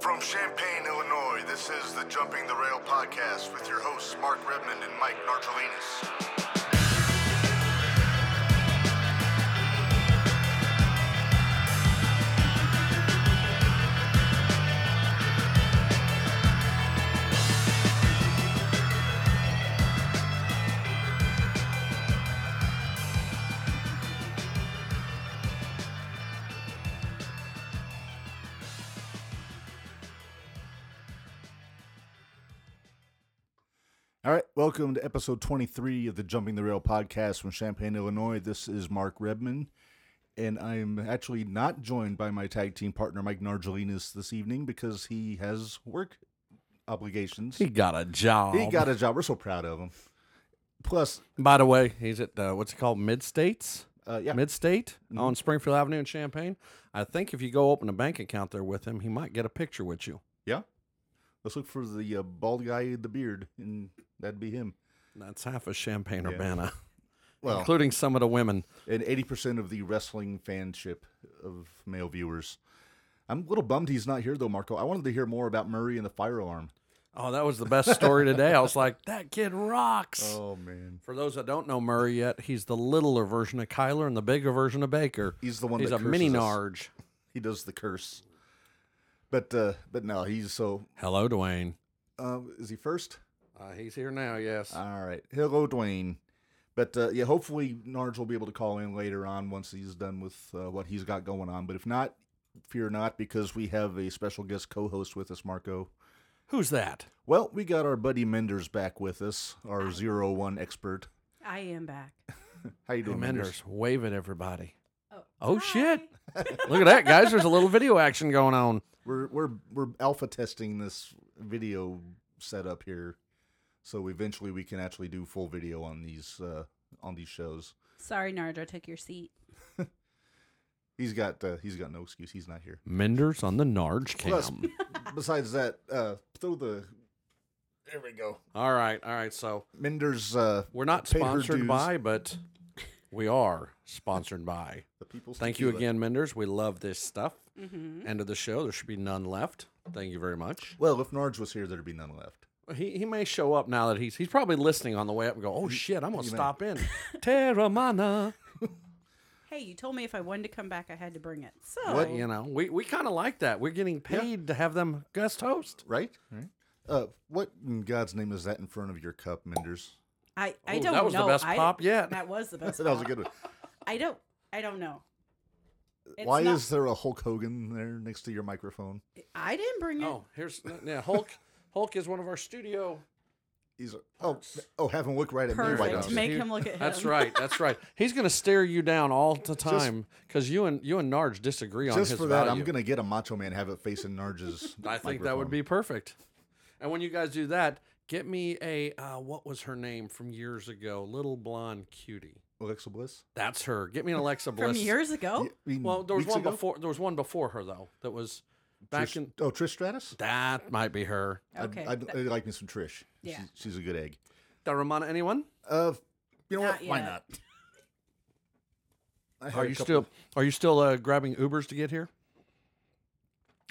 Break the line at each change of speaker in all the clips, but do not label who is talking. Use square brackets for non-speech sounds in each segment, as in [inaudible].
From Champaign, Illinois, this is the Jumping the Rail podcast with your hosts, Mark Redmond and Mike Nartolinas.
All right, welcome to episode 23 of the Jumping the Rail podcast from Champaign, Illinois. This is Mark Redman, and I'm actually not joined by my tag team partner, Mike Nargelinas, this evening because he has work obligations.
He got a job.
He got a job. We're so proud of him. Plus,
By the way, he's at uh, what's it called, Mid States,
uh, yeah,
Mid State on Springfield Avenue in Champaign. I think if you go open a bank account there with him, he might get a picture with you.
yeah. Let's look for the uh, bald guy with the beard, and that'd be him.
That's half of Champaign Urbana,
Well,
including some of the women.
and 80% of the wrestling fanship of male viewers. I'm a little bummed he's not here though, Marco. I wanted to hear more about Murray and the firearm.
Oh, that was the best story today. I was like, that kid rocks.
Oh man,
For those that don't know Murray yet, he's the littler version of Kyler and the bigger version of Baker.
he's the one.
he's
that
a mini
curses us.
Narge.
He does the curse. But uh, but no, he's so.
Hello, Dwayne.
Uh, is he first?
Uh, he's here now. Yes.
All right. Hello, Dwayne. But uh, yeah, hopefully Narge will be able to call in later on once he's done with uh, what he's got going on. But if not, fear not, because we have a special guest co-host with us, Marco.
Who's that?
Well, we got our buddy Menders back with us, our zero one expert.
I am back.
How you doing, Menders?
Menders, wave at everybody.
Oh,
Oh, shit. Look at that, guys. There's a little video action going on.
We're we're we're alpha testing this video setup here, so eventually we can actually do full video on these uh, on these shows.
Sorry, Narge, I took your seat.
He's got uh, he's got no excuse. He's not [laughs] here.
Menders on the Narge cam.
Plus- Besides that, uh, throw the there we go.
all right, all right. So
Menders, uh,
we're not
Pay her
sponsored
dues.
by, but we are sponsored by.
the people's.
Thank you
tequila.
again, Menders. We love this stuff.
Mm-hmm.
End of the show. There should be none left. Thank you very much.
Well, if Narge was here, there'd be none left.
He, he may show up now that he's he's probably listening on the way up and go, oh shit, I'm gonna
you may. [laughs]
stop in. Terramana.
Hey, you told me if I wanted to come back, I had to bring it. So
But you know, we, we kind of like that. We're getting paid to have them guest host.
Right? Right. Uh, what in God's name is that in front of your cup, Menders?
I, I
Ooh,
don't
that was the
know.
best
I-
pop yet.
That was the best.
That was a
pop.
good one.
I don't. I don't know. It's
Why
not-
is there a Hulk Hogan there next to your microphone?
I didn't bring it?
Oh, here's yeah, Hulk. Hulk is one of our studio.
He's a, oh oh, have him look right at me. White
Perfect.
House.
Make him look at him.
That's right. That's right. He's going to stare you down all the time because you and you and Narge disagree on
Just
his
for that,
value.
I'm gonna get a Macho Man have it facing Narge's.
[laughs] I think that would
microphone.
be perfect. And when you guys do that, get me a uh, what was her name from years ago? Little blonde cutie.
Alexa Bliss.
That's her. Get me an Alexa
From
Bliss.
years ago?
I mean,
Well, there was
weeks
one
ago?
before. There was one before her though. That was back
Trish,
in.
oh, Trish Stratus.
That might be her.
Okay.
I'd, I'd, I'd like me some Trish.
Yeah.
She's, she's a good egg.
That Romana anyone?
Uh, you know
Not
what? Why
yet.
not? I had
Are
a
you
couple-
still are you still uh, grabbing Ubers to get here?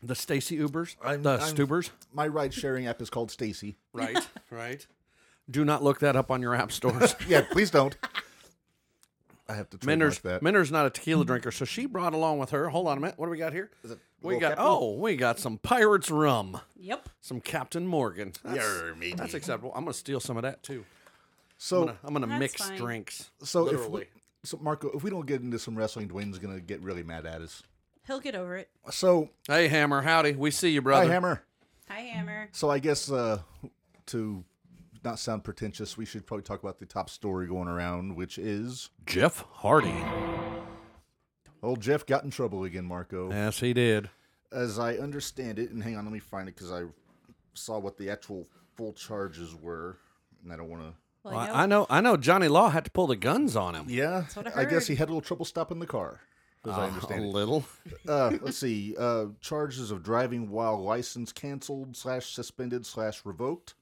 The Stacy Ubers,
I'm-
the
I'm-
Stubers,
[laughs] My ride sharing app is called Stacy.
right? right. Do not look that up on your
[laughs]
app stores.
Yeah, please
[laughs]
don't. I have to trademark
Minder's
that.
Minder's not a tequila drinker, so she brought along with her. Hold on a minute. What do we got here?
Is it
We
Little
got
Captain?
oh, we got some Pirates rum,
Yep.
some Captain Morgan. That's,
Yer, matey.
that's acceptable. I'm gonna steal some of that too.
So
I'm gonna, I'm gonna
That's
mix
fine.
drinks.
so if we,
literally.
so Marco, if we don't get into some wrestling, Dwayne's gonna get really mad at us.
He'll get over it.
So
Hey Hammer, howdy. We see you,
hi,
brother.
Hammer.
Hi, Hammer.
So I guess uh, to not sound pretentious, we should probably talk about the top story going around, which is
Jeff Hardy.
old Jeff got in trouble again, Marco.
Yes, he did.
As I understand it, and hang on, let me find it because I saw what the actual full charges were, and I don't want to.
Well,
I-
I know.
I know. I know. Johnny Law had to pull the guns on him.
Yeah,
what I
I, guess
heard.
he had a little trouble stopping the car, as I understand
a
it.
little.
Uh, let's see, uh, charges of driving while license canceled slash suspended slash revoked,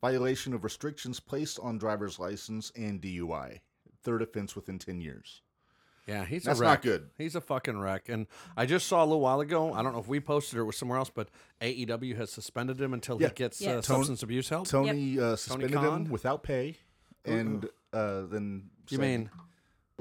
violation of restrictions placed on driver's license, and DUI. Third offense within ten years.
Yeah, he's
That's
a wreck.
not good.
He's a fucking wreck. And I just saw a little while ago. I don't know if we posted it or it was somewhere else, but AEW has suspended him until
Yeah.
he gets
Yeah.
uh, substance abuse help.
Tony uh, suspended
Khan?
him without pay, and uh, then
you
said-
mean?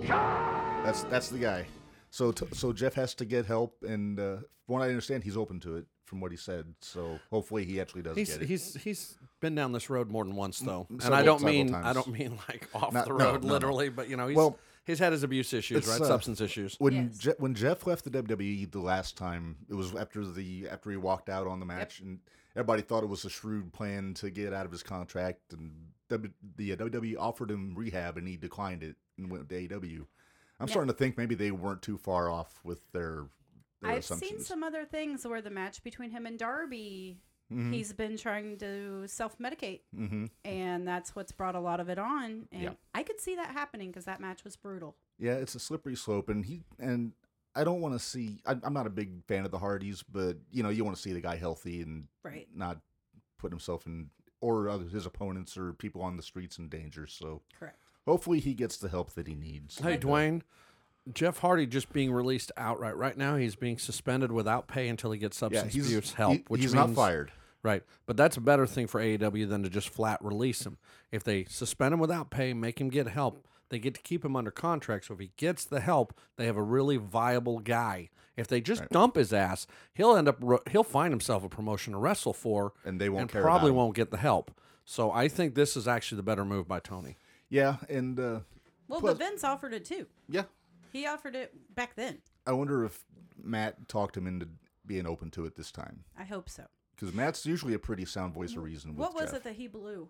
that's that's the guy. So t- so Jeff has to get help, and uh, from what I understand, he's open to it from what he said. So hopefully, he actually does
He's
get it. Mm,
he's he's been down this road more than once though, and
several-
I don't
several
mean I
times.
don't mean [laughs] like off
Not-
the
no,
road
no, no.
literally, but you know he's
Well,
he's had his abuse issues,
it's,
right?
uh,
Substance issues.
when
Yes.
Je- when Jeff left the WWE the last time, it was after the after he walked out on the match, and everybody thought it was a shrewd plan to get out of his contract. And w- the uh, WWE offered him rehab, and he declined it and went to AEW. E I'm starting to think maybe they weren't too far off with their, their
I've seen
assumptions.
some other things where the match between him and Darby,
Mm-hmm.
he's been trying to self medicate,
hmm
and that's what's brought a lot of it on. And
Yeah.
I could see that happening because that match was brutal.
Yeah, it's a slippery slope, and he and I don't want to see. I, I'm not a big fan of the Hardys, but you know, you want to see the guy healthy and
Right.
not put himself in or other, his opponents or people on the streets in danger. So
Correct.
hopefully, he gets the help that he needs.
Hey, Dwayne. Jeff Hardy just being released outright. Right now, he's being suspended without pay until he gets
yeah,
substance
he's
abuse help,
he-
which
he's
means
not fired.
Right. But that's a better thing for AEW than to just flat release him. If they suspend him without pay, make him get help, they get to keep him under contract. So if he gets the help, they have a really viable guy. If they just dump his ass, he'll end up ro- he'll find himself a promotion to wrestle for
And they won't
and
care about
probably
him.
won't get the help. So I think this is actually the better move by Tony.
Yeah, and uh,
Well,
Plus-
but Vince offered it too.
yeah,
He offered it back then.
I wonder if Matt talked him into being open to it this time
I hope so.
because Matt's usually a pretty sound voice of reason. With
What was
Jeff.
it that he blew?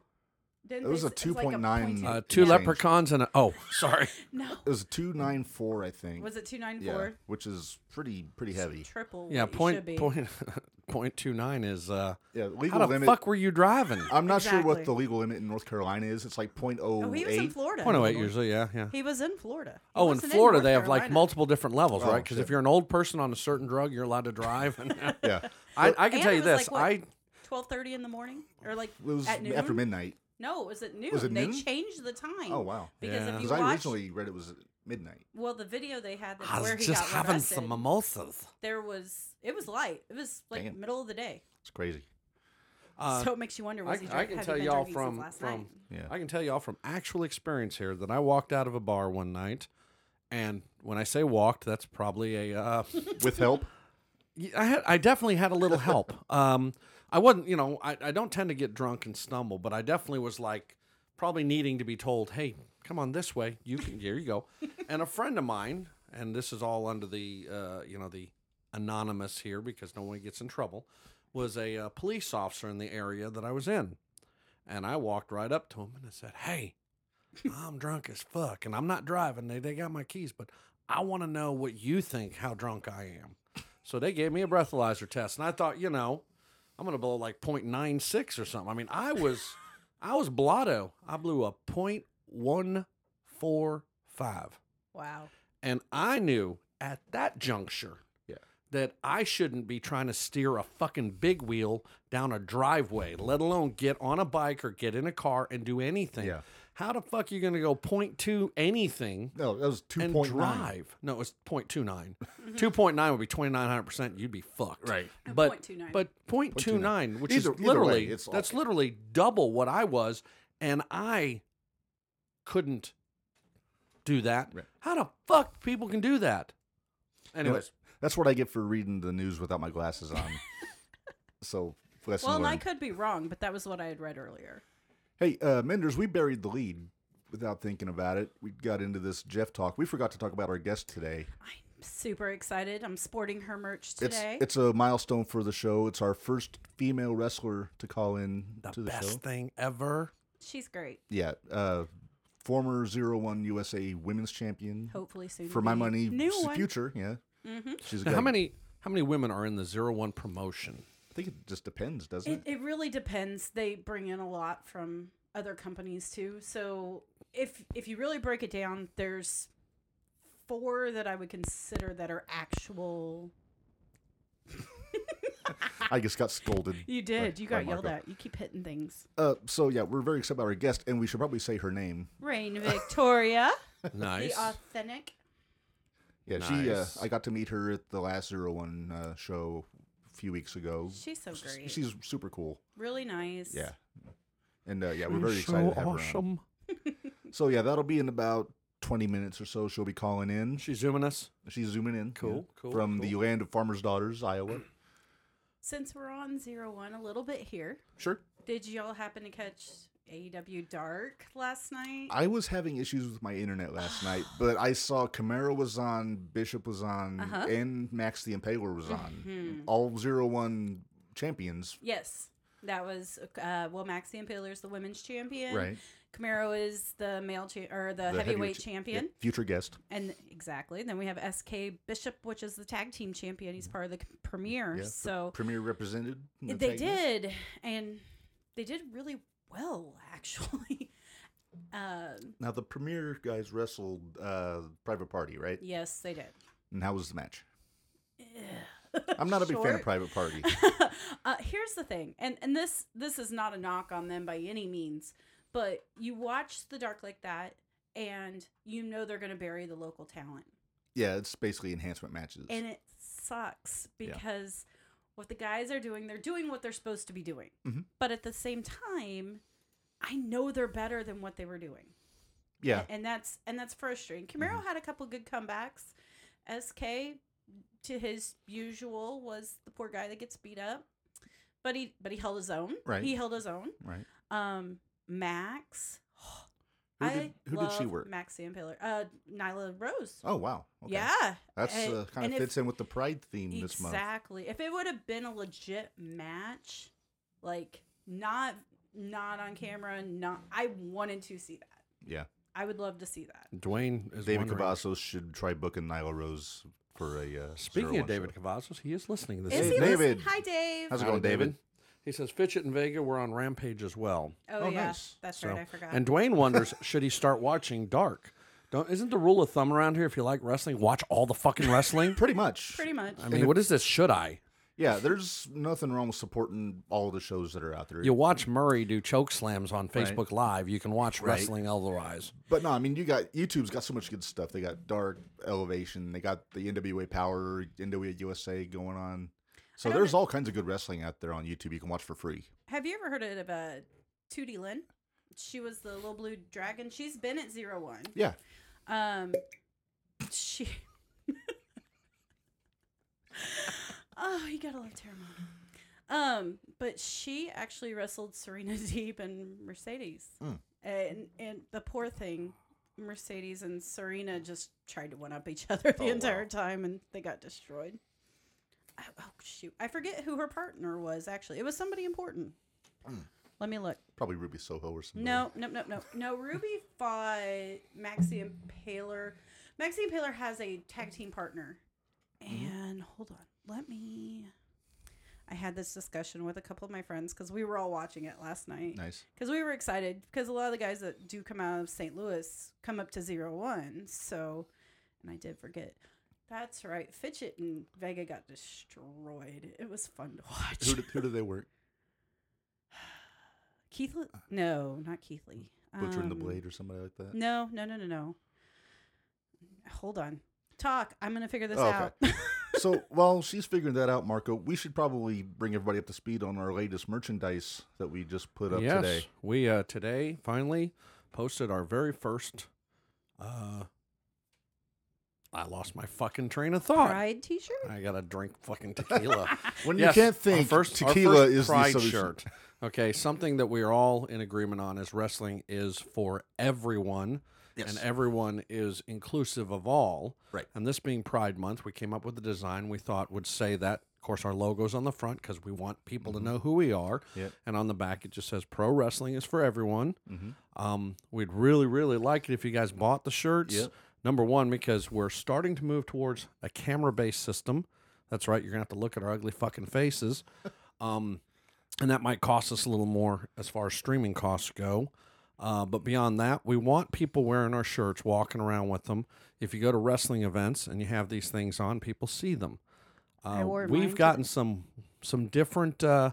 Didn't
It was
they
a
s- it's like
2.9,
point two-
uh,
Uh, two
Yeah.
leprechauns and a
[laughs]
oh, sorry.
[laughs] No.
It was two nine four, I think.
Was it two nine
Yeah,
four?
which is pretty pretty heavy.
Triple.
Yeah,
what you
point
should be.
point [laughs] point two nine is uh
Yeah, legal
how the
limit.
fuck were
[laughs]
you driving?
I'm not sure what
Exactly.
the legal limit in North Carolina is. It's like .08.
Oh, he was in Florida.
Point oh eight usually, yeah, yeah.
He was in Florida. He
Oh, in
wasn't
Florida,
North
they have like
Carolina.
multiple different levels, right?
Oh,
'Cause right? Because if
shit.
you're an old person on a certain drug, you're allowed to drive.
Yeah,
[laughs] I, I can
And
tell
it
you
was,
this:
like, what,
I
12:30 in the morning or like
it was
at noon.
after midnight.
No, it was at noon.
Was it
they
noon?
changed the time.
Oh wow.
Because
Yeah.
if you
Because
watch,
I originally read it was at midnight.
well, the video they had that
I
where
was
he
just
got
having
arrested,
some mimosas.
there was it was light. It was like
Damn.
middle of the day,
It's crazy.
Uh,
so it makes you wonder. Was
I,
he
I
drunk?
can
Have
tell
you been
y'all
drinking since
from
last
from
night?
Yeah.
I can tell y'all from actual experience here that I walked out of a bar one night, and when I say walked, that's probably a uh, [laughs]
With help,
Y- I had I definitely had a little help. Um, I wasn't, you know, I, I don't tend to get drunk and stumble, but I definitely was like probably needing to be told, "Hey, come on this way. You can here you go." and a friend of mine, and this is all under the uh, you know, the anonymous here because no one gets in trouble, was a uh, police officer in the area that I was in. And I walked right up to him and I said, "Hey, I'm drunk as fuck and I'm not driving. They they got my keys, but I want to know what you think how drunk I am." So they gave me a breathalyzer test, and I thought, you know, I'm gonna blow like 0.96 or something. I mean, I was, I was blotto. I blew a 0.145,
Wow.
and I knew at that juncture
Yeah.
that I shouldn't be trying to steer a fucking big wheel down a driveway, let alone get on a bike or get in a car and do anything.
Yeah.
How the fuck are you gonna go 0.2 anything?
no, that was two
and
point nine.
drive. No, it's [laughs] 0.29. 2.9 would be 2,900%. You'd be fucked. Right. But,
0.29.
but 0.29, which
Either-
is
either way,
literally,
it's
that's
awful.
literally double what I was. And I couldn't do that.
Right.
How the fuck people can do that? Anyways,
that's what I get for reading the news without my glasses
[laughs]
on. so lesson
Well, and I
learned.
could be wrong, but that was what I had read earlier.
Hey, uh, Menders, we buried the lead without thinking about it. We got into this Jeff talk. We forgot to talk about our guest today.
I'm super excited. I'm sporting her merch today.
It's it's a milestone for the show. It's our first female wrestler to call in to
the
the
best
show.
thing ever.
She's great.
Yeah, uh, former zero one USA Women's Champion.
Hopefully soon.
for
to
my
be
money,
new
s-
one. Mm-hmm.
future. Yeah, she's
Now,
got-
how many how many women are in the zero one
[laughs]
promotion?
I think it just depends, doesn't
It,
it?
it really depends. They bring in a lot from other companies too. So if if you really break it down, there's four that I would consider that are actual.
I just got
[laughs]
scolded.
You did. You
by
got yelled
Marco.
at. You keep hitting things.
Uh, so yeah, we're very excited about our guest, and we should probably say her name.
Rain Victoria,
[laughs] Nice.
the authentic.
Yeah, she. Uh,
Nice.
I got to meet her at the last Zero One uh, show a few weeks ago.
She's so great.
She's super cool.
really nice.
Yeah, and uh, yeah, we're very excited to have her. On. So yeah, that'll be in about twenty minutes or so. She'll be calling in.
She's zooming us.
She's zooming in. yeah,
Cool, cool,
From the
cool.
land of farmers' daughters, Iowa.
Since we're on zero one a little bit here,
sure.
did y'all happen to catch AEW Dark last night?
I was having issues with my internet last
[sighs]
night, but I saw Camaro was on, Bishop was on,
Uh-huh. Mm-hmm.
and Max the Impaler was on. All zero one champions.
yes, that was uh, well. Max the Impaler's the women's champion.
Right.
Camaro is the male cha- or the,
The
heavyweight,
ch- yeah,
champion.
future guest.
And exactly. Then we have SK Bishop, which is the tag team champion. He's part of the c- premier.
Yeah, the
so
premier represented. in the
they
tag match.
did, and they did really well, [laughs] actually. Um
Now the premier guys wrestled uh, Private Party, right?
yes, they did.
And how was the match? I'm not a big fan of
Short.
Private
[laughs]
Party.
uh, here's the thing, and and this this is not a knock on them by any means, but you watch the dark like that, and you know they're going to bury the local talent.
yeah, it's basically enhancement matches.
and it sucks
Yeah.
because what the guys are doing they're doing what they're supposed to be doing
Mhm.
but at the same time i know they're better than what they were doing
yeah,
and that's and that's frustrating camaro
Mm-hmm.
had a couple good comebacks sk to his usual was the poor guy that gets beat up but he but he held his own
Right.
he held his own
right.
um max
Who
I
did, who did she
love
work?
max the Impaler. uh nyla rose
oh wow, okay.
yeah
that's
and-
uh, kind
and
of
if-
fits in with the Pride theme this month.
Exactly. If it would have been a legit match, like not not on camera, not I wanted to see that.
Yeah,
I would love to see that.
Dwayne is
David
wondering-
Cavazos should try booking Nyla Rose for a. Uh,
Speaking
01 show.
of David Cavazos, he is listening. to This
Is
Hey,
he
evening.
David.
listening? Hi, Dave.
How's it
Howdy,
going, David?
He says Fitchett and Vega were on Rampage as well.
oh,
Oh,
yeah,
nice.
that's
So-
right. I forgot.
And Dwayne wonders, [laughs] should he start watching Dark? Don't isn't the rule of thumb around here if you like wrestling, watch all the fucking
[laughs]
wrestling?
Pretty much.
Pretty much.
I mean, what is this? Should I?
Yeah, there's nothing wrong with supporting all the shows that are out there.
You watch Murray do choke slams on Facebook Live. You can watch wrestling otherwise.
But no, I mean, you got YouTube's got so much good stuff. They got Dark Elevation. They got the NWA Power, NWA USA going on. So
don't
there's all kinds of good wrestling out there on YouTube. You can watch for free.
Have you ever heard of uh, Tootie Lynn? She was the little blue dragon. She's been at zero one.
Yeah,
Um, she. oh, you gotta love Terramana. Um, but she actually wrestled Serena [laughs] Deep and Mercedes,
Mm.
and and the poor thing, Mercedes and Serena just tried to one up each other the entire time, and they got destroyed. I, oh shoot, I forget who her partner was. Actually, it was somebody important. Let me look.
probably Ruby Soho or something.
No, no, no, no, no. Ruby fought Maxie Impaler. Maxie Impaler has a tag team partner,
Mm-hmm.
and hold on, let me. I had this discussion with a couple of my friends because we were all watching it last night
Nice.
because we were excited because a lot of the guys that do come out of St. Louis come up to zero one. So, and I did forget. That's right. Fitchett and Vega got destroyed. It was fun to [laughs] watch.
Who do, who do they work?
Keith? Lee- No, not Keith Lee.
Butcher and the
Um,
Blade or somebody like that?
No, no, no, no, no. Hold on. Talk. I'm gonna figure this
Oh, okay.
[laughs] out.
so while she's figuring that out, Marco, we should probably bring everybody up to speed on our latest merchandise that we just put up
yes,
today.
we uh, today finally posted our very first. Uh, I lost my fucking train of thought.
Pride T-shirt.
I gotta drink fucking
[laughs]
tequila.
When
Yes,
you can't
our
think,
first, our
tequila
first
is
pride
the solution.
shirt. Okay, something that we are all in agreement on is wrestling is for everyone, and everyone is inclusive of all.
Right.
And this being Pride Month, we came up with a design we thought would say that. Of course, our logo's on the front because we want people to know who we are,
Mm-hmm. Yep.
and on the back it just says "Pro Wrestling is for everyone."
Mhm.
Um, we'd really, really like it if you guys bought the shirts.
Yep.
Number one, because we're starting to move towards a camera based system. That's right. You're going to have to look at our ugly fucking faces. Um, and that might cost us a little more as far as streaming costs go. Uh, but beyond that, we want people wearing our shirts, walking around with them. If you go to wrestling events and you have these things on, people see them. Uh,
wore mine
we've
today.
gotten some some different. Uh,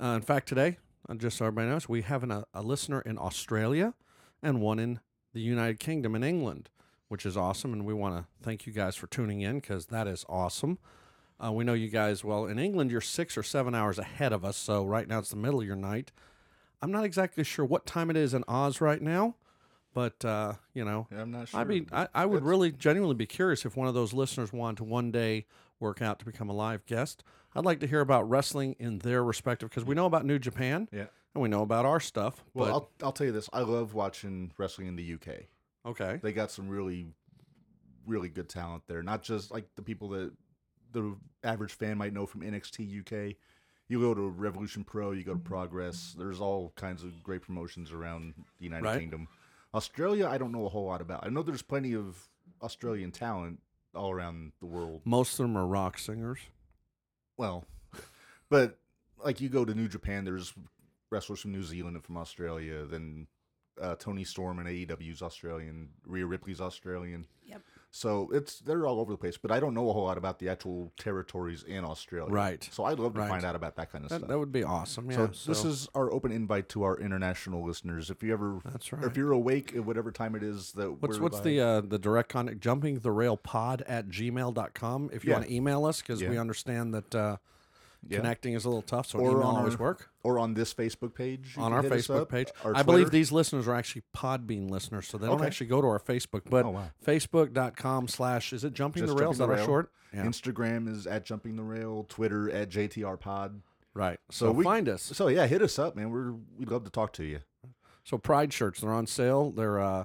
uh, in fact, today, uh, just so everybody knows, we have an, a, a listener in Australia and one in the United Kingdom and England. which is awesome. And we want to thank you guys for tuning in because that is awesome. Uh, we know you guys, well, in England, you're six or seven hours ahead of us. So right now it's the middle of your night. I'm not exactly sure what time it is in Oz right now, but, uh, you know,
I'm not sure.
I'd be, I, I would really genuinely be curious if one of those listeners wanted to one day work out to become a live guest. I'd like to hear about wrestling in their respective, because we know about New Japan
yeah.
and we know about our stuff.
Well,
but,
I'll, I'll tell you this. I love watching wrestling in the UK.
okay.
They got some really, really good talent there. Not just like the people that the average fan might know from NXT UK. You go to Revolution Pro, you go
Mm-hmm.
to Progress. There's all kinds of great promotions around the United
Right.
Kingdom. Australia, I don't know a whole lot about. I know there's plenty of Australian talent all around the world.
Most of them are rock singers.
well, [laughs] but like you go to New Japan, there's wrestlers from New Zealand and from Australia. Then uh, Tony Storm and AEW's Australian, Rhea Ripley's Australian.
Yep.
So it's they're all over the place. But I don't know a whole lot about the actual territories in Australia.
Right.
So I'd love to
Right.
find out about that kind of
That,
stuff.
that would be awesome.
so,
Yeah.
this is our open invite to our international listeners. If you ever,
That's
or
right.
If you're awake at whatever time it is that
what's
we're
what's
by-
the uh, the direct contact jumping the rail pod at gmail.com if you
Yeah.
want to email us because we
Yeah.
understand that uh,
Yeah.
connecting is a little tough so
Or
email
on
always
our-
work
or on this Facebook page you
on
can
our
hit us
Facebook
up,
page.
our
I believe
Twitter.
these listeners are actually Podbean listeners, so they don't
Okay.
actually go to our Facebook. But
Oh, wow.
Facebook.com slash is it jumping
Just
the rails? Is that
Jumping the
our
Rail.
short? Yeah.
Instagram is at jumping the rail. Twitter at JTR Pod.
Right. So,
So we-
find us.
So yeah, hit us up, man. We're we'd love to talk to you.
So Pride shirts, they're on sale. Their uh,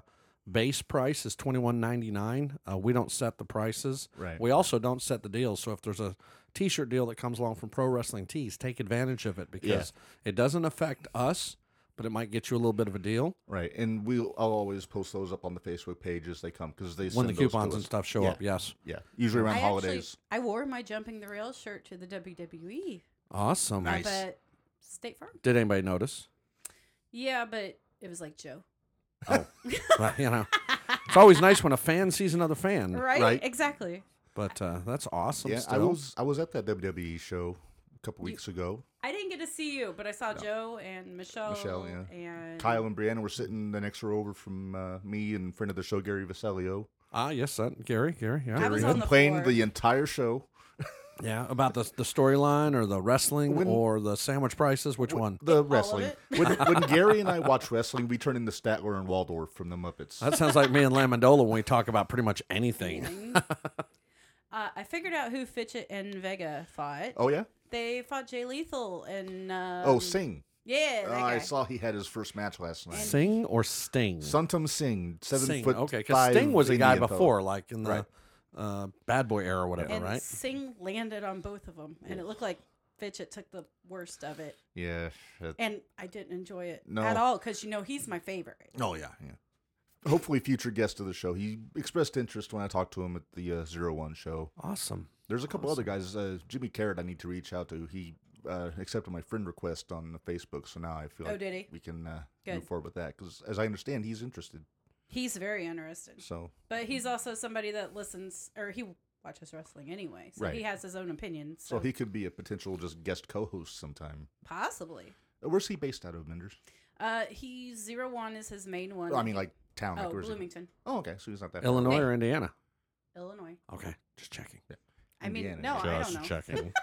base price is twenty one ninety nine. Uh, we don't set the prices.
Right.
We also don't set the deals. So if there's a t shirt deal that comes along from Pro Wrestling Tees, take advantage of it because it doesn't affect us, but it might get you a little bit of a deal
Right, and we'll I'll always post those up on the Facebook page as they come because they
when
send
the
those to
coupons and
us.
stuff show
Yeah.
up. Yes.
Yeah, usually around
I
holidays.
actually I wore my jumping the rails shirt to the WWE
Awesome.
Nice.
but State Farm.
Did anybody notice?
[laughs]
Yeah, but it was like Joe.
Oh, well, you know, it's always nice when a fan sees another fan.
Right?
Mm, Right.
Exactly.
But uh, that's awesome.
yeah,
still.
I was I was at that WWE show a couple
You-
weeks ago.
I didn't get to see you, but I saw Joe and Michelle,
Michelle, yeah.
and
Kyle and Brianna were sitting the next row over from uh, me and friend of the show Gary Vesalio.
Ah, yes, that, Gary, Gary. Yeah.
I was
Gary
on the
complained
floor.
the entire show.
Yeah, about the the storyline or the wrestling
When-
or the sandwich prices. Which one?
The
of
wrestling.
it?
When,
[laughs]
when Gary and I watch wrestling, we turn into Statler and Waldorf from the Muppets.
That sounds like me and Lamandola when we talk about pretty much anything.
Uh, I figured out who Fitchett and Vega fought.
Oh yeah.
They fought Jay Lethal and um,
Oh, Singh.
yeah,
Uh,
that guy.
I saw he had his first match last night.
Sing or sting?
Santam Singh, seven
sing.
foot
Okay, because
five.
sting was a guy
Indian fella.
before, like in the
Right.
uh, Bad Boy era or whatever,
and
right?
Singh landed on both of them, and it looked like Fitchett took the worst of it.
Yeah. shit.
And I didn't enjoy it
No.
at all because you know he's my favorite.
Oh yeah.
Hopefully, future guest of the show. He expressed interest when I talked to him at the uh, Zero One show.
Awesome.
There's a couple other guys. Uh, Jimmy Carrot, I need to reach out to. He uh, accepted my friend request on the Facebook, so now I feel
Oh,
like
did he?
we can uh,
Good.
move forward with that. Because as I understand, he's interested.
He's very interested,
So
but he's also somebody that listens or he watches wrestling anyway, so he
Right.
has his own opinion. So,
so he could be a potential just guest co-host sometime.
possibly,
Uh, Where's he based out of, Menders?
uh, he zero one is his main one.
I mean, like town.
oh
like, where's he-
Bloomington,
Oh, okay. So he's not that. far.
Illinois or Indiana?
Illinois.
Okay, just checking.
I mean,
Indiana.
no, I
Just
don't know. [laughs]
checking.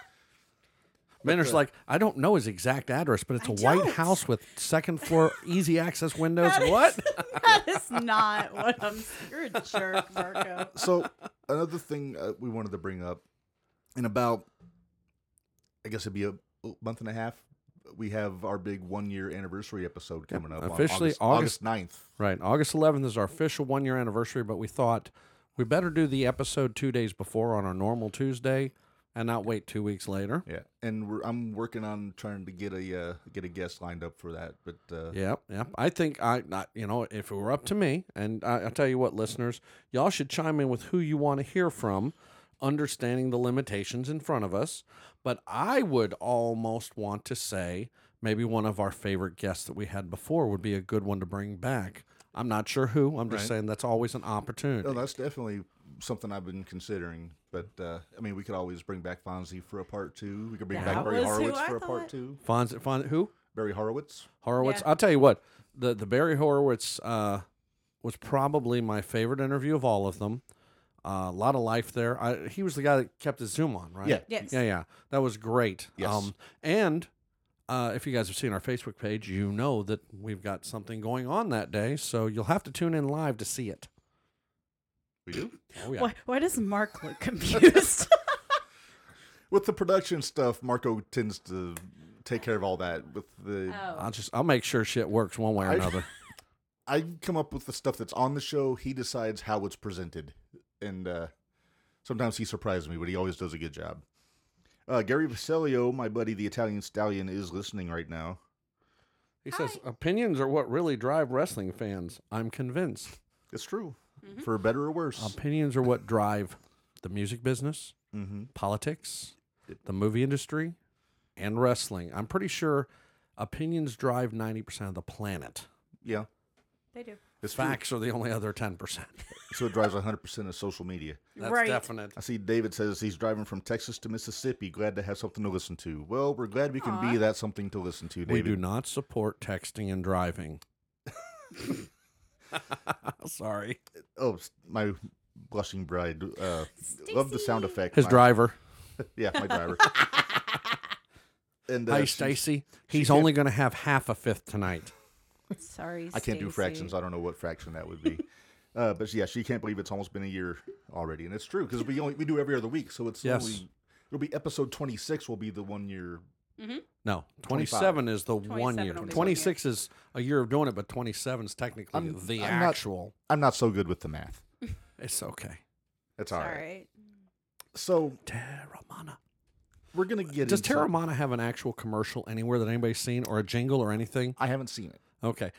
Minner's
uh,
like, I don't know his exact address, but it's a
I
White
don't.
House with second floor easy access windows.
[laughs] That is-
what?
that is not what I'm. You're a jerk,
[laughs]
Marco.
so another thing uh, we wanted to bring up in about i guess it'd be a month and a half we have our big one year anniversary episode coming up
officially
on august, 9th
Right. August 11th is our official one year anniversary, but we thought we better do the episode two days before on our normal Tuesday and not wait two weeks later.
yeah and we're, i'm working on trying to get a uh, get a guest lined up for that but uh,
Yep, yep. I think I, not, you know, if it were up to me, and I, I'll tell you what, listeners, y'all should chime in with who you want to hear from, understanding the limitations in front of us. But I would almost want to say maybe one of our favorite guests that we had before would be a good one to bring back. I'm not sure who. I'm just
Right.
saying that's always an opportunity.
no, that's definitely something i've been considering but uh, i mean we could always bring back fonzie for a part two we could bring
That
back barry
was who
horowitz
I
for a
thought.
part two
Fonz, Fonz, who?
barry horowitz
Horowitz.
Yeah.
I'll tell you what, the the Barry Horowitz uh, was probably my favorite interview of all of them. Uh, a lot of life there. I, he was the guy that kept his Zoom on, right?
Yeah.
Yes.
Yeah, yeah. That was great. Um,
Yes.
and uh, if you guys have seen our Facebook page, you know that we've got something going on that day. So you'll have to tune in live to see it.
We do?
Oh, yeah.
Why, why does Mark
[laughs]
look [laughs] confused?
With the production stuff, Marco tends to take care of all that. With the
Oh.
I'll just, I'll make sure shit works one way or
I- [laughs]
another.
I come up with the stuff that's on the show. He decides how it's presented, and uh, sometimes he surprises me, but he always does a good job. Uh, Gary Vasilio, my buddy, the Italian stallion, is listening right now.
He says, opinions are what really drive wrestling fans. I'm convinced.
It's true, for better or worse.
Opinions are what drive the music business,
hmm
politics, the movie industry, and wrestling. I'm pretty sure opinions drive 90% of the planet.
Yeah,
they do.
it's true.
Facts are the only other 10%.
So it drives 100 percent of social media.
[laughs] That's
right.
definite.
I see David says he's driving from Texas to Mississippi. Glad to have something to listen to. Well, we're glad we can be that something to listen to, David.
We do not support texting and [laughs] driving. Sorry.
Oh, s- my blushing bride. Uh, love the sound
Stacy.
effect.
His
My-
driver.
Yeah, my driver. and uh,
Hi,
she's-
Stacy. He's only going to have half a fifth tonight.
Sorry,
I can't do
Stacy.
fractions. I don't know what fraction that would
[laughs]
be. uh, but yeah, she can't believe it's almost been a year already, and it's true because we only we do every other week, so it's
Yes.
only it'll be episode twenty six. Will be the one year.
No, 27 is the one
27
year.
will be the
26 is a year of doing it, but 27 is technically
I'm-
the
I'm not-
actual.
I'm not so good with the math.
It's okay.
That's all
Sorry.
right. So
Terramana.
we're gonna get
Does
into-
Terramana have an actual commercial anywhere that anybody's seen or a jingle or anything?
I haven't seen it.
Okay.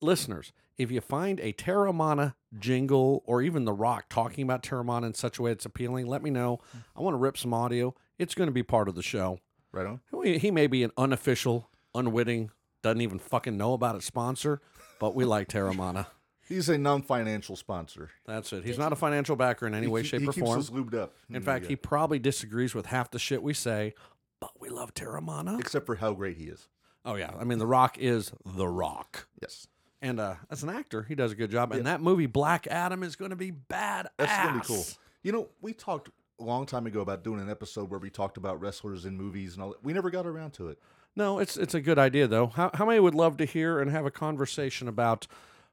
Listeners, if you find a Terramana jingle or even The Rock talking about Terramana in such a way that's appealing, let me know. I want to rip some audio. It's going to be part of the show.
Right on.
He he may be an unofficial, unwitting, doesn't even fucking know about it sponsor, but we like Terramana.
He's a non-financial sponsor.
That's it. He's not a financial backer in any way,
He-
shape,
he
or
keeps
form.
us lubed up.
In fact, he probably disagrees with half the shit we say, but we love Terramana.
except for how great he is.
Oh yeah, I mean, The Rock is The Rock,
Yes,
and uh, as an actor, he does a good job. And that movie Black Adam is going to be bad.
that's gonna be cool. You know, we talked a long time ago about doing an episode where we talked about wrestlers in movies and all. that. We never got around to it.
No, it's it's a good idea though. How how many would love to hear and have a conversation about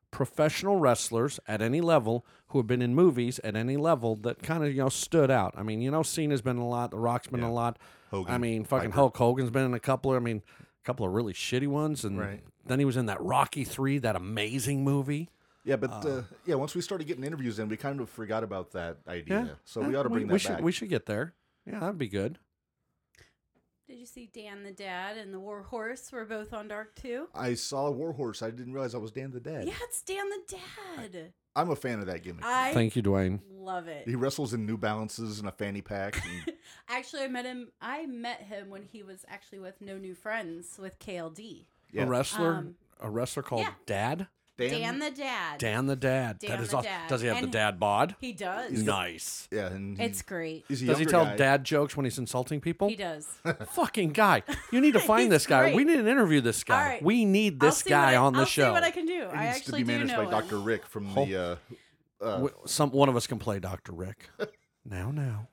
professional wrestlers at any level who have been in movies at any level that kind of you know stood out. I mean, you know, Cena's been in a lot, The Rock's been in a lot.
Hogan,
I mean, fucking Hulk Hogan's been in a couple. I mean, a couple of really shitty ones, and
Right.
then he was in that Rocky Three, that amazing movie.
Yeah, but uh,
Oh.
yeah, once we started getting interviews in, we kind of forgot about that idea. So we
Yeah,
ought to bring that
we
back.
Should, we should get there. Yeah, that'd be good.
Did you see Dan the Dad and the War Horse were both on Dark too?
I saw Warhorse. I didn't realize I was Dan the Dad.
Yeah, it's Dan the Dad.
I'm a fan of that gimmick.
I
Thank you, Dwayne.
love it.
he wrestles in New Balances and a fanny pack. And
[laughs] Actually, I met him. I met him when he was actually with No New Friends with KLD.
A
Yeah.
wrestler,
Um,
a wrestler called
yeah.
Dad.
Dan,
Dan the Dad.
Dan the dad.
Dan
that is
the
awesome.
dad.
Does he have the
And-
dad bod?
He does.
Nice.
yeah, and
It's great.
he's a
Does he
younger
tell
guy.
dad jokes when he's insulting people?
He does.
[laughs]
Fucking guy. You
[laughs]
need to find this
He's
guy. We
great.
need to interview this guy.
All right.
We need
I'll
this
see
guy
what I-
on the
I'll
show.
see what I can do.
He
I
needs to be
actually do
managed
know Oh.
by
him.
Dr. Rick from the uh,
W- Some one of us can play
[laughs]
Dr. Rick. now now.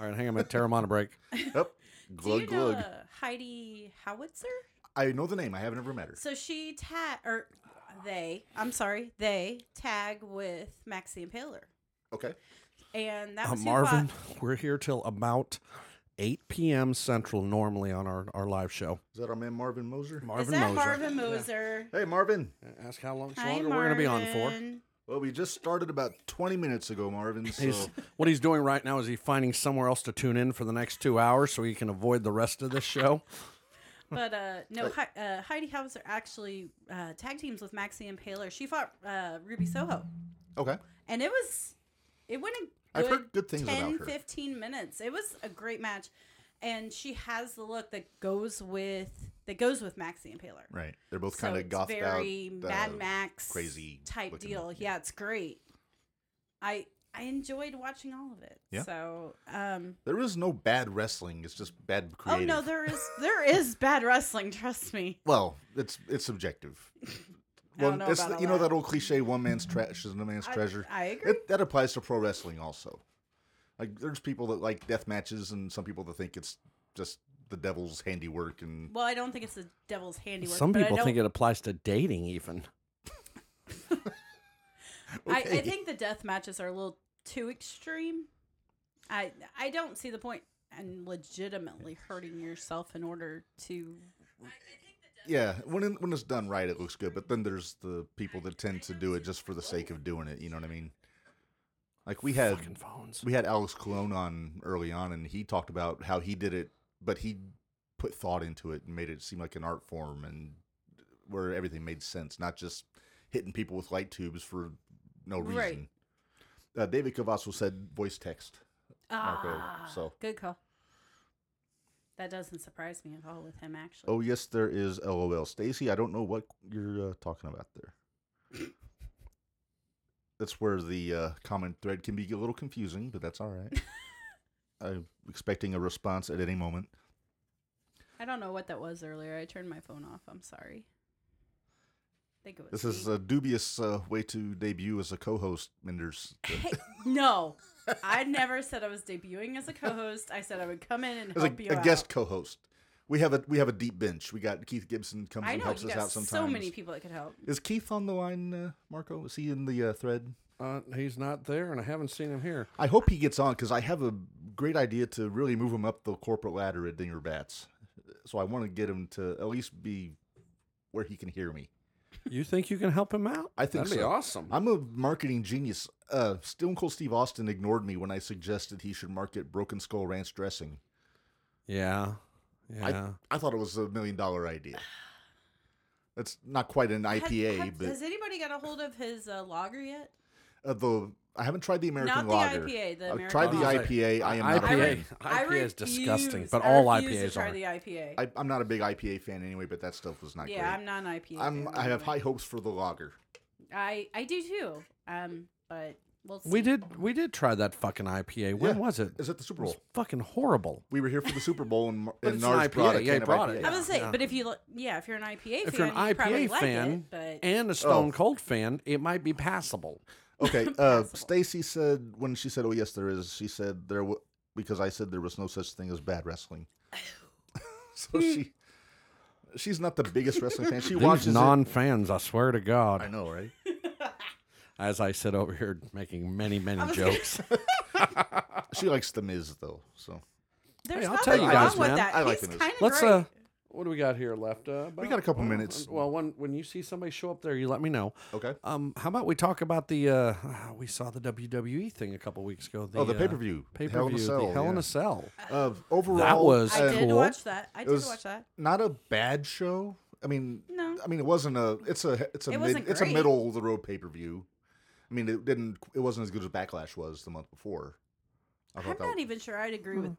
All right, hang on a minute. Terramana break.
uh, Up.
[laughs] Do you
Glug
know
glug.
uh, Heidi Howitzer?
I know the name. I haven't ever met her.
So she tag or they, I'm sorry, they tag with Maxie and Paler,
Okay.
and that
Uh,
was who
Marvin,
fought-
[laughs] we're here till about 8 p.m. Central normally on our, our live show.
Is that our man Marvin Moser?
Is that Marvin Moser?
hey, Marvin.
Ask how long
Hi,
longer we're going to be on for.
[laughs]
Marvin.
Well, we just started about 20 minutes ago, Marvin. So
He's, what he's doing right now is he finding somewhere else to tune in for the next two hours so he can avoid the rest of this show.
But uh, no, Hi- uh, Heidi Hauser actually uh, tag teams with Maxie and Paler. She fought uh, Ruby Soho,
okay.
and it was it went a good
I've heard good things
10,
about her.
15 minutes. It was a great match, and she has the look that goes with that goes with Maxie and Paler.
Right. They're both
So
kind of
it's
gothed out.
very Mad
uh,
Max
crazy
type
looking-
deal. Yeah, it's great. I I enjoyed watching all of it.
Yeah.
So, um,
There is no bad wrestling. It's just bad
oh
creative.
no,
[laughs]
there is there is bad wrestling. Trust me.
Well, it's it's subjective.
[laughs] I don't know
it's
about
the-
all
you know
that.
that old cliche: "One man's trash is another man's
I-
treasure."
I agree.
It, that applies to pro wrestling also. Like, there's people that like death matches, and some people that think it's just the devil's handiwork. And
Well, I don't think it's the devil's handiwork.
Some
but I
people
don't-
think it applies to dating, even.
I, I
Okay.
think the death matches are a little too extreme. I I don't see the point in legitimately hurting yourself in order to.
yeah, when it, when it's done right, it looks good. But then there's the people that tend to do it just for the sake of doing it. You know what I mean? Like we had
Fucking phones.
we had Alex Colon on early on, and he talked about how he did it, but he put thought into it and made it seem like an art form, and where everything made sense, not just hitting people with light tubes for no reason.
Right.
Uh, David Cavasso said voice text. Marco,
Ah,
so-
good call. That doesn't surprise me at all with him actually.
Oh yes, there is LOL, Stacy. I don't know what you're uh, talking about there. that's where the uh, comment thread can be a little confusing, but that's all
[laughs]
right. I'm expecting a response at any moment.
I don't know what that was earlier. I turned my phone off. I'm sorry. I think it was
This is
me.
a dubious uh, way to debut as a co-host, Minders.
Hey, no. I never said I was debuting as a co-host. I said I would come in and
As a,
help you
a
out.
guest co-host, we have a we have a deep bench. We got Keith Gibson comes
I
and
know
helps
you
us
got
out sometimes.
so many people that could help.
Is Keith on the line, uh, Marco? Is he in the uh, thread?
Uh, he's not there, and I haven't seen him here.
I hope he gets on because I have a great idea to really move him up the corporate ladder at Dinger Bats. So I want to get him to at least be where he can hear me.
You think you can help him out?
I think
That'd be
so.
awesome.
I'm a marketing genius. Uh, Stone Cold Steve Austin ignored me when I suggested he should market Broken Skull Ranch dressing.
yeah. Yeah.
I, I thought it was a million dollar idea. That's not quite an
Have-
IPA,
have-
but
has anybody got a hold of his uh, lager yet?
uh, the I haven't tried the American
Not the
lager.
IPA, the
I've
American
tried the
lager.
IPA. I am not a
IPA.
fan.
IPA is disgusting,
refuse-
but
I
all
refuse
IPAs
to try
are.
the IPA.
I, I'm not a big IPA fan anyway, but that stuff was not
yeah, I'm
great.
not an IPA.
I'm
fan
I have
anyway.
high hopes for the lager.
I I do too. Um, but we'll see.
We did. We did try that fucking IPA. When
Yeah.
was it?
Is it the Super
It was
Bowl?
fucking horrible.
We were here for the Super Bowl
[laughs]
and, Mar- and
it's an
Nars
IPA.
brought a
Yeah, he
can of
brought
IPA.
it.
I [laughs] was gonna say,
Yeah.
but if you look, yeah, if you're an IPA
If you're
fan,
an
you probably
IPA
like
fan
it, but
Oh.
and a Stone Cold fan, it might be passable.
Okay, uh,
Passable.
Stacy said when she said, "Oh yes, there is." She said there w- because I said there was no such thing as bad wrestling.
[laughs]
[laughs] so she she's not the biggest wrestling fan. She
These
watches it.
non-fans, I swear to
I
God,
know, right?
as I sit over here making many, many
was gonna-
jokes.
She likes the Miz though, so
there's
Hey, I'll
nothing
tell you
wrong
guys,
with
man,
that.
I like
He's
it.
kind of
Let's
great.
uh, what do we got here left? Uh,
we
about-
got a couple
well,
minutes.
Well, when when you see somebody show up there, you let me know.
Okay.
Um, how about we talk about the uh, [sighs] we saw the WWE thing a couple weeks ago. The,
Oh, the
uh,
pay-per-view,
pay
Hell
per
in
view,
a
the
Cell.
Hell in
yeah.
a Cell.
Uh, overall,
was
I did
cool.
watch that. I
It
did
was
watch that.
not a bad show. I mean,
No.
I mean, it wasn't a. It's a. It's a.
It
mid,
wasn't
it's a
great.
middle of the road pay per view. I mean, it didn't. It wasn't as good as Backlash was the month before. I
I'm
thought
not
that.
even sure I'd agree with.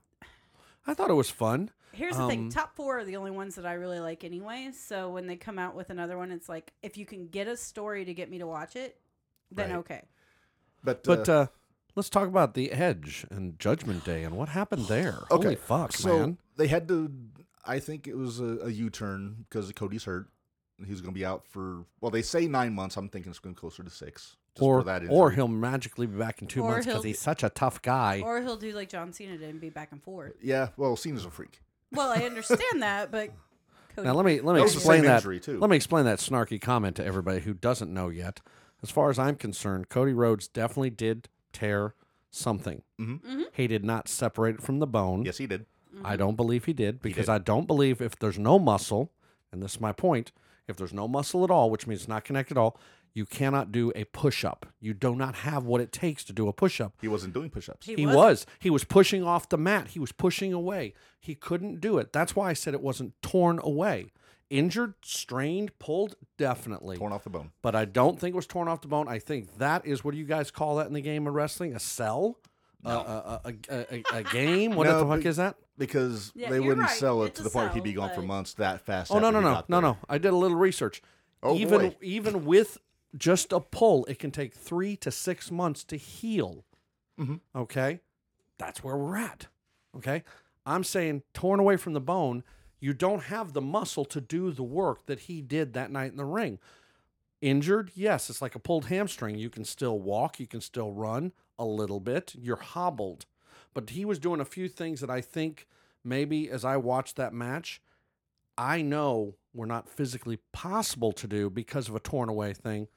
I thought it was fun.
Here's the thing:
Um,
top four are the only ones that I really like, anyway. So when they come out with another one, it's like if you can get a story to get me to watch it, then
Right.
okay.
But,
But
uh,
uh, let's talk about the Edge and Judgment Day and what happened there.
okay,
Holy fuck,
so
uh, man!
they had to. I think it was a, a U turn because Cody's hurt. and He's going to be out for. Well, they say nine months. I'm thinking it's going closer to six. Just
Or
for that
or
injury.
he'll magically be back in two
Or
months
he'll
because
be-
he's such a tough guy.
Or he'll do like John Cena did and be back and forth.
Yeah. Well, Cena's a freak.
Well, I understand
[laughs]
that, but Cody,
Now let me let me
That was the
explain
same
that.
injury, too.
Let me explain that snarky comment to everybody who doesn't know yet. As far as I'm concerned, Cody Rhodes definitely did tear something. He did not separate it from the bone.
Mm-hmm. Yes, he did.
I don't believe he did because I don't believe if there's no muscle, and this is my point, if there's no muscle at all, which means not connected at all, you cannot do a push up. You do not have what it takes to do a push up.
He wasn't doing push-ups.
he,
He
was.
was. He was pushing off the mat. He was pushing away. He couldn't do it. That's why I said it wasn't torn away. Injured, strained, pulled, definitely.
Torn off the bone.
But I don't think it was torn off the bone. I think that is what do you guys call that in the game of wrestling? A cell? A, a, a, a, a- a game? What
No,
the fuck
but-
is that?
because
Yeah,
they
you're
wouldn't
right.
sell it
It's
to
a
the point where he'd
sell,
be gone for
but-
months that fast.
Oh no
after
no
he
no
got
no
there.
no! I did a little research.
Oh,
even
boy.
even with just a pull, it can take three to six months to heal.
Mm-hmm.
Okay, that's where we're at. Okay, I'm saying torn away from the bone, you don't have the muscle to do the work that he did that night in the ring. Injured? Yes, it's like a pulled hamstring. You can still walk, you can still run a little bit. You're hobbled. But he was doing a few things that I think maybe as I watched that match, I know were not physically possible to do because of a torn away thing.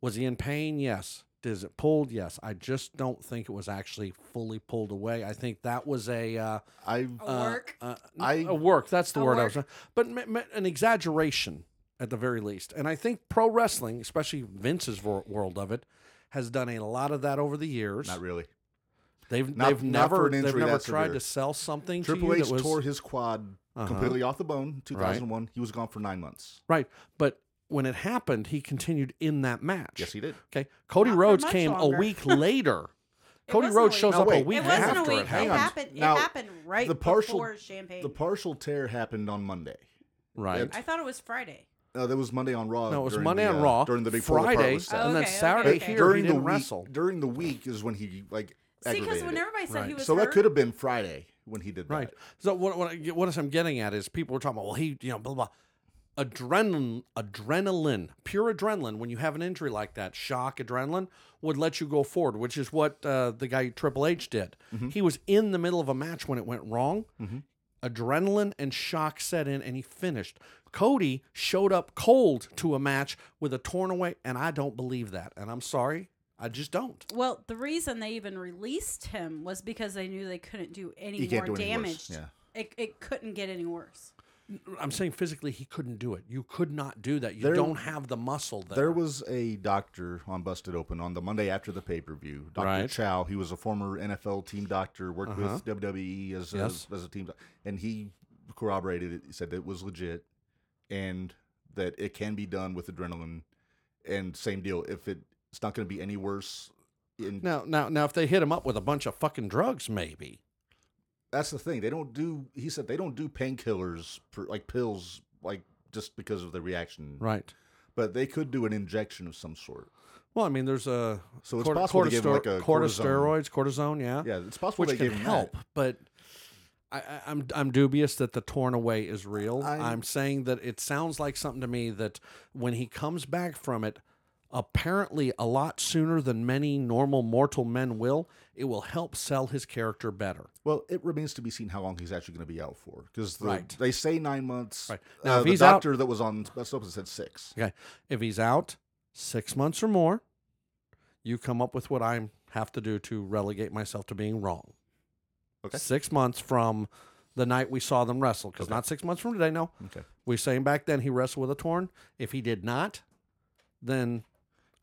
Was he in pain? Yes. Is it pulled? Yes. I just don't think it was actually fully pulled away. I think that was a uh,
I
A
uh,
work.
Uh,
I-
I, work. That's the
A
word I
work.
was. But ma- ma- an exaggeration at the very least. And I think pro wrestling, especially Vince's wor- world of it, has done a lot of that over the years.
not really.
They've
Not-
they've
not for
never
an
they've
injury
never
that
tried
severe.
to sell something
Triple
to you
H
that was
tore his quad
Uh-huh.
completely off the bone. 2001. He was gone for nine months.
right. But when it happened, he continued in that match.
Yes, he did.
Okay, Cody
Not for
Rhodes
much
came
longer.
a week
[laughs]
later. Cody
wasn't a
Rhodes
week.
shows
Now
up a
wait,
week
it wasn't a
after
week.
it
It
Hang on.
happened.
happened.
Now,
it happened right
the partial-
before champagne.
The partial tear happened on Monday.
Right.
I thought it was Friday.
No, that was Monday on Raw.
No, it was
during
Monday
the,
on
uh,
Raw
during the big Polo Park
Friday,
was set.
and then
Okay, okay,
Saturday
Oh, okay.
here
during
he
the
didn't
week,
wrestle.
during the week is when he like
See, because
aggravated
when
it.
everybody said he
Right.
was
so
hurt,
that could have been Friday when he did
Right.
that.
So what what, I, get- what I'm getting at is people are talking about well he you know blah blah. Adrenaline, adrenaline, pure adrenaline. When you have an injury like that, shock adrenaline would let you go forward, which is what uh, the guy Triple H did. He was in the middle of a match when it went wrong. Adrenaline and shock set in, and he finished. Cody showed up cold to a match with a torn away, and I don't believe that. And I'm sorry, I just don't.
Well, the reason they even released him was because they knew they couldn't do any
He
more
can't do any
damage.
worse, yeah.
It, it couldn't get any worse.
I'm saying physically, he couldn't do it. You could not do that. You
There-
don't have the muscle there.
There was a doctor on Busted Open on the Monday after the pay per view. Dr.
Right. Uh-huh.
Chow, he was a former NFL team doctor, worked with WWE as,
Yes.
a, as a team, doc- and he corroborated it. He said it was legit, and that it can be done with adrenaline. And same deal, if it, it's not going to be any worse. In,
Now, now, now, if they hit him up with a bunch of fucking drugs, maybe.
That's the thing; they don't do. He said they don't do painkillers per- like pills, like just because of the reaction.
Right.
But they could do an injection of some sort.
Well, I mean, there's a
So it's possible to give him, like, a
corticosteroids, cortisone, yeah,
Yeah, it's possible
which
they
can
gave him that.
help, but. I, I, I'm I'm dubious that the torn away is real.
I-
I'm saying that it sounds like something to me that when he comes back from it, apparently a lot sooner than many normal mortal men will, it will help sell his character better.
Well, it remains to be seen how long he's actually going to be out for because the,
Right.
they say nine months.
Right. Now,
Now,
if
the
he's out-
doctor that was on Best Open said six.
Okay. If he's out six months or more, you come up with what I have to do to relegate myself to being wrong.
Okay.
Six months from the night we saw them wrestle, because
Okay.
not six months from today, no.
Okay.
We saying back then he wrestled with a torn. If he did not, then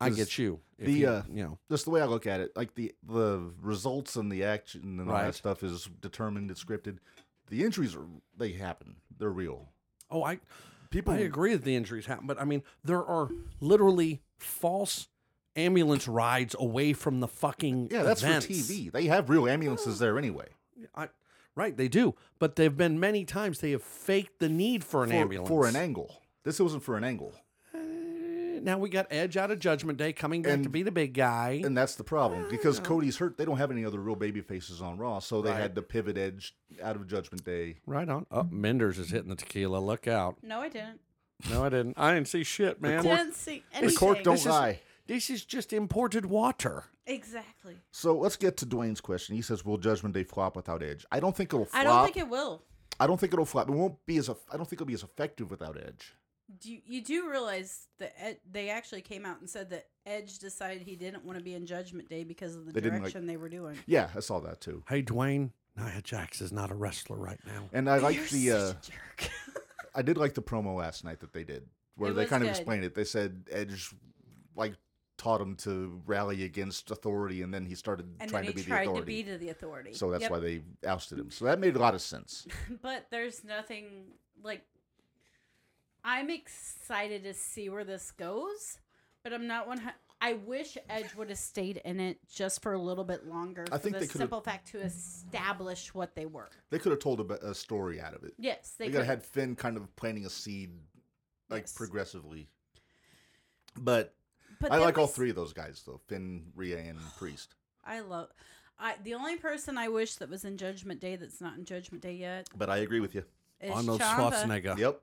I
'Cause
get you. If
the,
he-
uh,
you know,
That's the way I look at it. Like the the results and the action and all
Right.
that stuff is determined, it's scripted. The injuries are they happen. They're real.
oh, I
People
I agree that the injuries happen, but I mean, there are literally false ambulance rides away from the fucking
Yeah, that's
events.
for TV. They have real ambulances there anyway.
I, right, they do. But there have been many times they have faked the need for an
for,
ambulance.
for an angle. This wasn't for an angle.
Eh, Now we got Edge out of Judgment Day coming back to
And-
be the big guy.
And that's the problem because Cody's hurt. They don't have any other real baby faces on Raw, so they
Right.
had to pivot Edge out of Judgment Day.
right on. Oh, Menders is hitting the tequila. Look out.
No, I didn't.
No, I didn't. I didn't see shit, man.
didn't see anything.
The cork don't
is-
lie.
This is just imported water.
exactly.
So let's get to Dwayne's question. He says, "Will Judgment Day flop without Edge?" I don't think it'll flop.
I don't think it will.
I don't think it'll flop. It won't be as. eff- I don't think it'll be as effective without Edge.
Do you, you do realize that Ed, they actually came out and said that Edge decided he didn't want to be in Judgment Day because of the
They didn't like-
direction they were doing.
Yeah, I saw that too.
Hey, Dwayne, Nia Jax is not a wrestler right now.
And I
You're
like the. Uh,
such a jerk.
I did like the promo last night that they did, where
It
they
was
kind of
good.
explained it. They said Edge, like, taught him to rally against authority, and then he started
and then
trying
he
to be
tried
the
to
authority.
be to the authority.
so that's
Yep.
why they ousted him. So that made a lot of sense.
[laughs] But there's nothing like I'm excited to see where this goes, but I'm not one. hu- I wish Edge would have stayed in it just for a little bit longer.
I
for
think
the
they could've-
simple fact to establish what they were.
They could have told a, b- a story out of it.
Yes,
they,
they,
could have had
could've.
Finn kind of planting a seed, like
Yes.
progressively. But,
But
I
then
like
we
all
s-
three of those guys though: Finn, Rhea, and
[gasps]
Priest.
I love. I the only person I wish that was in Judgment Day that's not in Judgment Day yet
But I agree with you.
is
Arnold
Ciampa.
Schwarzenegger.
Yep,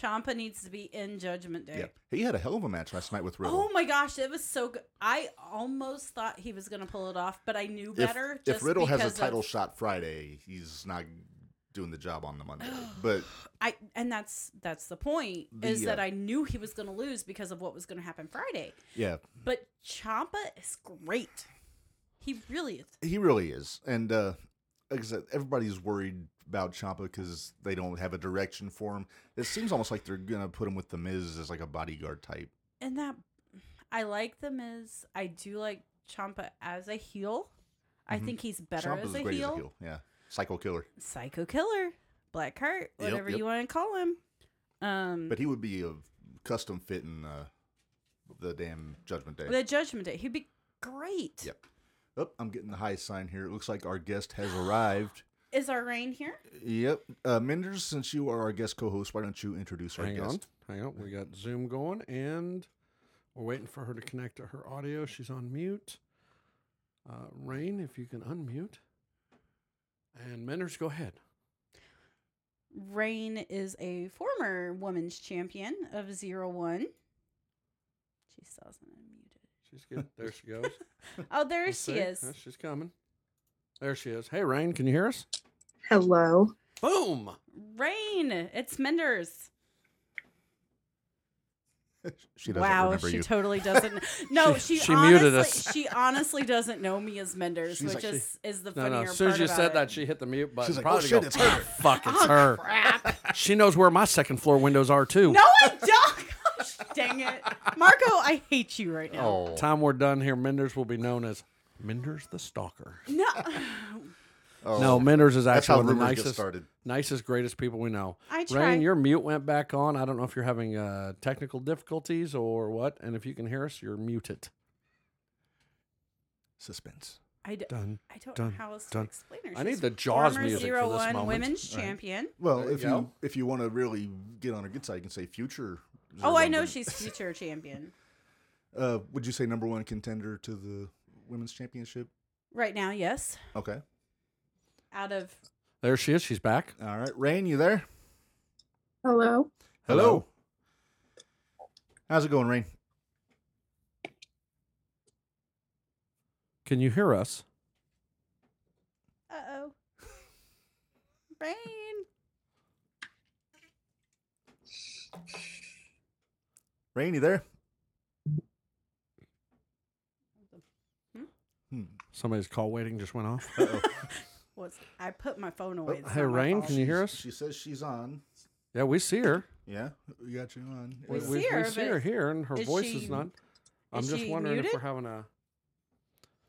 Champa needs to be in Judgment Day.
Yeah. He had a hell of a match last night with Riddle.
Oh my gosh, it was so good. I almost thought he was going to pull it off, but I knew
if,
better.
if
just
Riddle has a
because of-
title shot Friday, he's not doing the job on the
[gasps]
Monday. but
I and that's that's the point
The,
is that
uh,
I knew he was going to lose because of what was going to happen Friday.
yeah,
But Champa is great. He really is.
he really is. And uh, like I said, everybody's worried about Ciampa because they don't have a direction for him. It seems almost like they're gonna put him with the Miz as like a bodyguard type.
And that I like the Miz. I do like Champa as a heel. I think he's better
Mm-hmm. Ciampa's
as a, heel.
Yeah, psycho killer.
Psycho killer, black heart,
Yep,
whatever
yep.
you want to call him. Um,
But he would be a custom fit in uh, the damn Judgment Day.
the Judgment Day, he'd be great.
Yep. Oh, I'm getting the high sign here. It looks like our guest has arrived.
Is our rain here?
Yep. Uh, Menders, since you are our guest co-host, why don't you introduce our
Hang
guest?
on. Hang on. We got Zoom going and we're waiting for her to connect to her audio. She's on mute. Uh, Rain, if you can unmute. And Menders, go ahead.
Rain is a former women's champion of zero one. She still hasn't unmuted.
She's good. [laughs] There she goes.
Oh, [laughs]
[laughs]
there
Let's
she
see.
is.
Uh, she's coming. There she is. Hey, Rain, can you hear us?
Hello.
Boom.
Rain, it's Menders.
She doesn't
Wow,
remember
she
you.
[laughs]
totally doesn't. No,
She-
she,
she
honestly,
muted us.
She honestly doesn't know me as Menders,
She's
which
like-
is is the
No,
funnier
no.
part.
As soon as you
about
said
it.
that, she hit the mute button.
She's like, oh
Probably
shit,
go,
it's her.
[laughs]
[laughs]
Fuck,
[laughs]
it's her. [laughs] She knows where my second floor windows are, too.
no, I don't. [laughs] Gosh, dang it, Marco, I hate you right now.
Oh.
Time we're done here, Menders will be known as Menders the Stalker.
No, [sighs]
No, Menders is
Oh, That's
actually
how
one of the
rumors get
nicest,
started.
nicest, greatest people we know.
I try.
Rain, your mute went back on. I don't know if you're having uh, technical difficulties or what. And if you can hear us, you're muted.
Suspense.
I, d-
Done.
I don't
dun,
know how else
dun.
to explain her.
I need
She's
the Jaws
former
music
zero
for this
one
moment.
women's champion.
Well,
There you
if you,
go.
if you want to really get on her good side, you can say future.
Oh, I know
women-
[laughs]
she's future champion.
Uh, would you say number one contender to the women's championship?
Right now, yes.
Okay.
Out of
There she is. She's back.
All right, Rain, you there?
Hello.
Hello.
How's it going, Rain?
Can you hear us?
uh oh, rain.
Rain, you there? Hmm.
Somebody's call waiting just went off.
Was I put my phone away? It's
Oh, hey,
not my
Rain, [laughs]
fault.
can you hear us?
She says she's on.
Yeah, we see her.
Yeah, we got you on.
We
We,
Uh,
we-
see
we
her,
see her
but
here, and her
is
voice
she-
is not. I'm
is
just
she
wondering if
muted?
we're having a.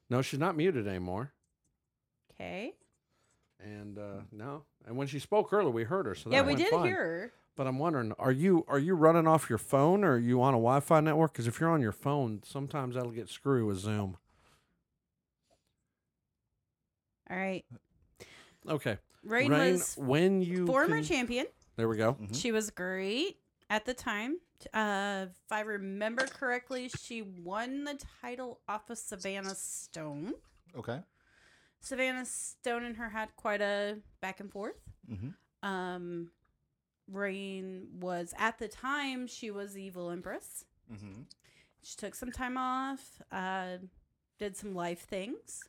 No, she's not muted anymore.
Okay.
And uh, no, and when she spoke earlier, we heard her. So
yeah,
that
we
went
did
fine.
hear her.
But I'm wondering, are you are you running off your phone or are you on a Wi-Fi network? Because if you're on your phone, sometimes that'll get screwy with Zoom.
All right.
Okay,
Rain,
Rain,
was
when you
former
can- Hmm?
champion.
There we go.
Mhm.
She was great at the time. Uh, if I remember correctly, she won the title off of Savannah Stone.
Okay.
Savannah Stone and her had quite a back and forth.
Mm-hmm.
Um, Rain was at the time she was the evil empress.
Mm-hmm.
She took some time off, uh, did some life things.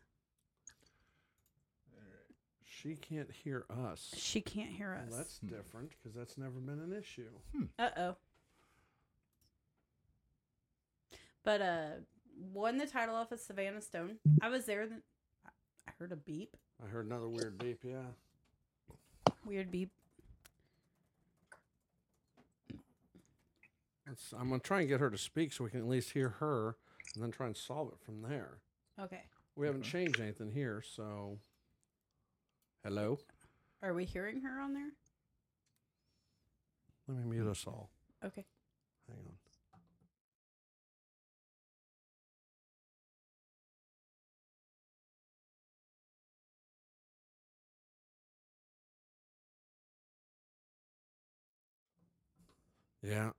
She can't hear us.
She can't hear
Well, that's
us.
different because that's never been an issue.
Uh oh. But uh, won the title off of Savannah Stone. I was there. th- I heard a beep.
I heard another weird beep. Yeah.
Weird beep.
Let's- I'm gonna try and get her to speak so we can at least hear her, and then try and solve it from there.
Okay.
We haven't changed anything here, so. Hello.
Are we hearing her on there?
Let me mute us all.
Okay.
Hang on. Yeah.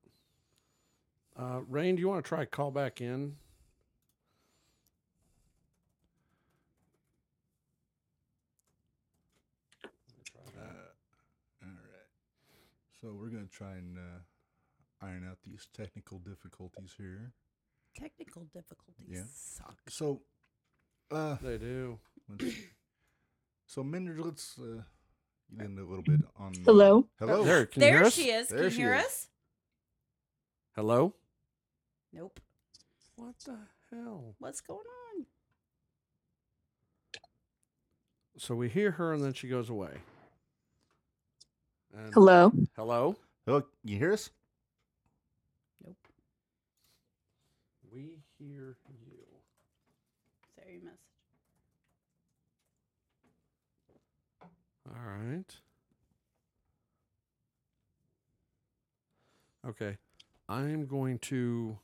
Uh, Rain, do you want to try call back in?
Uh, So we're gonna try and uh, iron out these technical difficulties here.
Technical difficulties
Yeah.
suck.
So, uh,
They do.
let's, so Minder, let's uh, get in a little bit on. uh,
Hello?
hello.
There, can you
There
hear us?
she is. Can
There
you
she
hear
is.
us?
Hello?
Nope.
What the hell?
What's going on?
So we hear her and then she goes away. And-
Hello?
Hello?
Hello. You hear us?
We hear you.
Sorry, message.
All right. Okay. I'm going to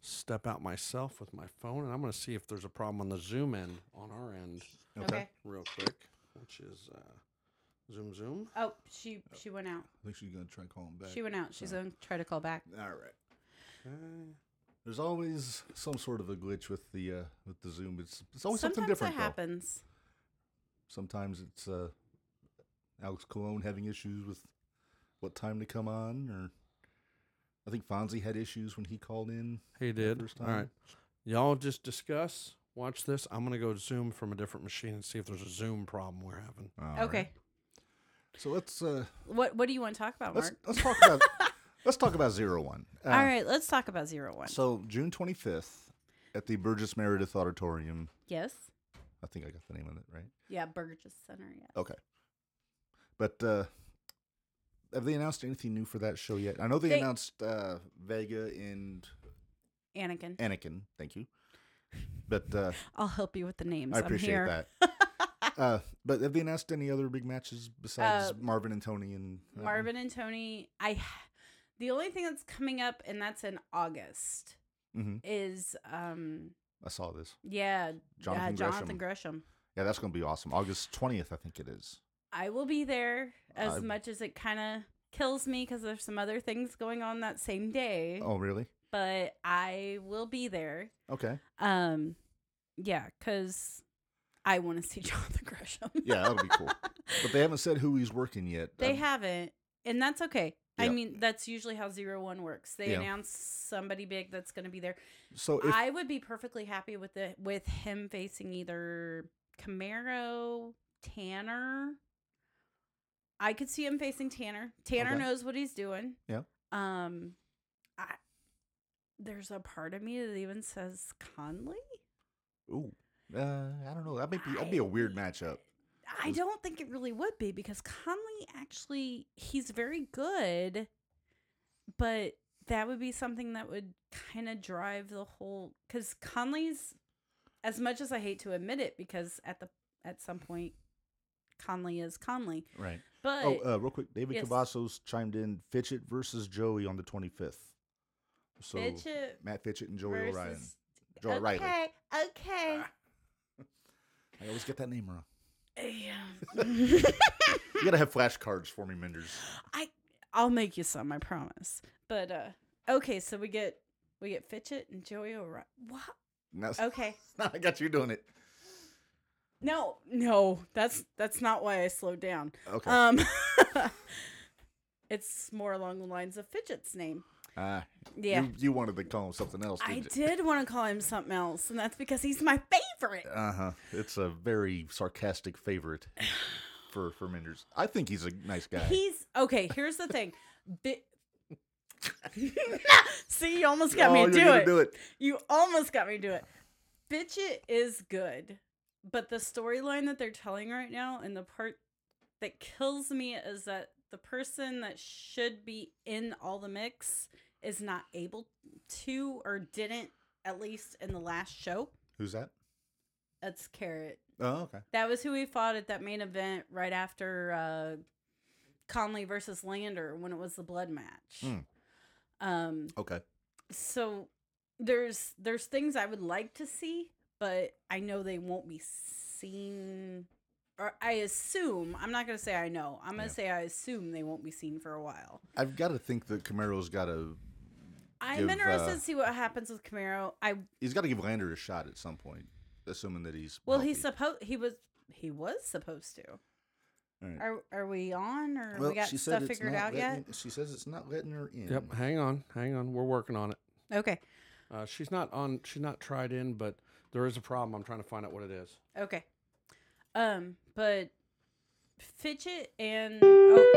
step out myself with my phone and I'm going to see if there's a problem on the Zoom end, on our end,
Okay.
real quick, which is uh, Zoom Zoom.
Oh, she she went out.
I think she's gonna try calling back.
She went out. She's
Sorry.
gonna try to call back.
All right.
Okay.
There's always some sort of a glitch with the uh, with the Zoom. It's it's always
Sometimes
something different.
that
though.
happens.
Sometimes it's uh, Alex Cologne having issues with what time to come on, or I think Fonzie had issues when he called in.
He did.
first
All right.
time.
Y'all just discuss. Watch this. I'm going to go Zoom from a different machine and see if there's a Zoom problem we're having.
All
okay.
right. So let's uh,
What What do you want to talk about,
let's
Mark?
let's talk
[laughs]
about let's talk about zero one. Uh,
All right, let's talk about zero one.
So June 25th at the Burgess Meredith Auditorium.
yes.
I think I got the name of it right.
Yeah, Burgess Center. Yeah.
Okay. But uh have they announced anything new for that show yet? I know they,
They-
announced uh Vega and
Anakin.
Anakin. Thank you. But uh
I'll help you with the names.
I
[laughs] I'm
appreciate
here. [laughs]
that. uh but have they announced any other big matches besides
Uh,
Marvin and Tony and uh, that one?
Marvin and Tony. I. The only thing that's coming up, and that's in August,
Mhm.
is um
I saw this.
yeah
Jonathan
uh,
Gresham.
Jonathan Gresham.
Yeah, that's going to be awesome. August 20th, I think it is.
I will be there as
I've-
much as it kind of kills me because there's some other things going on that same day,
Oh, really?
but I will be there.
Okay.
Um, yeah, because I want to see [laughs] Jonathan Gresham.
Yeah, that'll be
[laughs]
cool. But they haven't said who he's working yet.
They
Um,
haven't, and that's okay. I
Yeah.
mean, that's usually how Zero One works. They
Yeah.
announce somebody big that's going to be there.
So if
I would be perfectly happy with it with him facing either Camaro, Tanner. I could see him facing Tanner. Tanner
Okay.
knows what he's doing.
Yeah.
Um, I, there's a part of me that even says Conley.
Ooh. Uh, I don't know. That might be that'd be a weird matchup.
I don't think it really would be because Conley actually he's very good, but that would be something that would kind of drive the whole because Conley's as much as I hate to admit it because at the at some point Conley is Conley,
Right.
but
Oh, uh, real quick, David
yes.
Cavazos chimed in Fitchett versus Joey on the 25th. So
Fitchett
Matt Fitchett and Joey O'Ryan.
versus-
Joey Ah. O'Reilly.
okay, okay,
I always get that name wrong.
Yeah.
[laughs]
[laughs]
You gotta have flashcards for me, Menders.
I I'll make you some, I promise. But uh okay, so we get we get Fitchett and Joey O'Reilly. What?
Now, [laughs]
Okay.
I got you doing it.
No, no, that's that's not why I slowed down.
Okay.
Um [laughs] It's more along the lines of Fidget's name.
Ah,
Yeah.
You, you wanted to call him something else,
I
didn't
did want to call him something else, and that's because he's my favorite.
Uh huh. It's a very sarcastic
[sighs]
favorite for for Menders. I think he's a nice guy. [laughs]
[laughs] He's okay, here's the thing. Bi- [laughs] See, you almost got
oh,
me to
you're
do
gonna
it.
do it.
You almost got me to do it. Bitch It is good, but the storyline that they're telling right now and the part that kills me is that the person that should be in all the mix is not able to or didn't, at least in the last show.
Who's that?
That's Carrot.
Oh, okay.
That was who we fought at that main event right after uh, Conley versus Lander when it was the blood match.
Hmm.
Um,
Okay.
so there's there's things I would like to see, but I know they won't be seen. Or I assume I'm not gonna say I know. I'm gonna
Yeah.
say I assume they won't be seen for a while.
I've got to think that Camaro's got to.
I'm
Give,
interested
uh,
to see what happens with Camaro. I
He's got to give Lander a shot at some point, assuming that he's.
well, he's
healthy.
supposed he was he was supposed to.
All right.
Are are we on or we got stuff figured out yet?
She says it's not letting her in.
Yep. Hang on. Hang on. We're working on it.
Okay.
Uh, she's not on. She's not tried in, but there is a problem. I'm trying to find out what it is.
Okay. Um, but fidget and oh,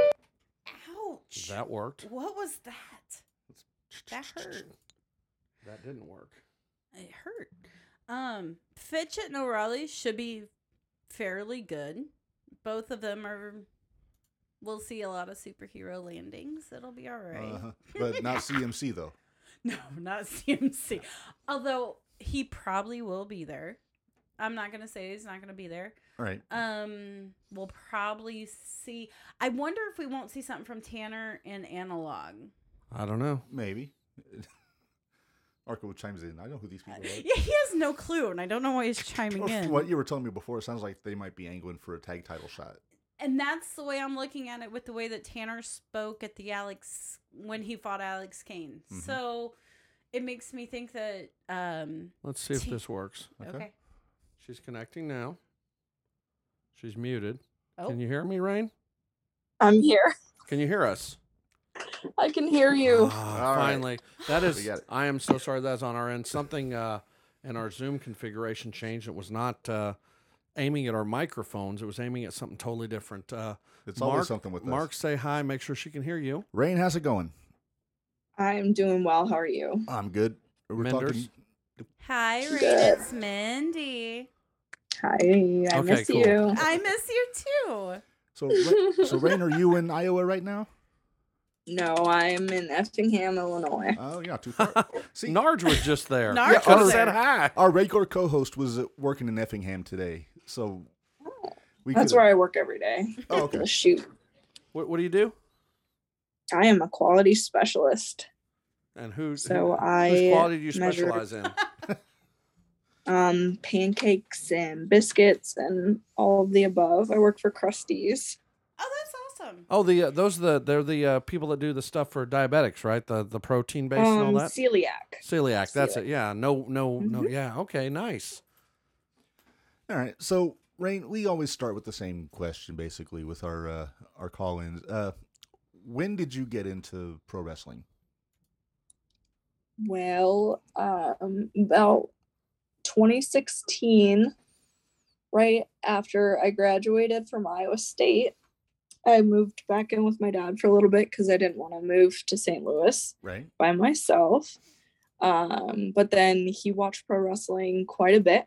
ouch.
That worked.
what was that? That hurt.
That didn't work.
It hurt. Um, Fidget and O'Reilly should be fairly good. Both of them are. We'll see a lot of superhero landings. It'll be all right.
Uh-huh. But not CMC though.
[laughs] No, not CMC. Although he probably will be there. I'm not gonna say he's not gonna be there.
All right.
Um, we'll probably see. I wonder if we won't see something from Tanner in Analog.
I don't know.
Maybe. [laughs] Marco chimes in. I know who these people
[laughs] Yeah,
are.
he has no clue, and I don't know
[laughs]
why he's chiming
Or from
in.
What you were telling me before, it sounds like they might be angling for a tag title shot.
and that's the way I'm looking at it with the way that Tanner spoke at the Alex when he fought Alex Kane.
Mhm.
So it makes me think that um
Let's see if
T-
this works.
Okay.
okay.
She's connecting now. She's muted.
Oh.
Can you hear me, Rain?
I'm here.
Can you hear us?
I can hear you.
Ah,
All right.
finally, that
We
is.
got it.
I am so sorry that's on our end. Something uh, in our Zoom configuration changed. It was not uh, aiming at our microphones. It was aiming at something totally different. Uh,
It's always something with
Mark,
Us.
say hi. Make sure she can hear you.
Rain, how's it going?
[sighs] I'm doing well. How are you?
I'm good. We're
Menders?
talking.
Hi, Rain,
Good.
it's Mindy.
Hi. I miss
cool.
you.
I miss you [laughs] too. Oh,
[laughs]
So, Ra- so Rain, are you in Iowa right now?
No, I'm in Effingham, Illinois.
Oh, yeah, too far.
[laughs]
See,
Narge was just [laughs] there.
Narge
Shoulda
was
said
there.
hi.
our regular co-host was uh, working in Effingham today, so we.
That's
could've-
where I work every day.
Oh, okay.
Well, shoot.
What, what do you do?
I am a quality specialist.
And who?
So
who-
I
whose quality do you
measure-
specialize
[laughs]
in?
um pancakes and biscuits and all of the above. I work for Krusties.
Oh, that's awesome.
Oh, the uh, those are the they're the uh, people that do the stuff for diabetics, right? The the protein base and all
Um Mm-hmm.
that.
celiac.
Celiac, that's it. Yeah, no, no, no. Yeah, okay, nice.
All right, so Rain, we always start with the same question, basically, with our uh, our call-ins. Uh, when did you get into pro wrestling?
Well, um, about 2016, right after I graduated from Iowa State, I moved back in with my dad for a little bit because I didn't want to move to St. Louis
Right.
by myself. Um, but then he watched pro wrestling quite a bit.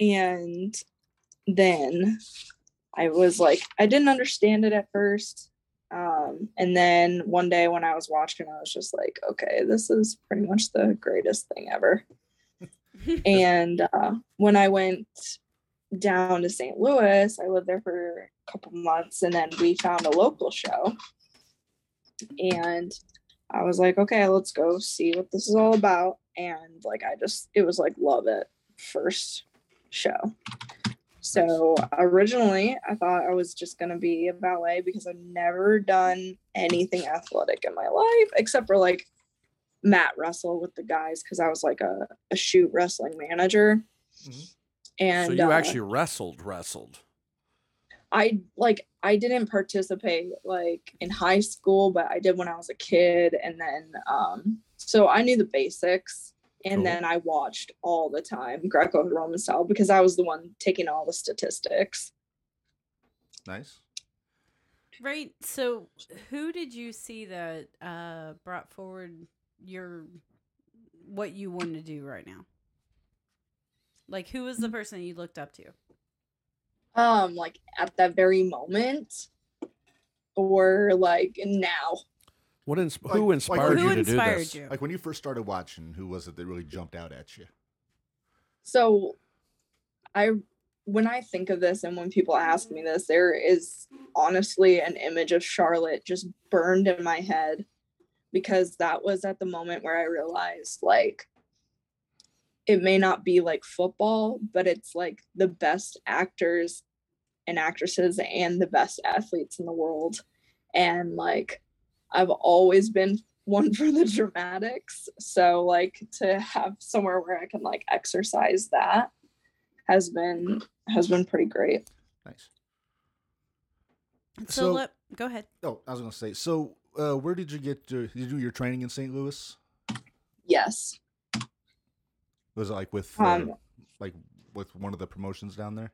And then I was like, I didn't understand it at first. Um, and then one day when I was watching, I was just like, okay, this is pretty much the greatest thing ever.
Oh.
and uh, when I went down to St. Louis, I lived there for a couple months and then we found a local show. And I was like, okay, let's go see what this is all about. And like, I just, it was like, love it first show. So originally, I thought I was just going to be a ballet because I've never done anything athletic in my life except for like mat wrestle with the guys because I was like a, a shoot wrestling manager.
Mhm.
And
Mm-hmm. so you
uh,
actually wrestled, wrestled.
I like I didn't participate like in high school, but I did when I was a kid, and then um, so I knew the basics, and
Cool.
then I watched all the time Greco-Roman style because I was the one taking all the statistics.
Nice.
[laughs] Right. So, who did you see that uh, brought forward your what you want to do right now? Like, who was the person you looked up to?
Um, like at that very moment, or like now.
What ins-
Like-
who
like-
inspired
who
you to
inspired
do this?
you?
Like when you first started watching, who was it that really jumped out at you?
So, I when I think of this, and when people ask me this, there is honestly an image of Charlotte just burned in my head because that was at the moment where I realized like it may not be like football, but it's like the best actors and actresses and the best athletes in the world. And like I've always been one for the dramatics. So like to have somewhere where I can like exercise that has been has been pretty great.
Nice.
So,
So-
let go ahead.
Oh, I was gonna say. So, uh, where did you get? To, did you do your training in St. Louis?
Yes.
Was it like with, uh,
Um,
like with one of the promotions down there?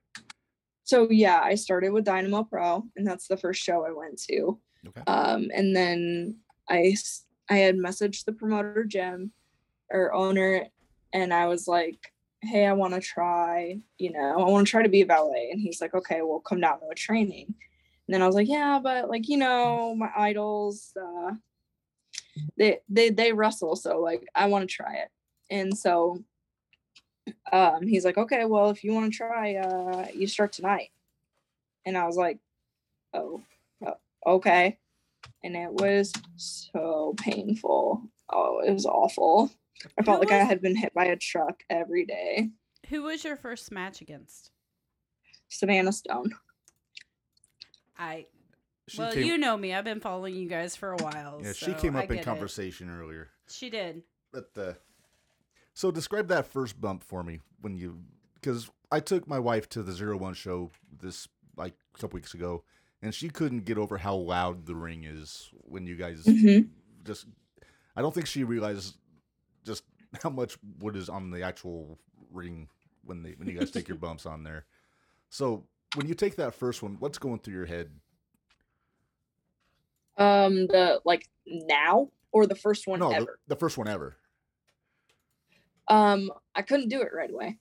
So yeah, I started with Dynamo Pro, and that's the first show I went to.
Okay.
uh,
Um, and then I s- I had messaged the promoter Jim or owner, and I was like, "Hey, I want to try. You know, I want to try to be a valet." And he's like, "Okay, well, come down to a training." And then I was like, "Yeah, but like you know, my idols, uh, they they they wrestle, so like I want to try it." And so um, he's like, okay, well, if you want to try, uh, you start tonight. And I was like, oh, oh, okay. And it was so painful. Oh, it was awful. I felt
Who
like I
was-
had been hit by a truck every day.
Who was your first match against?
Savannah Stone.
I
She
well,
came,
you know me. I've been following you guys for a while.
yeah, she
so
came
I
up in
get it.
conversation earlier.
She [laughs] did.
But the so describe that first bump for me when you because I took my wife to the zero one show this like a couple weeks ago, and she couldn't get over how loud the ring is when you guys
Mhm.
just. I don't think she realized just how much wood is on the actual ring when they when you guys take
[laughs]
your bumps on there. So when you take that first one, what's going through your head?
Um, the like now or the first one
no, the,
ever.
the first one ever.
Um, I couldn't do it right away.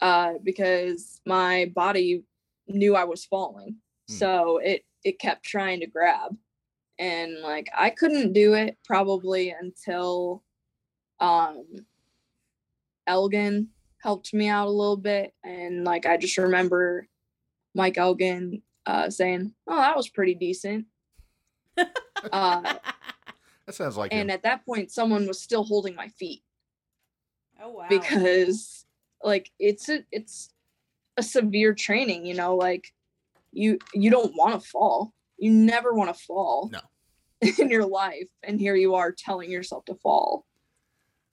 Uh, because my body knew I was falling.
Hmm.
So it it kept trying to grab. And like I couldn't do it probably until um Elgin helped me out a little bit. And like I just remember Mike Elgin uh saying, Oh, that was pretty decent. uh,
That sounds like him.
and at that point someone was still holding my feet
oh wow.
because like it's a it's a severe training you know like you you don't want to fall you never want to fall
No.
[laughs] in your life and here you are telling yourself to fall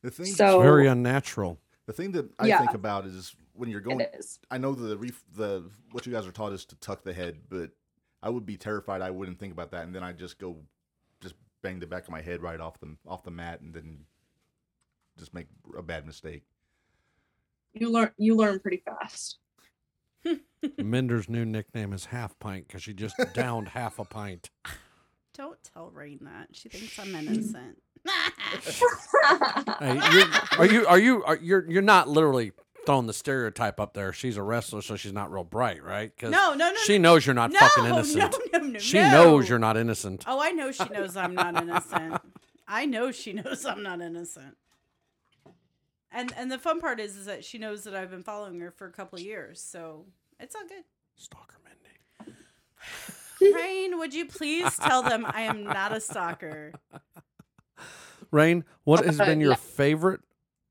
the thing
so
Very unnatural.
the thing that I
Yeah.
think about is when you're going
it is
I know the ref, the what you guys are taught is to tuck the head, but I would be terrified. I wouldn't think about that, and then I just go, just bang the back of my head right off the off the mat, and then just make a bad mistake.
you learn you learn pretty fast [laughs]
Minder's new nickname is Half Pint because she just downed half a pint.
Don't tell Rain that. She thinks I'm innocent. [laughs]
Hey, you- are you are you are you're you're not literally throwing the stereotype up there? She's a wrestler, so she's not real bright, right? 'Cause
no, no, no.
she knows you're not
no,
fucking
no,
innocent.
No, no, no,
she
no.
knows you're not innocent.
Oh, I know she knows I'm not
[laughs]
innocent. I know she knows I'm not innocent. And and the fun part is is that she knows that I've been following her for a couple of years, so it's all good.
Stalker Mindy.
Rain, would you [laughs] please tell them I am not a stalker?
Rain, what has
Uh,
been your
yeah.
favorite?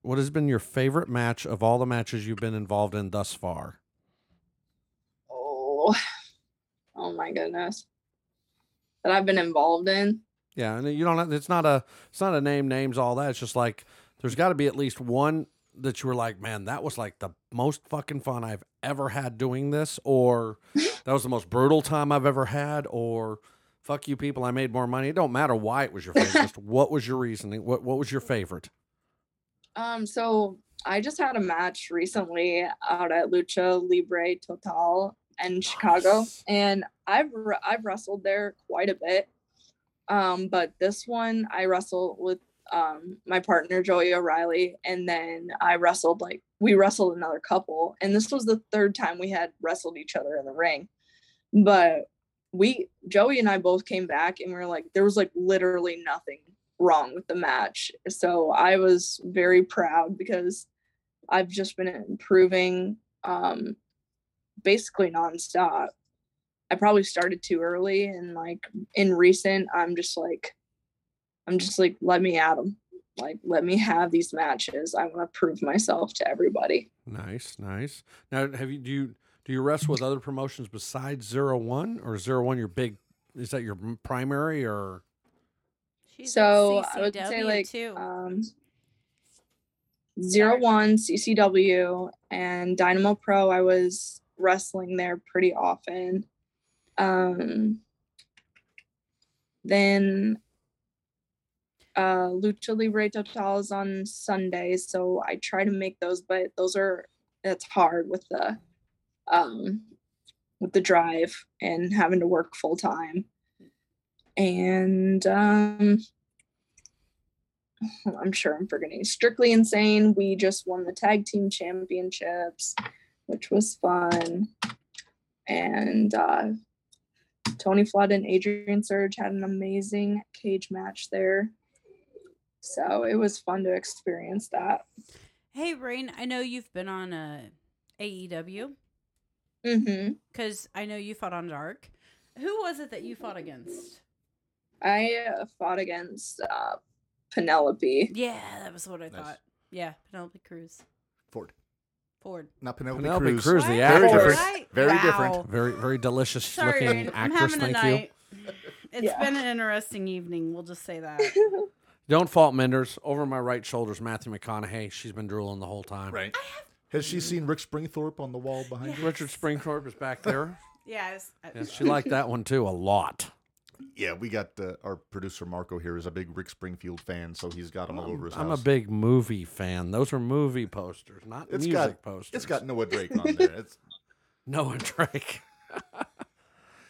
What has been your favorite match of all the matches you've been involved in thus far?
oh oh my goodness that i've been involved in
Yeah, and you don't. have- It's not a. It's not a name. Names. All that. It's just like there's got to be at least one that you were like, man, that was like the most fucking fun I've ever had doing this,
[laughs]
or that was the most brutal time I've ever had, or fuck you people, I made more money. It don't matter why it was your favorite.
[laughs]
just what was your reasoning? What What was your favorite?
Um, so I just had a match recently out at Lucha Libre Total in Chicago,
Nice.
and I've wr- I've wrestled there quite a bit. Um, but this one I wrestled with um my partner Joey O'Reilly, and then I wrestled like we wrestled another couple, and this was the third time we had wrestled each other in the ring. But we Joey and I both came back, and we were like, there was like literally nothing wrong with the match. So I was very proud because I've just been improving um basically nonstop. I probably started too early and like in recent I'm just like I'm just like let me at them. Like let me have these matches. I want to prove myself to everybody.
Nice, nice. Now, have you do you do you wrestle with other promotions besides Zero One or Zero One? Your big is that your m- primary or
She's
So,
like
I would say,
CCW
like,
too.
Um Zero One CCW and Dynamo Pro. I was wrestling there pretty often. Um, Then uh, Lucha Libre Total is on Sundays, so I try to make those, but those are that's hard with the um, with the drive and having to work full time. And um, I'm sure I'm forgetting. Strictly Insane, we just won the tag team championships, which was fun. And uh, Tony Flood and Adrian Surge had an amazing cage match there. So it was fun to experience that.
Hey, Rain, I know you've been on uh, AEW
hmm
because I know you fought on Dark. Who was it that you fought against?
I uh, fought against uh, Penelope.
Yeah, that was what I
Nice.
thought. Yeah, Penelope Cruz.
Ford.
Ford.
Not Penelope,
Penelope
Cruz.
Cruz, the
What?
Very
actress.
different.
Right?
Very different.
Wow.
Very, very delicious
Sorry,
looking
Rain, I'm
actress.
having a
Thank you.
night.
[laughs]
It's
Yeah.
been an interesting evening. We'll just say [laughs] that.
Don't fault Menders. Over my right shoulder's Matthew McConaughey. She's been drooling the whole time.
Right. Has she seen Rick Springthorpe on the wall behind her?
Richard Springthorpe is back there.
Yeah, uh, I was, I-
and she liked that one too a lot.
Yeah, we got uh, our producer Marco here is a big Rick Springfield fan, so he's got him all over his
I'm a
house.
big movie fan. Those are movie posters, not
It's
music
got-
posters.
It's got Noah Drake on
[laughs]
there. It's,
Noah Drake. [laughs]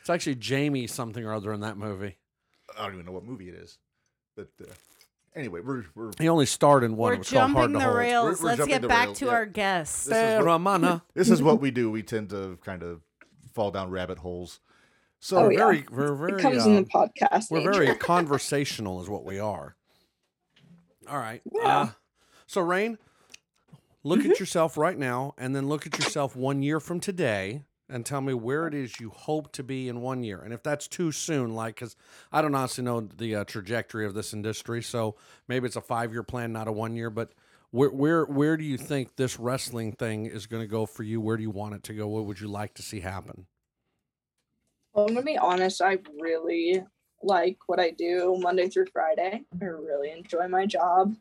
it's actually Jamie something or other in that movie.
I don't even know what movie it is, but uh, anyway, we're we're
He only starred in one.
we're
it was called Hard
jumping
to
the
Hold.
rails.
We're- we're
Let's
jumping
get
the
back
rails,
to
yeah.
our guests.
This is what-
Terramana.
this is what we do. We tend to kind of fall down rabbit holes. So
Oh,
We're
yeah.
very, we're
It
very,
comes
um,
in the podcast.
we're
nature.
very conversational, is what we are. All right. Uh,
Yeah.
so, Rain, look at yourself right now, and then look at yourself one year from today, and tell me where it is you hope to be in one year. And if that's too soon, like, because I don't honestly know the uh, trajectory of this industry, so maybe it's a five-year plan, not a one-year. But where, where, where do you think this wrestling thing is going to go for you? Where do you want it to go? What would you like to see happen?
Well, I'm gonna be honest. I really like what I do Monday through Friday. I really enjoy my job.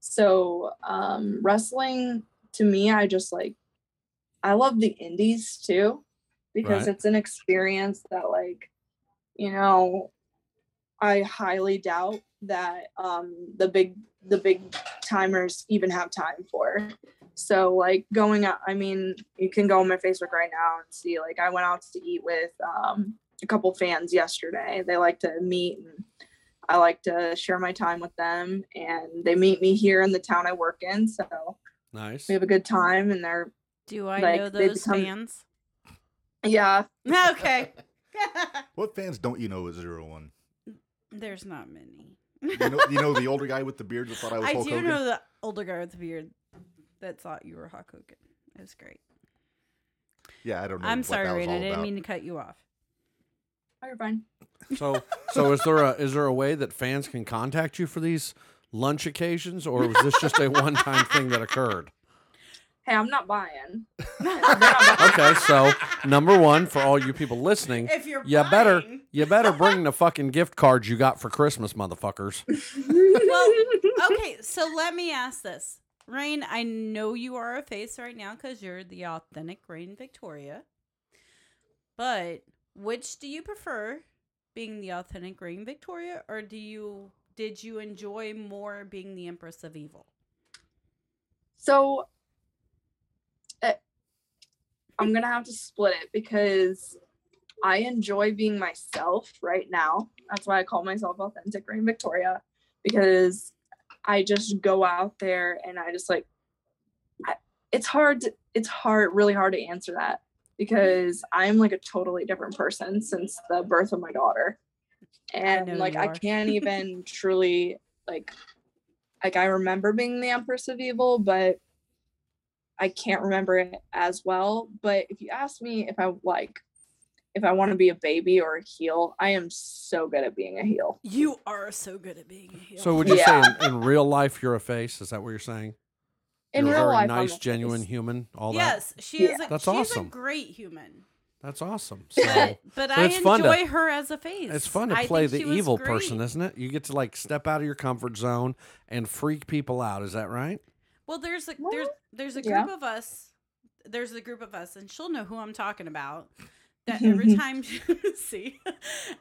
So um, wrestling to me, I just like. I love the indies too, because
Right.
it's an experience that like, you know, I highly doubt that um, the big the big timers even have time for. So like going out, I mean, you can go on my Facebook right now and see like I went out to eat with um, a couple fans yesterday. They like to meet and I like to share my time with them and they meet me here in the town I work in. So
Nice.
we have a good time and they're
Do I
Like,
know
they
those
become-
fans? [laughs]
yeah, [laughs]
okay.
what fans don't you know is zero one?
There's not many.
You know, you know the older guy with the beard that thought I was
I do
Hulk Hogan.
know the older guy with the beard that thought you were Hawk Hogan. It was great.
Yeah, I don't know.
I'm
what
sorry,
that was
Rain. I
all
didn't
about.
mean to cut
[laughs]
you off.
oh, you're fine.
So, so is there a is there a way that fans can contact you for these lunch occasions, or was this just a one time thing that occurred?
Hey, I'm not buying.
Okay, so number one for all you people listening,
[laughs] If you're
you better
buying-
you better bring the fucking gift cards you got for Christmas, motherfuckers.
Well, okay, so let me ask this. Rain, I know you are a face right now because you're the authentic Rain Victoria. But which do you prefer, being the authentic Rain Victoria, or do you did you enjoy more being the Empress of Evil?
So eh, I'm gonna have to split it because I enjoy being myself right now. That's why I call myself authentic Rain Victoria because I just go out there and I just like I, it's hard to- it's hard really hard to answer that because I'm like a totally different person since the birth of my daughter.
know
And like
you
I
are. [laughs]
can't even truly like like I remember being the Empress of Evil, but I can't remember it as well. But if you ask me if I like if I want to be a baby or a heel, I am so good at being a heel.
You are so good at being a heel.
So would you say in, in real life you're a face? Is that what you're saying?
In
you're a
real
very
life, I'm
nice,
a
genuine
face.
human. All that.
yes, she is.
Yeah.
A,
That's
she's
awesome.
a great human.
That's
[laughs]
awesome. So
But, but
So
I
it's fun to-
enjoy her as a face.
It's fun to
I
play
think
the
she was
evil
great.
person, isn't it? You get to like step out of your comfort zone and freak people out. Is that right?
Well, there's a
Well,
there's there's a
yeah.
group of us. There's a group of us, and she'll know who I'm talking about. that
Mm-hmm.
every time [laughs] see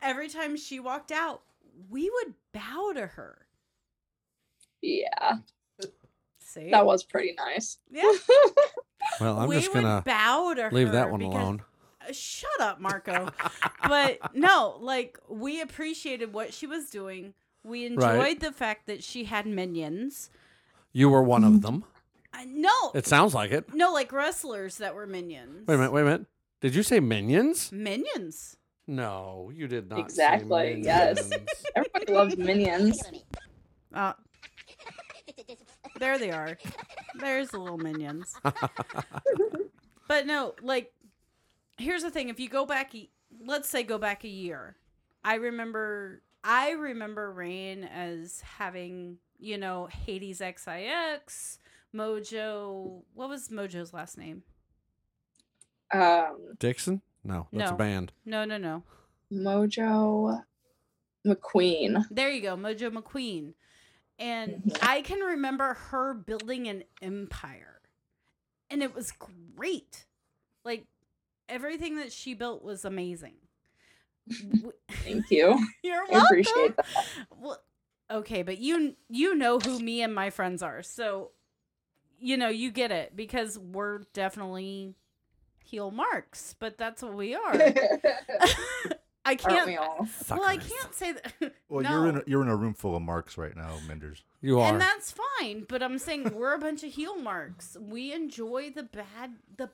every time she walked out we would bow to her
Yeah,
see
that was pretty nice.
yeah
Well, I'm
we
just
would
gonna
bow to
leave
her
that one
because-
alone.
Uh, shut up marco
[laughs]
but no like we appreciated what she was doing we enjoyed
Right.
the fact that she had minions
You were one of them.
I, no
It sounds like it.
no like wrestlers that were minions
Wait a minute. Wait a minute. Did you say minions?
minions
No, you did not. say
Exactly, yes. [laughs]
minions.
Everybody
[laughs]
loved minions.
uh, there they are there's the little minions but no like here's the thing if you go back e- let's say go back a year i remember i remember rain as having you know hades xix mojo what was mojo's last name
Um,
Dixon? No, that's
No.
a band.
no no no
Mojo McQueen.
There you go, Mojo McQueen. And
[laughs] Mhm.
I can remember her building an empire. And it was great. Like everything that she built was amazing.
[laughs]
W-
Thank you.
You're
I
welcome.
appreciate that.
Well, okay, but you you know who me and my friends are. So you know, you get it because we're definitely heel marks, but that's what we
[laughs]
are. [laughs] I
Aren't we
can't
all?
Well, I
Suckers.
can't say that. [laughs]
Well,
no.
you're in a, you're in a room full of marks right now, Menders.
You are.
And that's fine, but I'm saying we're a bunch of heel marks. We enjoy the bad, the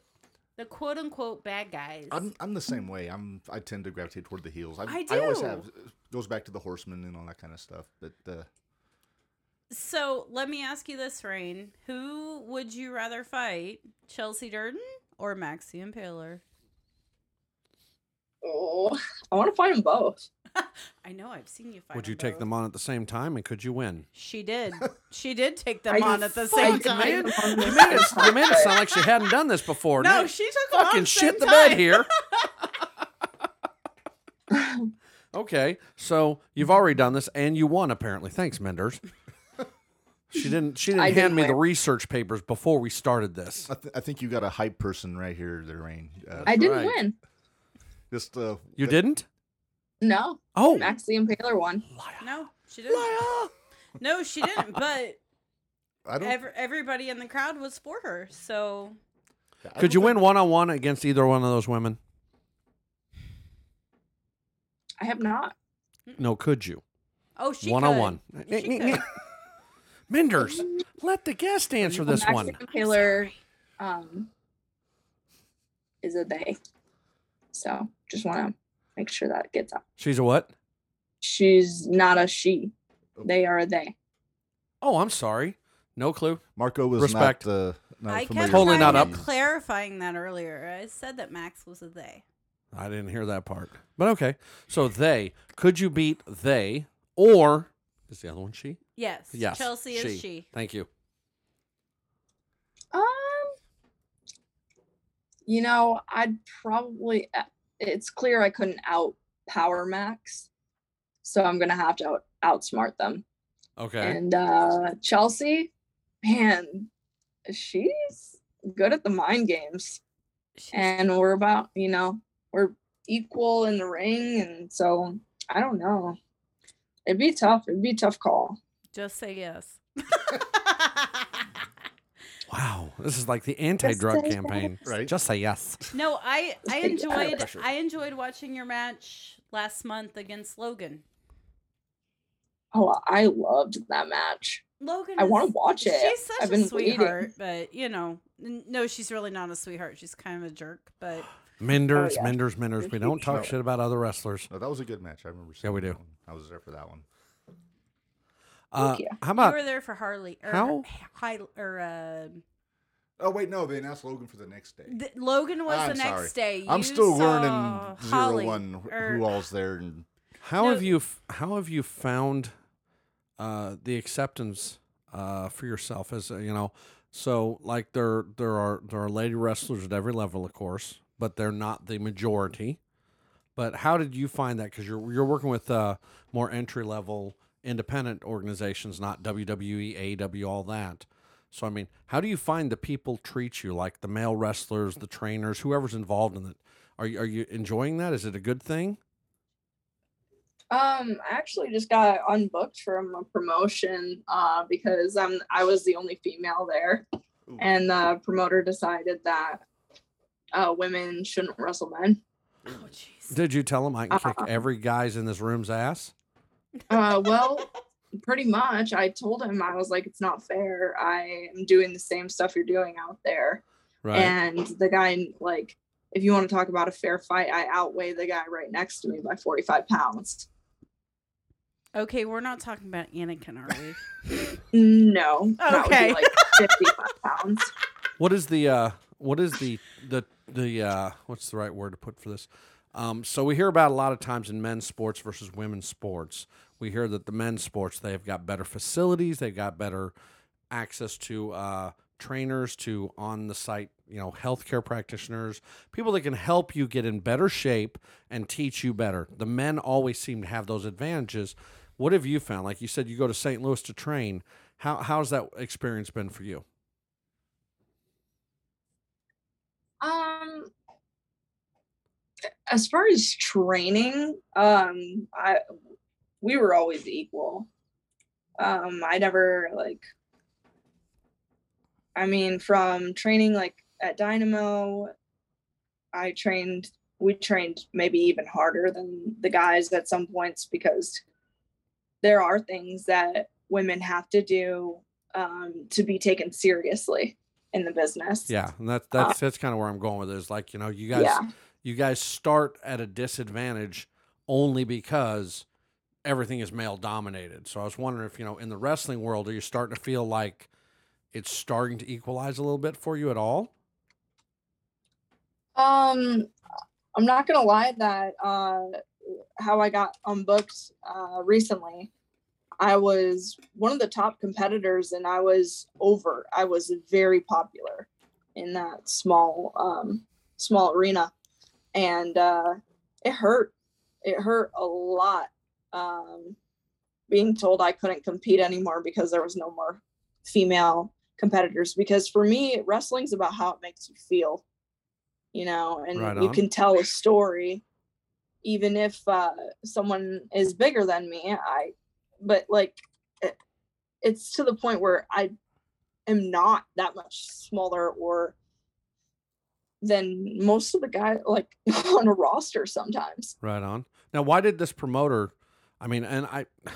the quote unquote bad guys.
I'm I'm the same way. I'm I tend to gravitate toward the heels. I,
I
always
do.
have it goes back to the horsemen and all that kind of stuff. But uh,
so let me ask you this, Rain: Who would you rather fight, Chelsea Durden or Maxie Impaler?
Oh, I want to find them both.
I know I've seen you fight.
Would you
them
take
both.
them on at the same time and could you
[laughs]
win?
She did. She
[laughs]
did take them
I
on
did
at the
I
same
did find
time.
them on the
You made it,
same
you made it
time.
sound like she hadn't done this before.
No,
Now-
she took them on
fucking
at the
shit
same
the
time.
bed here.
[laughs]
okay, so you've already done this and you won apparently. Thanks, Menders. She didn't. She didn't
I
hand
didn't
me the
win.
research papers before we started this.
[laughs]
I, th- I think you got a hype person right here, there, Rain. Uh,
I didn't
right.
win.
just uh,
You
that-
didn't?
No,
Oh,
Max the Impaler won.
liar!
No, she didn't.
liar.
No,
[laughs]
she didn't. But
I don't.
ev- everybody in the crowd was for her. So
I
Could
don't
you
think-
win one on one against either one of those women?
I have not.
No, could you?
Oh, she
one
could.
on one.
She could.
Menders, let the guest answer this
Max
one.
the Impaler um, is a they. So just want to make sure that gets out.
She's a what?
She's not a she. They are a they.
Oh, I'm sorry. No clue.
Marco was
Respect.
not uh, not familiar
I kept
with
Totally not
trying
up.
to
these.
clarifying that earlier. I said that Max was a they.
I didn't hear that part. But okay. So they, could you beat they or is the other one she?
Yes.
Yes.
Chelsea is she.
Thank you.
Um, you know, I'd probably. uh, It's clear I couldn't outpower Max, so I'm gonna have to out, outsmart them.
Okay.
And uh, Chelsea, man, she's good at the mind games,
She's-
and we're about you know we're equal in the ring, and so I don't know. It'd be tough. It'd be a tough call.
Just say
[laughs]
yes. [laughs]
Wow. This is like the anti drug
say
campaign.
yes. Right.
Just say yes.
no, I I
Just say yes.
enjoyed
Pressure.
I enjoyed watching your match last month against Logan.
Oh, I loved that match.
Logan,
I
is-
wanna watch it.
She's such
I've
a
been waiting.
sweetheart, but you know, n- no, she's really not a sweetheart. She's kind of a jerk, but
Menders,
yeah.
Menders, Menders. We don't talk
No.
shit about other wrestlers.
No, Oh, that was a good match. I remember.
Yeah, we
seeing that
do.
one. I was there for that one.
Uh,
you.
How
you
about
were there for Harley or
how-
Hi, or uh,
Oh wait, no, they announced Logan for the next day.
th- Logan was
I'm
the next
sorry.
day.
I'm
You
still
saw
learning
Holly,
zero one wh-
or-
who all's there and
How
No-
have you f- how have you found uh, the acceptance uh, for yourself as a, you know? So like there there are there are lady wrestlers at every level, of course, but they're not the majority. But how did you find that? Because you're you're working with uh, more entry level independent organizations, not E, WWE, AEW, all that. So I mean, how do you find the people treat you, like the male wrestlers, the trainers, whoever's involved in it? Are you are you enjoying that? Is it a good thing?
Um, I actually just got unbooked from a promotion uh, because I'm I was the only female there,
Ooh.
and the promoter decided that uh, women shouldn't wrestle men.
Oh jeez.
Did you tell him I can kick
Uh-uh.
every guy's in this room's ass?
Uh, well, pretty much. I told him I was like, it's not fair. I am doing the same stuff you're doing out there,
Right.
and the guy like, if you want to talk about a fair fight, I outweigh the guy right next to me by 45 pounds.
Okay, we're not talking about Anakin, are we?
No, that would be,
Okay.
like 55 pounds.
what is the uh what is the the the uh what's the right word to put for this um so we hear about a lot of times in men's sports versus women's sports we hear that the men's sports they've got better facilities they've got better access to uh trainers to on the site you know healthcare practitioners people that can help you get in better shape and teach you better the men always seem to have those advantages what have you found like you said you go to st louis to train how how's that experience been for you
Um, as far as training, um, I we were always equal. Um, I never like. I mean, from training like at Dynamo, I trained. We trained maybe even harder than the guys at some points because there are things that women have to do um, to be taken seriously in the business.
Yeah, and that's that's that's kind of where I'm going with it. Is like you know, you guys
Yeah.
you guys start at a disadvantage only because everything is male dominated. So I was wondering if you know in the wrestling world, are you starting to feel like it's starting to equalize a little bit for you at all?
Um, I'm not gonna lie that uh, how I got unbooked uh, recently, I was one of the top competitors, and I was over. I was very popular in that small um, small arena, and uh, it hurt. It hurt a lot. Um, being told I couldn't compete anymore because there was no more female competitors. Because for me, wrestling's about how it makes you feel you know, and
Right
you
on.
can tell a story, even if uh, someone is bigger than me. I, but like, it, it's to the point where I am not that much smaller or than most of the guy like [laughs] on a roster sometimes.
Right on. Now, why did this promoter? I mean, and I, [sighs]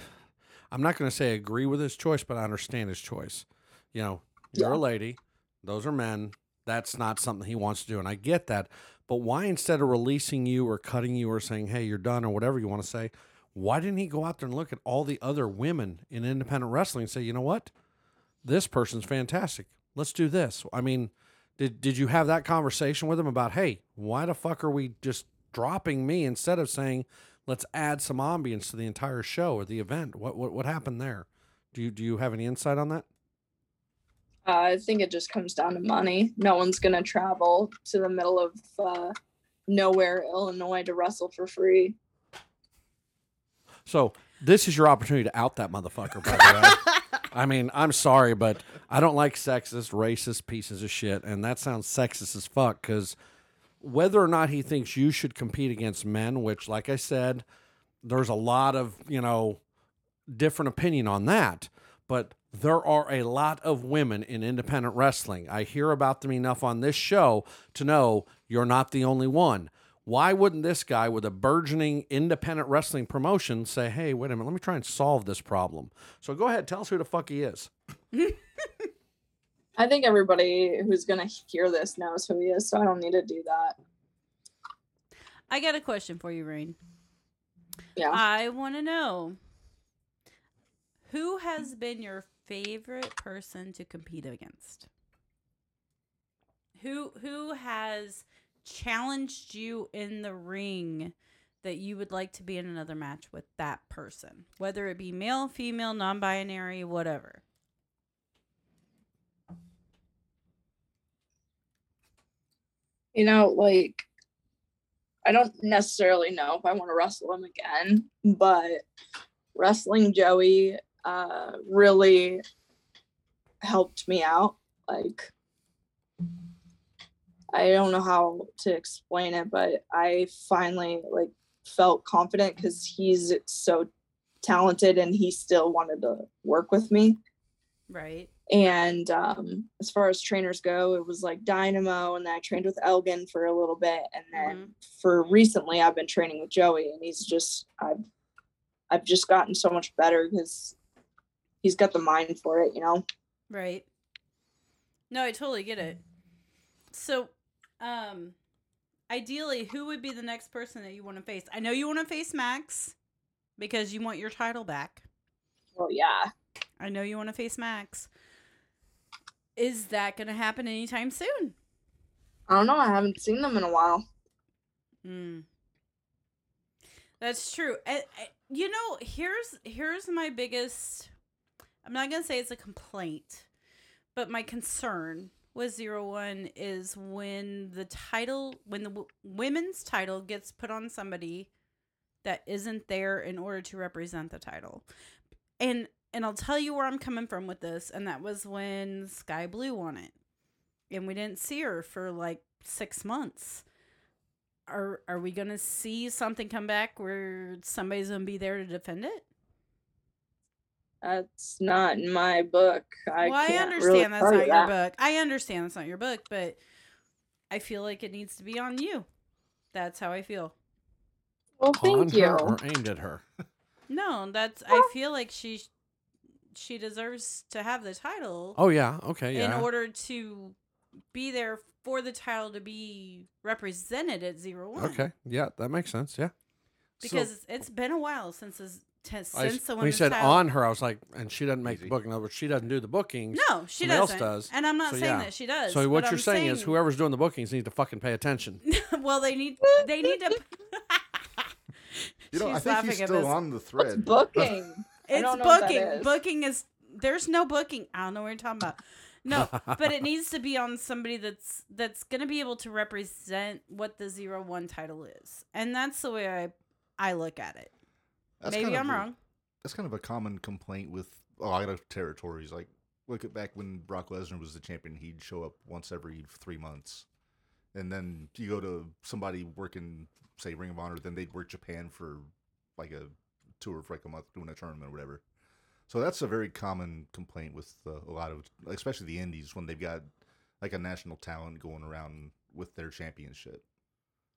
I'm not going to say agree with his choice, but I understand his choice. You know, you're a lady; those are men. That's not something he wants to do, and I get that. But why, instead of releasing you or cutting you or saying, "Hey, you're done" or whatever you want to say, why didn't he go out there and look at all the other women in independent wrestling and say, "You know what? This person's fantastic. Let's do this." I mean, did did you have that conversation with him about, "Hey, why the fuck are we just dropping me instead of saying let's add some ambience to the entire show or the event what what, what happened there do you do you have any insight on that
Uh, I think it just comes down to money. No one's gonna travel to the middle of uh, nowhere, Illinois, to wrestle for free.
so this is your opportunity to out that motherfucker by the way i mean i'm sorry but i don't like sexist racist pieces of shit and that sounds sexist as fuck because whether or not he thinks you should compete against men which like i said there's a lot of you know different opinion on that but there are a lot of women in independent wrestling i hear about them enough on this show to know you're not the only one why wouldn't this guy with a burgeoning independent wrestling promotion say hey wait a minute let me try and solve this problem so go ahead tell us who the fuck he is
I think everybody who's gonna hear this knows who he is, so I don't need to do that.
I got a question for you, Rain.
Yeah.
I want to know who has been your favorite person to compete against? Who who has challenged you in the ring that you would like to be in another match with that person? Whether it be male, female, non-binary, whatever.
you know, like I don't necessarily know if I want to wrestle him again, but wrestling Joey uh, really helped me out. Like I don't know how to explain it, but I finally like felt confident because he's so talented and he still wanted to work with me.
Right.
And um, as far as trainers go, it was like Dynamo, and then I trained with Elgin for a little bit, and then
Mm-hmm.
for recently, I've been training with Joey, and he's just I've I've just gotten so much better because he's got the mind for it, you know.
Right. No, I totally get it. So, um, ideally, who would be the next person that you want to face? I know you want to face Max because you want your title back.
Well, yeah,
I know you want to face Max. Is that going to happen anytime soon?
I don't know, I haven't seen them in a while.
Mm. That's true. I, I, you know, here's here's my biggest. I'm not gonna say it's a complaint, but my concern with zero one is when the title, when the w- women's title gets put on somebody that isn't there in order to represent the title, and and I'll tell you where I'm coming from with this, and that was when Sky Blue won it, and we didn't see her for like six months are are we gonna see something come back where somebody's gonna be there to defend it?
That's not in my book. I
well, I
can't
understand
really
that's
tell
not
you
your
that.
book. I understand that's not your book, but I feel like it needs to be on you. That's how I feel.
Well,
on
thank you.
her or aimed at her.
No, that's I feel like she she deserves to have the title
Oh yeah, okay, yeah.
in order to be there for the title to be represented at zero one.
okay, yeah, that makes sense. Yeah.
because it's been a while since this, since
I,
the
when you
women's
said
title-
on her, I was like, and she doesn't make
Easy.
the booking. In other words, she doesn't do the bookings.
No, she
Somebody else
doesn't.
does.
And I'm not
So,
saying
yeah.
that she does.
So what
but
you're
I'm
saying, is whoever's doing the bookings needs to fucking pay attention.
[laughs] well, they need they
[laughs]
need to.
You know, I think
She's
he's
laughing at
still
this.
on the
What's
thread.
booking? I
It's
don't know what that
booking.
is.
Booking is there's no booking. I don't know what you're talking about.
[laughs]
No, but it needs to be on somebody that's that's gonna be able to represent what the zero one title is, and that's the way I I look at it.
That's
Maybe
kind of
I'm
a-
wrong.
That's kind of a common complaint with a lot of territories. Like, look at back when Brock Lesnar was the champion, he'd show up once every three months. And then you go to somebody working, say, Ring of Honor, then they'd work Japan for like a tour for like a month doing a tournament or whatever. So that's a very common complaint with uh, a lot of, especially the indies, when they've got like a national talent going around with their championship.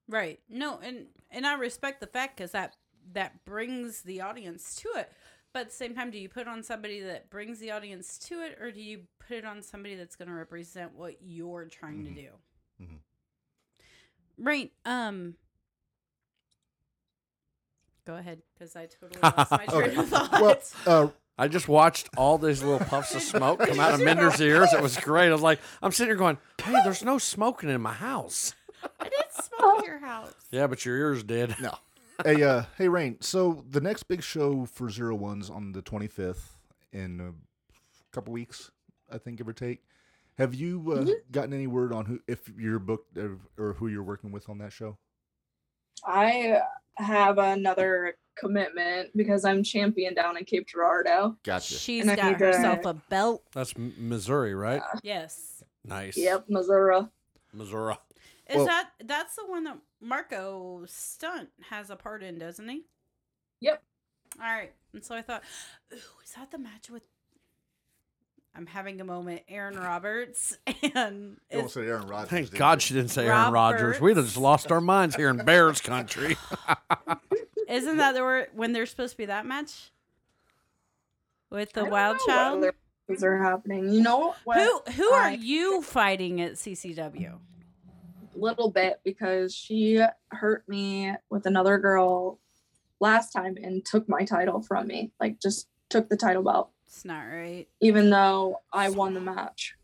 Right. No, and and I respect the fact because that that brings the audience to it. But at the same time, do you put it on somebody that brings the audience to it, or do you put it on somebody that's going to represent what you're trying
Mhm.
to do?
Mhm.
Right. Um. Go ahead, because
[laughs]
I totally lost my train
Okay.
of thought.
Well, uh,
I just watched all these little puffs of smoke come out of
[laughs]
Minder's ears. It was great. I was like, I'm sitting here going, hey, there's no smoking in my house.
[laughs] I did smoke at your house.
Yeah, but your ears did.
No. hey, uh, hey, Rain. So the next big show for Zero One's on the 25th in a couple weeks, I think, give or take. Have you
Mm-hmm.
uh, gotten any word on who, if you're booked uh, or who you're working with on that show?
I have another commitment because I'm champion down in Cape Girardeau.
Gotcha.
She's
And I
got
need to-
herself a belt.
That's M- Missouri, right?
Yes.
Nice.
Yep, Missouri.
Missouri.
Is
Well-
that that's the one that Marco Stunt has a part in, doesn't he?
Yep.
All right. And so I thought, ooh, is that the match with? I'm having a moment. Aaron Roberts [laughs] and
It won't
is,
say Aaron Rodgers.
Thank
did
God
you?
she didn't say Aaron Rodgers.
Roberts.
We'd have just lost our minds here in Bears
[laughs]
country.
isn't that the word when there's supposed to be that match with the
I don't
Wild
know what
Child?
other Things are happening. You know what?
Who who are
I-
you fighting at CCW?
little bit because she hurt me with another girl last time and took my title from me. Like just took the title belt,
It's not right.
even though I won the match.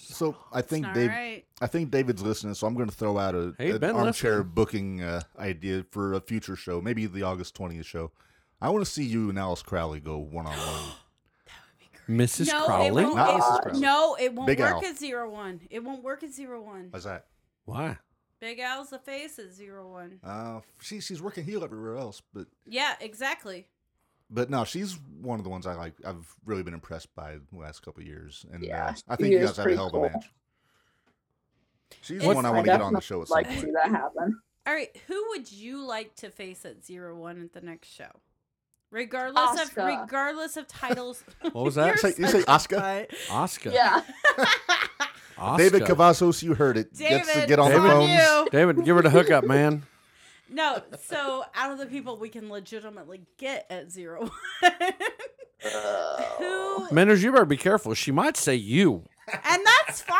So I
It's
think
not
Dave.
right.
I think David's listening, so I'm going to throw out a,
Hey,
an
Ben,
armchair
listen.
booking uh, idea for a future show, maybe the August 20th show. I want to see you and Alice Crowley go one on
[gasps]
one.
Mrs.
No, it
Crowley?
won't,
Not
it-
Mrs. Crowley.
no, it won't
Big
work
Al.
at zero one. It won't work at zero one.
How's that?
Why?
Big Al's the face at zero one.
Uh, she, she's working heel everywhere else, but
Yeah, exactly.
but no, she's one of the ones I like. I've really been impressed by the last couple of years, and
Yeah,
uh, I
she
think you
is
guys had a
pretty
hell of a
cool.
match. She's
It's-
the one I want to get on the show at some
like to see
point.
that happen.
All right, who would you like to face at zero one at the next show? Regardless
Asuka.
of regardless of titles.
[laughs] What was
[laughs]
that?
You say- you say Asuka?
But-
Oscar.
Yeah. [laughs]
David
Oscar.
Cavazos, you heard it.
David,
Gets to get on
it's
the
David-
phones.
you.
David, give her the hookup, man.
No, so out of the people we can legitimately get at zero one, who
Manners, you better be careful. She might say you.
[laughs] and that's fine.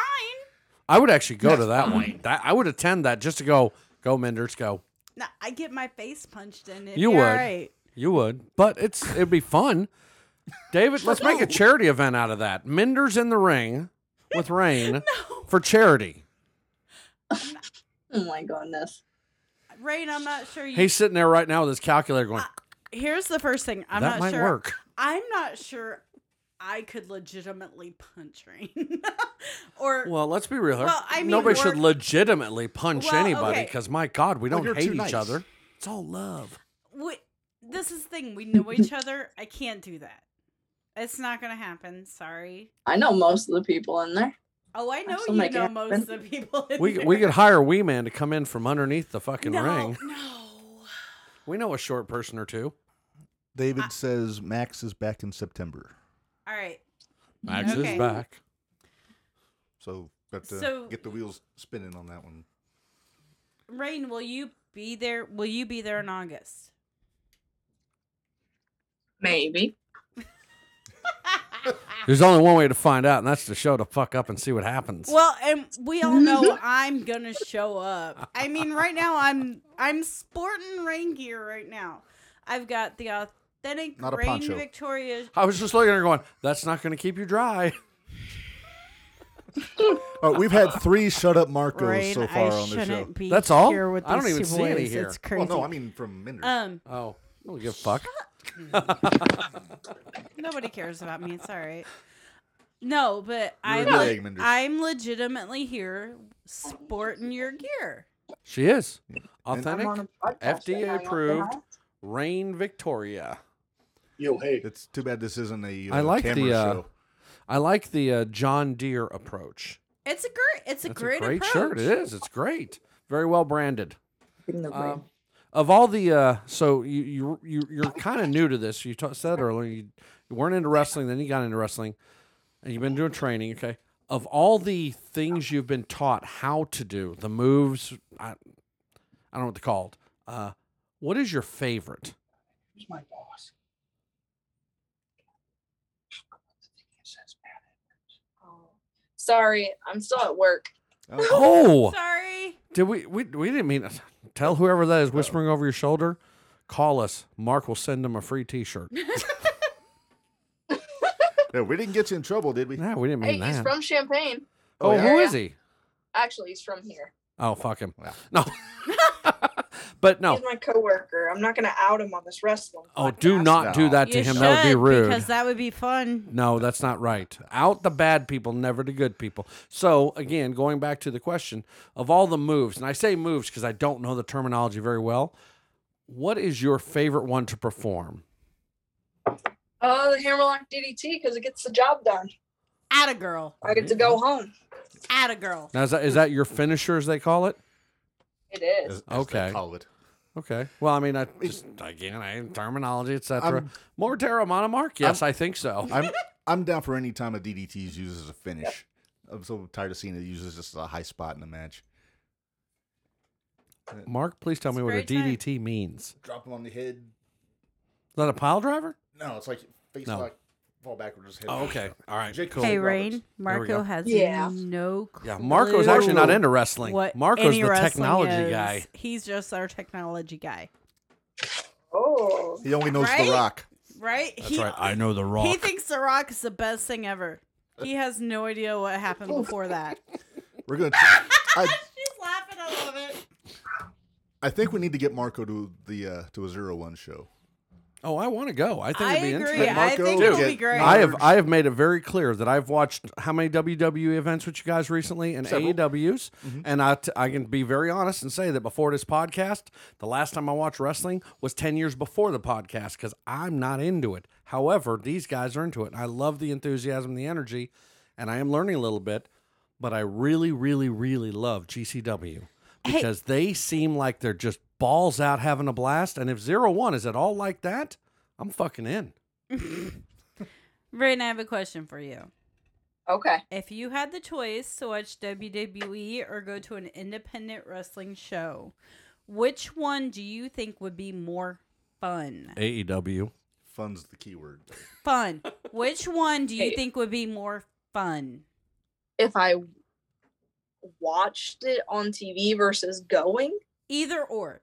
I would actually go to that one. That I would attend that just to go, go Menders, go.
No, I get my face punched in. It'd
You
be
would.
All right.
You would. But it's it'd be fun. David, let's make a charity event out of that. Menders in the ring with
[laughs]
rain for charity.
Oh my goodness.
Rain, I'm not sure you.
He's sitting there right now with his calculator going,
Here's the first thing. I'm
that
not
might
sure.
work.
I'm not sure I could legitimately punch Rain. [laughs] or
Well, let's be real. here.
Well, I mean,
Nobody
we're-
should legitimately punch
Well,
anybody
okay.
because, my God, we
Well,
don't
you're
hate
too
each
nice.
other. It's all love.
we, this is the thing. We know each other. I can't do that. It's not going to happen. Sorry.
I know most of the people in there.
Oh, I know
still
you
make it
know most of the
happen.
people. In
We,
there.
we could hire Wee Man to come in from underneath the
[laughs]
fucking
no,
ring.
No.
We know a short person or two.
David says Max is back in September.
All right.
Max
Okay.
is back.
So got to
So-
get the wheels spinning on that one.
Rain, will you be there? Will you be there in August?
Maybe.
There's only one way to find out, and that's to show the fuck up and see what happens.
Well, and we
Mm-hmm.
all know I'm gonna show up. I mean, right now I'm I'm sporting rain gear right now. I've got the authentic
Not a
rain
poncho.
Victoria.
I was just looking at her going, that's not going to keep you dry. [laughs]
All right, Oh, we've
[laughs]
had three shut up Marcos
Rain,
so far
I
on the show.
shouldn't be
That's all?
Here with
I don't
these
even
two
see any
boys.
here.
It's
Well,
crazy.
no, I mean from Minder.
um,
Oh, I don't give a fuck.
nobody cares about me. It's all right. No, but
You're
I'm
a
le-
gag, Minder.
I'm legitimately here sporting your gear.
She is.
I'm
Authentic,
on a podcast right now,
FDA
you want to
approved,
know?
Rain Victoria.
Yo, hey,
it's too bad this isn't a uh,
I like the,
camera
uh,
show.
I like the uh, John Deere approach.
It's a great it's a
That's
great,
a great
approach.
shirt. It is. It's great. Very well branded.
In the
Um,
ring.
of all the uh, so you you, you you're kind of new to this. You t- said earlier you, you weren't into wrestling, then you got into wrestling, and you've been doing training. Okay, of all the things you've been taught how to do, the moves I, I don't know what they're called. Uh, what is your favorite?
who's my boss? It says Matt.
Sorry, I'm still at work.
Oh,
Oh,
Sorry.
did we we we didn't mean tell whoever that is whispering over your shoulder. Call us. Mark will send them a free
[laughs]
T-shirt.
yeah, we didn't get you in trouble, did we?
Nah, we didn't
Hey,
mean
he's
that.
from Champagne.
oh,
yeah.
who is he?
Actually, he's from here.
Oh, fuck him.
Wow.
No, [laughs] but no.
He's my coworker. I'm not gonna out him on this wrestling.
Oh, do
podcast.
not do
No.
that to
You
him. That would be
should,
rude.
Because that would be fun.
no, that's not right. Out the bad people, never the good people. So, again, going back to the question of all the moves, and I say moves because I don't know the terminology very well. What is your favorite one to perform?
Oh, the hammerlock DDT because it gets the job done.
At a girl.
I get to
Mm-hmm.
go home.
At a girl.
Now, is that, is that your finisher, as they call it?
It is.
As- as they
Okay.
[laughs]
call it.
Okay. Well, I mean, I just, again, I terminology, etc.
I'm-
Mortara Monomark? Yes, i think so.
I'm I'm down for any time a DDT is used as a finish. I'm so tired of seeing it used as just a high spot in a match.
Mark, please tell me what a
Spray tan.
DDT means.
Drop him on the head.
Is that a pile driver?
No, it's like face
No.
lock, fall backwards. Head
Oh, okay. All right.
Jake
Cool.
Hey,
Hey,
Roberts. Rain,
Rain.
There we go.
Marco has
Yeah.
no clue.
Yeah, Marco's actually not into wrestling.
what
Marco's
any
the
wrestling
technology
is.
guy.
He's just our technology guy,
Oh,
He only knows
Right?
The Rock.
right?
That's
he
right. I know the rock.
he thinks The Rock is the best thing ever. He has no idea what happened before that.
We're gonna. I
[laughs] She's laughing. I love it.
I think we need to get Marco to the uh, to a zero one show.
oh, I want to go. I think
I
it'd be
agree.
interesting.
Let
I
Marco
think it'll
get-
be great.
I have I have made it very clear that I've watched how many WWE events with you guys recently and
Several.
AEWs, and I, t- I can be very honest and say that before this podcast, the last time I watched wrestling was ten years before the podcast because I'm not into it. However, these guys are into it, and I love the enthusiasm, the energy, and I am learning a little bit. but I really, really, really love GCW
Hey.
because they seem like they're just balls out having a blast. And if Zero One is at all like that, I'm fucking in.
Brayden, I have a question for you.
Okay.
If you had the choice to watch WWE or go to an independent wrestling show, which one do you think would be more fun?
AEW.
Fun's the key word.
Fun. Which one do you
Hey.
think would be more fun?
If I watched it on TV versus going,
Either or.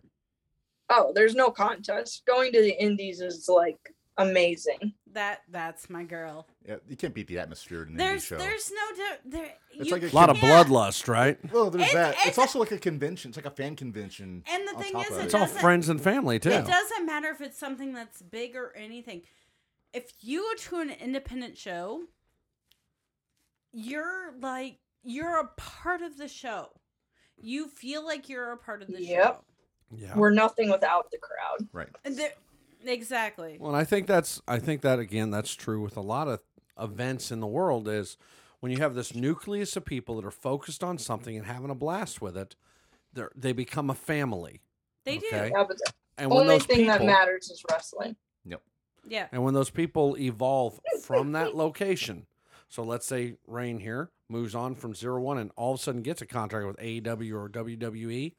oh, there's no contest. Going to the Indies is like amazing.
That that's my girl.
Yeah, you can't beat the atmosphere in any
There's
show.
there's no di- there.
It's
you
like a
A lot of
can't-
bloodlust, right?
Well, there's
It's-
that. It's,
it's-
also like a convention. It's like a fan convention.
And the
on
thing
top
is,
of
it
It's all
doesn't-
friends and family too.
It doesn't matter if it's something that's big or anything. If you go to an independent show, you're like you're a part of the show. You feel like you're a part of the
Yep.
show.
Yeah.
We're nothing without the crowd.
Right.
And there- exactly.
Well, and I think that's I think that again that's true with a lot of events in the world is when you have this nucleus of people that are focused on something and having a blast with it, they are they become a family.
They
okay.
do.
Yeah, but the
And when
only
those
thing that
people-
matters is wrestling.
Yeah.
And when those people evolve from that location, so let's say Rain here moves on from zero one and all of a sudden gets a contract with AEW or WWE,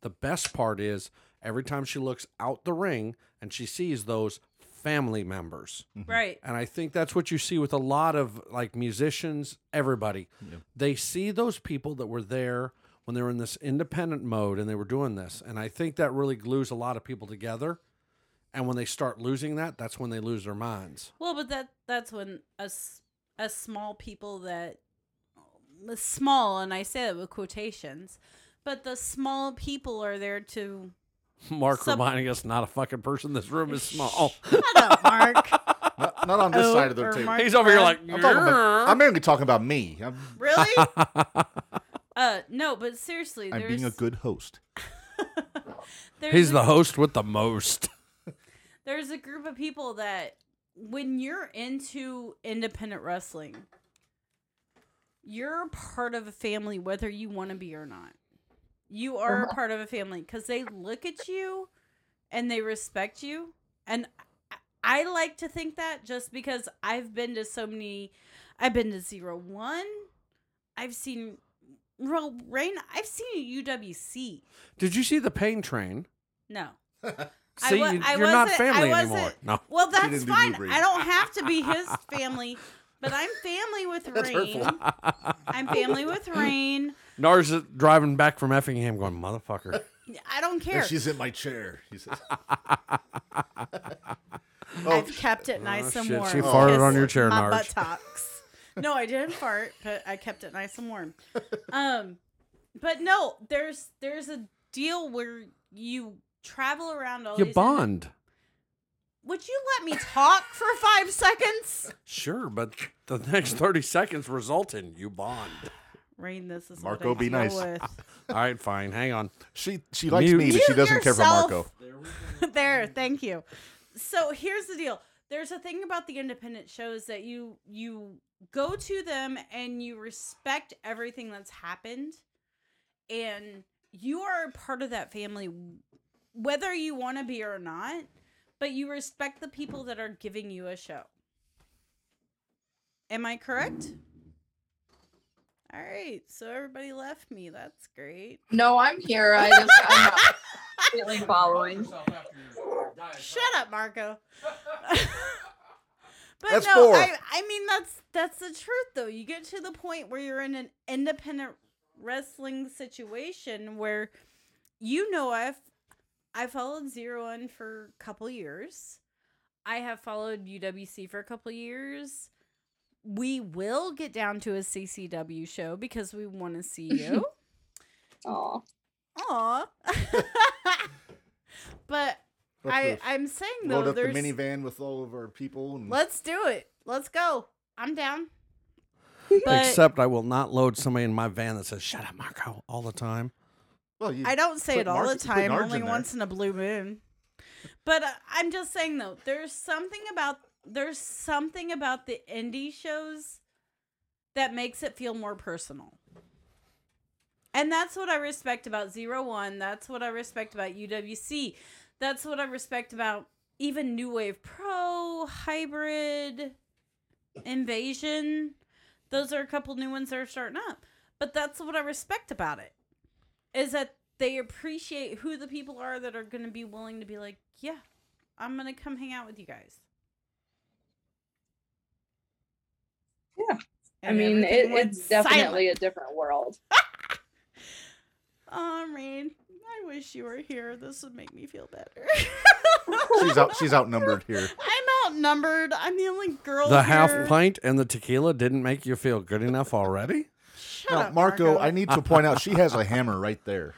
the best part is every time she looks out the ring and she sees those family members.
Right.
And I think that's what you see with a lot of like musicians, everybody. They see those people that were there when they were in this independent mode and they were doing this. And I think that really glues a lot of people together. And when they start losing that, that's when they lose their minds. [laughs]
Well, but that that's when us us small people that small and I say that with quotations, but the small people are there to
Mark
Some-
reminding us not a fucking person. This room is small.
Shut up, Mark.
Not, not on this
Oh,
side of the
or
table.
Mark-
He's over here like,
I'm, talking about, I'm mainly talking about me. I'm,
Really? [laughs] uh no, but seriously,
I'm
there's
being a good host.
there's
he's
a-
the host with the most.
there's a group of people that when you're into independent wrestling, you're a part of a family whether you want to be or not. You are a part of a family because they look at you and they respect you. And I- I like to think that just because I've been to so many, I've been to Zero One, I've seen, well, Rain, I've seen UWC.
Did you see the pain train?
No. I
See,
wa-
you-
I
you're not
wasn't- I
family
wasn't-
anymore. No.
Well, that's
didn't do
fine.
Lou Reed.
I don't have to be his family, but I'm family with
That's hurtful.
Rain. I'm family with Rain.
[laughs] Nars is driving back from Effingham going,
[laughs]
motherfucker.
I don't care.
And she's in my chair. He
[laughs]
says. Oh,
I've kept it nice and
shit,
warm.
she farted
Kiss
on your chair,
My
Narj.
buttocks. No, I didn't fart, but I kept it nice and warm. Um, but no, there's there's a deal where you travel around all
you
these-
bond.
Would you let me talk for five seconds?
Sure, but the [laughs] next 30 seconds result in you bond.
Rain, this is
Marco,
what I
be
deal
nice.
with.
All right, fine. Hang on.
She she likes
Mute.
me, but she
You
doesn't care for
yourself.
Marco.
[laughs] there thank you so here's the deal there's a thing about the independent shows that you you go to them and you respect everything that's happened and you are a part of that family whether you want to be or not but you respect the people that are giving you a show am i correct all right so everybody left me that's great
No, I'm here. I just I'm [laughs] not completely [laughs] following.
Shut up, Marco. [laughs] but
That's
no,
four.
I, I mean that's that's the truth though. You get to the point where you're in an independent wrestling situation where you know I've I followed Zero One for a couple years. I have followed UWC for a couple years. We will get down to a CCW show because we want to see
[laughs]
you.
Aw.
Aw. [laughs] but
We'll have
I,
to
I'm saying
load
though,
up the
there's.
minivan with all of our people. And
let's do it. Let's go. I'm down. But
Except I will not load somebody in my van that says, shut up, Marco, all the time.
well, you,
I don't say
put
it all
Mark-
the
put
time,
Narge
only
in there.
once in a blue moon. But uh, I'm just saying though, there's something about there's something about the indie shows that makes it feel more personal. And that's what I respect about Zero One. That's what I respect about UWC. That's what I respect about even New Wave Pro, Hybrid, Invasion. Those are a couple new ones that are starting up. But that's what I respect about it is that they appreciate who the people are that are going to be willing to be like, yeah, I'm going to come hang out with you guys.
Yeah. I
And
mean, it,
everything went
it's definitely
silent.
a different world.
Oh, Rain, I wish you were here. This would make me feel better.
She's
[laughs]
out. She's outnumbered here.
I'm outnumbered. I'm the only girl.
The
here.
half pint and the tequila didn't make you feel good enough already?
Shut
Now,
up,
Marco, I need to point out she has a hammer right
[laughs]
there.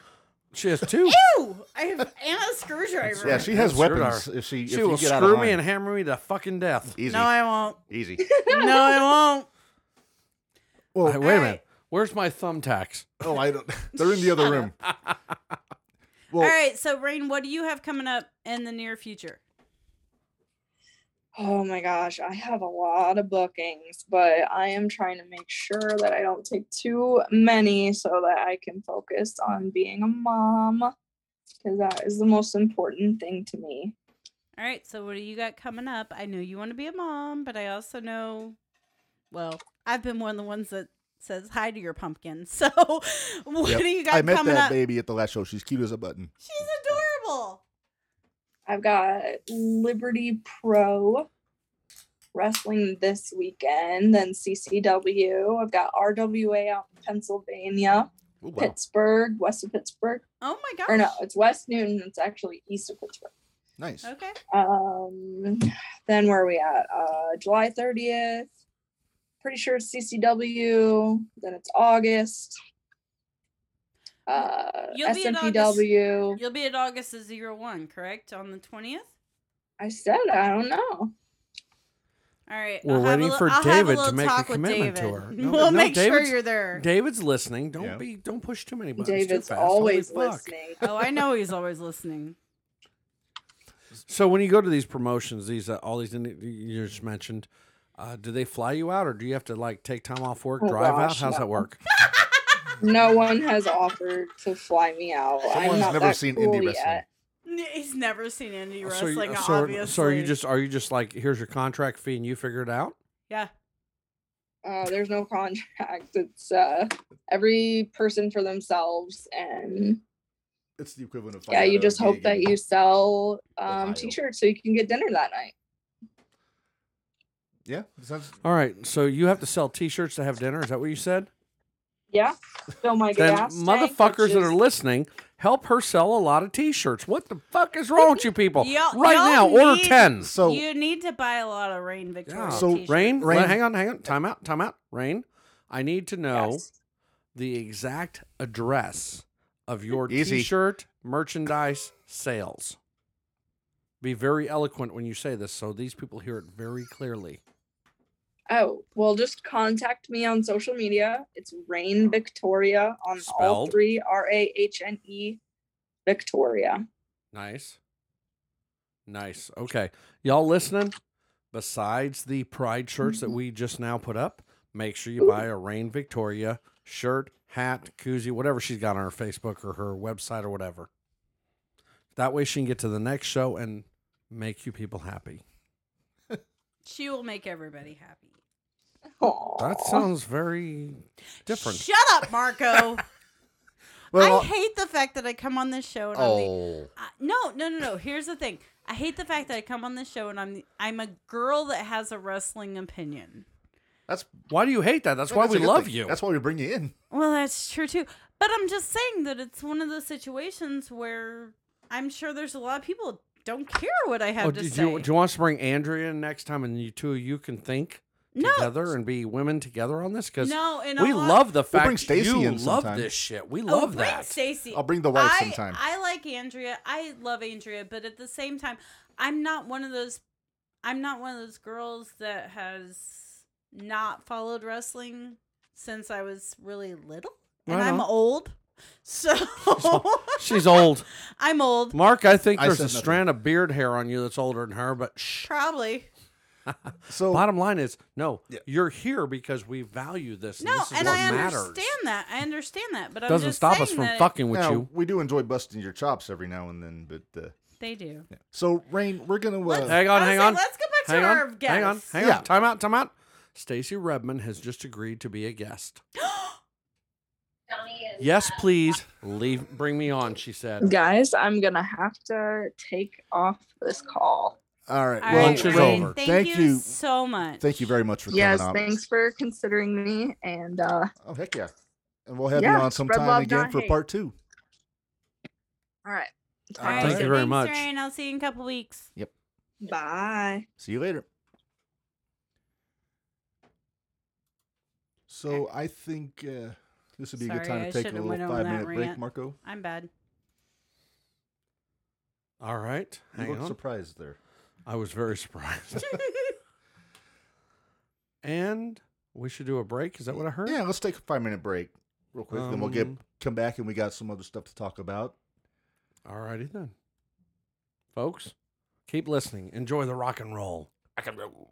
She has two.
Ew! I have Anna screwdriver.
Yeah, she has
Sure are.
weapons. If she, if
She
you
will
get out of
screw me
line.
and hammer me to fucking death.
easy,
No, [laughs] I won't.
[laughs] easy.
No,
[laughs]
I won't.
Hey, wait a
All
minute. Where's my thumbtacks?
Oh, I don't. [laughs] They're in the other room. [laughs] Well,
All right. So, Rain, what do you have coming up in the near future?
Oh my gosh, I have a lot of bookings, but I am trying to make sure that I don't take too many so that I can focus on being a mom because that is the most important thing to me.
All right. So, what do you got coming up? I know you want to be a mom, but I also know, well, I've been one of the ones that says hi to your pumpkin. [laughs] So, what
Yep.
do you got
I met
coming
that
up?
baby at the last show. She's cute as a button.
She's adorable.
I've got Liberty Pro wrestling this weekend, then CCW. I've got RWA out in Pennsylvania,
Ooh,
Oh,
wow.
Pittsburgh, west of Pittsburgh.
Oh my gosh.
Or no, it's West Newton, it's actually east of Pittsburgh.
Nice.
Okay.
Um, then where are we at? Uh, July 30th. Pretty sure it's CCW. Then it's August. Uh,
You'll be in August.
SMPW.
You'll be at August of zero one, correct? On the twentieth.
I said I don't know.
All right.
We're
I'll have a
waiting
li-
for
I'll have
David to
little
make a
talk with
commitment to
David. [laughs]
her. No,
we'll
no,
make sure
David's-
you're there.
David's listening. Don't
Yeah.
be. Don't push too many buttons. too
David's
fast. Holy
always
fuck.
listening.
oh, I know he's always listening.
So when you go to these promotions, these uh, all these in- you just mentioned, uh, do they fly you out, or do you have to like take time off work,
Oh,
drive out?
gosh,
How's
no.
that work?
No one has offered to fly me out.
Someone's
I'm not
never
that
seen
cool
indie wrestling.
yet.
N- He's never seen indie
Oh, so, you-
wrestling.
so,
obviously.
so are you just are you just like here's your contract fee and you figure it out?
yeah.
Uh, there's no contract. It's uh, every person for themselves, and
It's the equivalent of.
yeah,
finding
you
out
just
a
hope
gig
that
in-
you sell um,
Ohio.
t-shirts so you can get dinner that night.
Yeah, it sounds-
All right, so you have to sell T-shirts to have dinner. Is that what you said?
Yeah, fill my
Then
gas tank,
motherfuckers
which
that are
is-
listening, help her sell a lot of T-shirts. What the fuck is wrong with you people?
[laughs] Y'all-
right now,
y'all
order
need-
ten.
So
you need to buy a lot of Rain Victoria.
Yeah.
So,
t-shirts.
Rain,
Rain-
Rain, hang on, hang on. Time out, time out. Rain, I need to know.
Yes.
the exact address of your
Easy.
t-shirt merchandise sales. Be very eloquent when you say this so these people hear it very clearly.
Oh well, just contact me on social media. It's Rain Victoria on all
Spelled?
three R A H N E Victoria.
Nice. Nice. Okay. Y'all listening? Besides the pride shirts that we just now put up, make sure you buy a Rain Victoria shirt, hat, koozie, whatever she's got on her Facebook or her website or whatever. That way she can get to the next show and make you people happy.
She will make everybody happy.
That
Aw.
sounds very different. uh,
Shut
[laughs]
up, Marco.
well,
I hate the fact that I come on this show and I'm the
oh,
I, no, no, no, no. Here's the thing. I hate the fact that I come on this show and I'm the- I'm a girl that has a wrestling opinion.
that's
Why do you hate that? That's why
that's a
we
good
love
thing.
you.
That's why we bring you in.
Well, that's true too. But I'm just saying that it's one of those situations where I'm sure there's a lot of people that don't care what I have
Oh,
to
do,
say.
you, do you want us to bring Andrea in next time and you two of you can think
no,
together and be women together on this? Because
no, and
we
a lot-
love the
bring
fact that
Stacy
you
in
love
sometime.
this shit. We
Oh,
love
bring
that.
Stacy.
I'll bring the wife
I,
sometime.
I like Andrea. I love Andrea, but at the same time, I'm not one of those. I'm not one of those girls that has not followed wrestling since I was really little, and
Right
I'm
on.
old. So
She's old.
[laughs] I'm old,
Mark, I think
I
there's
said
a
nothing.
strand of beard hair on you that's older than her, but shh.
probably.
So
Bottom line is, no,
Yeah.
you're here because we value this.
No,
this is
and
what
I
matters.
understand that. I understand that, but I'm
Doesn't
just
stop
saying
us from
that
fucking with
now,
you.
we do enjoy busting your chops every now and then, but uh,
They do.
yeah. so Rain, we're gonna.
Let's-
Uh,
Hang on,
I was
hang
like,
on.
Let's go back to
Hang
our
on,
guests.
hang on, hang
Yeah.
on. Time out, time out. Stacy Rebman has just agreed to be a guest. Yes, please leave. Bring me on. She said.
Guys, I'm gonna have to take off this call.
all right,
All
well,
Lunch is
Ryan,
over.
Thank,
Thank
you
you.
so much.
Thank you very much for
Yes,
coming
thanks for considering me. And uh,
on. Oh heck yeah, and we'll have
Yeah,
you on
spread
sometime
love,
again
not
for
hate.
part two.
all right,
All right,
Thank
so
you very
thanks,
much.
Ryan. I'll see you in a couple weeks.
bye.
See you later. So I think uh, this would be a
Eh. Sorry,
good time
I
to take a
shouldn't have
little
went on
five minute
that
break,
rant.
Marco. [laughs]
I'm bad.
All right.
You
Hang
look
on.
surprised there.
I was
[laughs]
very surprised. and we should do a break. Is that what I heard?
Yeah, let's take a five minute break real quick. then we'll get
Um,
come back and we got some other stuff to talk about.
All righty then, folks. Keep listening. Enjoy the rock and roll. I can roll.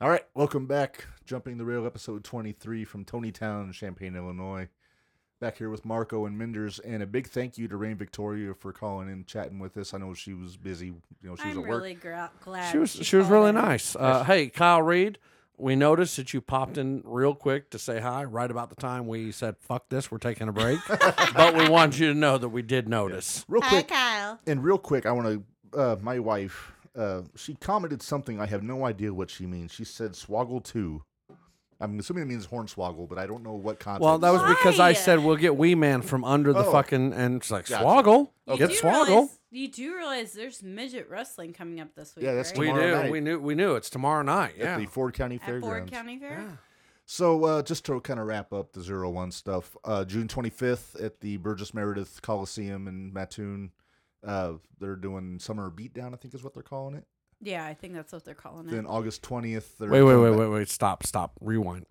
All right, welcome back. Jumping the Rail, episode 23 from Tonytown, Champaign, Illinois. Back here with Marco and Minders, and a big thank you to Rain Victoria for calling and chatting with us. I know she was busy, you know, she was
I'm
at work.
really gra- glad.
She was
she
she was really
called in.
nice. Uh, hey, Kyle Reed, we noticed that you popped in real quick to say hi right about the time we said "fuck this," we're taking a
[laughs]
break. but we want you to know that we did notice.
Real
Hi,
quick,
Kyle.
and real quick, I want to. Uh, my wife, uh, she commented something. I have no idea what she means. She said "swoggle two. I'm assuming it means hornswoggle, but I don't know what context.
Well, that was
Why?
because I said we'll get Wee Man from under the
Oh.
fucking and it's like
Gotcha.
swoggle,
You
get
do
swoggle.
realize- you do realize there's midget wrestling coming up this week.
Yeah, that's
right?
we
Tomorrow
do.
night.
We knew. We knew it's tomorrow night.
at
Yeah.
the Ford County
at Ford
Fairgrounds.
County Fair.
yeah.
So, uh, just to kind of wrap up the zero one stuff, uh, June 25th at the Burgess Meredith Coliseum in Mattoon, uh, they're doing Summer Beatdown, I think is what they're calling it.
Yeah, I think that's what they're calling it.
Then August 20th, they're
Wait, wait,
coming
wait,
back-
wait, wait. Stop, stop. Rewind.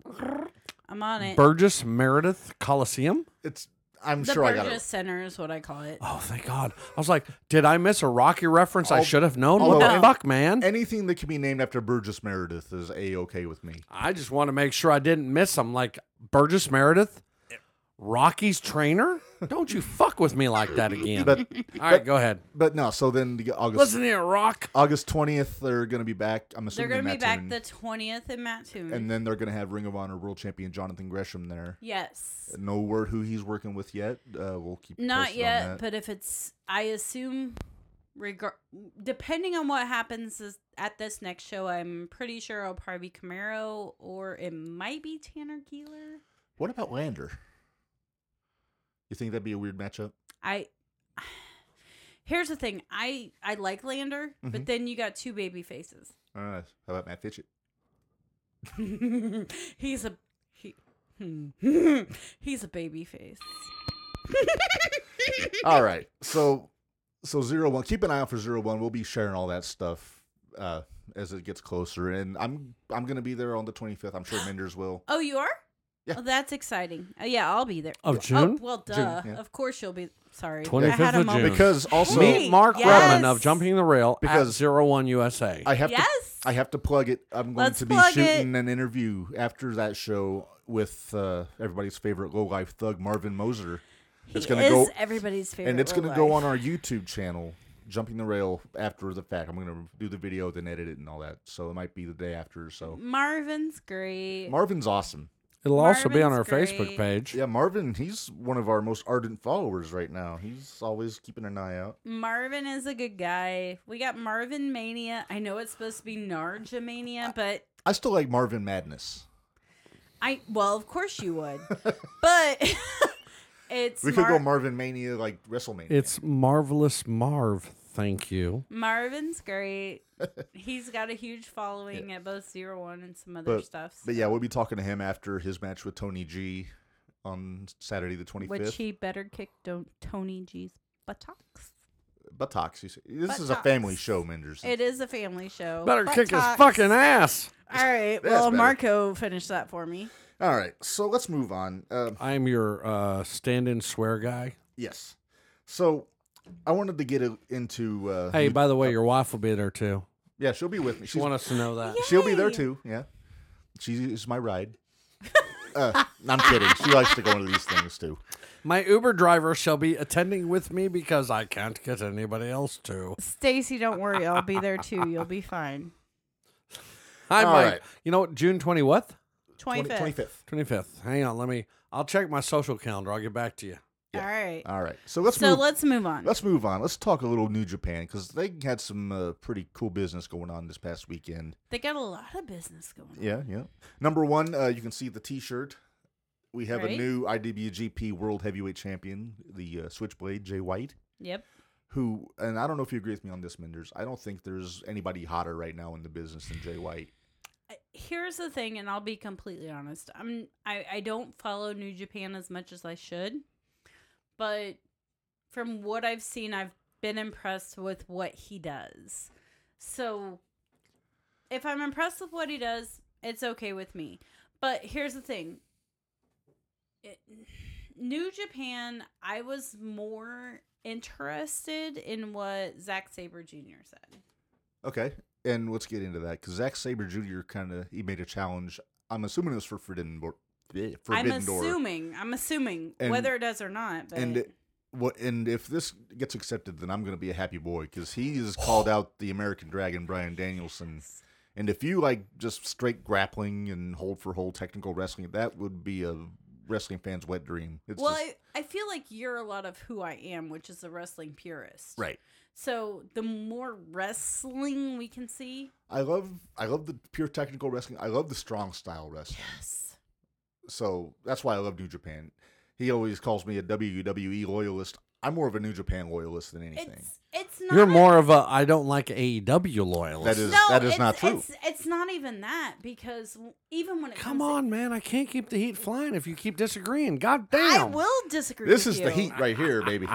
I'm on it.
Burgess Meredith Coliseum.
It's I'm
the
sure
Burgess
I got it.
Center is what I call it.
Oh, thank God. I was like, did I miss a Rocky reference? I
All-
should have known.
all
What the
of-
fuck, man?
Anything that can be named after Burgess Meredith is a okay with me.
I just want to make sure I didn't miss them. Like Burgess Meredith, Rocky's trainer. Don't you fuck with me like that again.
[laughs]
But
All right, go ahead.
but no, so then the August
Listen here, Rock.
August 20th, they're going to be back. I'm
they're
assuming
going to be
in
back
Mattoon.
the 20th in Mattoon.
and then they're going to have Ring of Honor World Champion Jonathan Gresham there.
yes.
No word who he's working with yet. Uh, we'll keep you
Not
posted on
yet,
that.
but if it's, I assume, regar- depending on what happens is, at this next show, I'm pretty sure it'll probably be Camaro or it might be Tanner Keeler.
What about Lander? You think that'd be a weird matchup?
I. [sighs] Here's the thing. I I like Lander, but
Mm-hmm.
Mhm.
then you got two baby faces. [laughs]
Uh, how about Matt Fitchett?
he's a he, hmm. [laughs] he's a baby face.
all right, so so zero one. Keep an eye out for zero one. We'll be sharing all that stuff uh, as it gets closer, and I'm I'm gonna be there on the 25th. I'm sure Menders [laughs] will.
Oh, you are?
Yeah.
Oh, that's exciting. Uh, yeah, I'll be there.
Of
Oh,
June?
well, duh.
yeah.
Of course you'll be. Sorry.
25th
I had a
of
moment.
June.
Because also
Hey,
Meet Mark
yes.
Redmond of Jumping the Rail because at
Because-
Zero One USA.
I have to
yes.
I have to plug it. I'm going
Let's
to be
plug
shooting an interview after that show with uh, everybody's favorite lowlife thug Marvin Moser. It's
He
gonna
is
go
everybody's favorite.
and it's going to
real
go
life.
on our YouTube channel, Jumping the Rail after the fact. I'm going to do the video, then edit it and all that. So it might be the day after. or So
Marvin's great.
Marvin's awesome.
It'll also be on our
Marvin's
Facebook
great.
page.
Yeah, Marvin, he's one of our most ardent followers right now. He's always keeping an eye out.
Marvin is a good guy. We got Marvin Mania. I know it's supposed to be Narja Mania,
Uh,
but
I still like Marvin Madness.
I well, of course you
[laughs]
would. but [laughs] it's
We could go
Mar-
Marvin Mania like WrestleMania.
It's Marvelous Marv. Thank you.
[laughs]
Marvin's great. He's got a huge following at both Zero One and some other
But-
stuff.
but yeah, we'll be talking to him after his match with Tony G on Saturday the 25th.
which he better kick don't Tony G's
[laughs]
buttocks.
Buttocks. you say. This is a
Buttocks.
family show, Menders.
It is a family show.
Better kick his
Buttocks.
fucking ass.
All right.
That's
Well,
better.
Marco finished that for me.
All right, so let's move on. Uh,
I'm your uh, stand-in swear guy.
yes. So I wanted to get uh, into. Uh,
Hey,
you-
by the way, your wife will be there too.
Yeah, she'll be with me.
She
She's,
want us to know that.
she'll be there
Yay!
too. Yeah, she's my
[laughs]
ride. uh, no, I'm kidding. She likes to go into these things too.
My Uber driver shall be attending with me because I can't get anybody else to.
Stacy, don't worry. I'll be there too. You'll be fine.
I
All
might.
right.
You know what? June twenty what?
Twenty fifth.
Twenty fifth.
Twenty fifth. Hang on. Let me. I'll check my social calendar. I'll get back to you.
All right.
All right. So Uh, let's
so
move.
let's move on.
Let's move on. Let's talk a little New Japan because they had some uh, pretty cool business going on this past weekend.
They got a lot of business going. on.
Yeah, yeah. Number one, uh, you can see the T-shirt. We have a
Right.
new IWGP World Heavyweight Champion, the uh, Switchblade Jay White,
Yep.
who, and I don't know if you agree with me on this, Menders. I don't think there's anybody hotter right now in the business than Jay White.
I- Here's the thing, and I'll be completely honest. I'm I I don't follow New Japan as much as I should, but from what I've seen, I've been impressed with what he does. So, if I'm impressed with what he does, it's okay with me. But here's the thing. It, New Japan, I was more interested in what Zack Sabre Jr. said.
Okay, and let's get into that because Zack Saber Jr. kind of he made a challenge. I'm assuming it was for Forbidden Door. eh, Forbidden
I'm
Door.
assuming. I'm assuming
And-
whether it does or not. But
and it- what? And if this gets accepted, then I'm going to be a happy boy because he
[sighs]
has called out the American Dragon Brian Danielson. And if you like just straight grappling and hold for hold technical wrestling, that would be a wrestling fan's wet dream. It's
well,
just-
I, I feel like you're a lot of who I am, which is a wrestling purist.
right.
So the more wrestling we can see,
I love I love the pure technical wrestling. I love the strong style wrestling.
yes,
So that's why I love New Japan. He always calls me a WWE loyalist. I'm more of a New Japan loyalist than anything.
it's it's not.
You're more of a E I don't like AEW loyalist.
That is
No,
that is
it's,
not true.
It's, it's not even that because even when it
Come
comes to-
on, man. I can't keep the heat flying if you keep disagreeing. God damn.
I will disagree.
This
with
is the
you.
heat right here,
[laughs]
baby.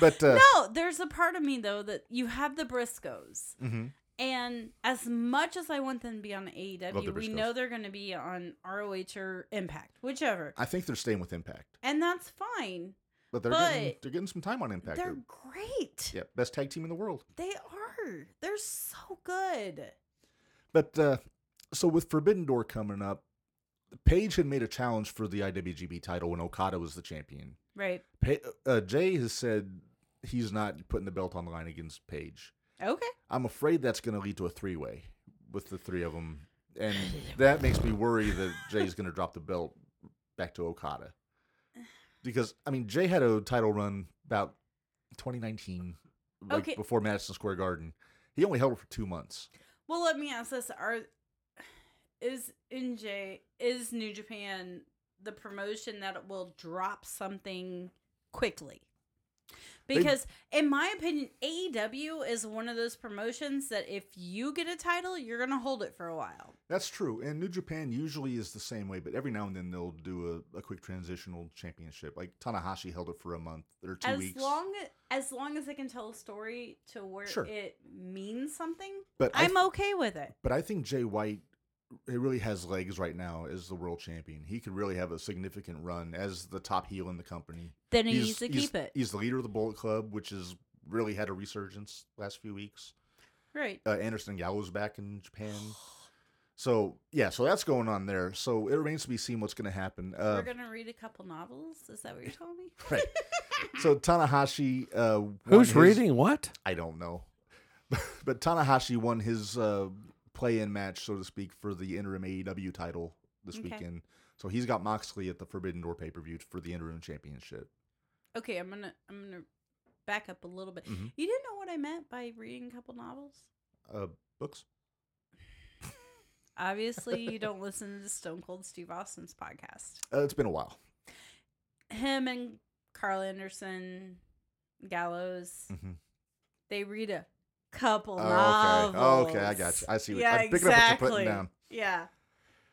but uh,
No, there's a part of me though that you have the Briscoes,
mhm.
and as much as I want them to be on
Love the
AEW, we
Briscoes.
know they're going to be on ROH or Impact, whichever,
I think they're staying with Impact,
and that's fine.
but they're getting,
But
they're getting some time on Impact.
They're
They're-
great.
yeah, best tag team in the world.
They are. They're so good.
But uh, so with Forbidden Door coming up, Paige had made a challenge for the IWGB title when Okada was the champion.
Right.
Pa- uh, Jay has said he's not putting the belt on the line against Paige.
Okay.
I'm afraid that's going to lead to a three way with the three of them.
[laughs]
And that makes me worry that Jay's going to drop the belt back to Okada. Because, I mean, Jay had a title run about 2019, like
Okay.
before Madison Square Garden. He only held it for two months.
Well, let me ask this: Are is NJ is New Japan the promotion that will drop something quickly?
They-
Because, in my opinion, AEW is one of those promotions that if you get a title, you're going to hold it for a while.
That's true. And New Japan usually is the same way, but every now and then they'll do a, a quick transitional championship. Like Tanahashi held it for a month or two
as
weeks.
long as long as it can tell a story to where
Sure.
it means something,
but I
I'm okay with it.
But I think Jay White it really has legs right now as the world champion. He could really have a significant run as the top heel in the company.
Then he needs to
he's-
keep it.
He's the leader of the Bullet Club, which has really had a resurgence last few weeks.
Right.
Uh, Anderson Gallows back in
[sighs]
Japan. So yeah, so that's going on there. So it remains to be seen what's going to happen. Uh,
We're going to read a couple novels. Is that what you're telling me?
[laughs] right. So Tanahashi, uh, won
Who's
his-
reading what?
I don't know. [laughs] but Tanahashi won his uh, play-in match, so to speak, for the interim AEW title this
Okay.
weekend. So he's got Moxley at the Forbidden Door pay-per-view for the interim championship.
Okay, I'm gonna I'm gonna back up a little bit.
Mhm.
You didn't know what I meant by reading a couple novels.
Uh, books.
Obviously,
[laughs]
you don't listen to Stone Cold Steve Austin's podcast.
Uh, it's been a while.
Him and Carl Anderson, Gallows,
Mhm.
they read a couple
Oh, okay.
novels.
Okay, I got you. I see. What,
yeah,
I'm picking up what
exactly.
you're putting down.
Yeah.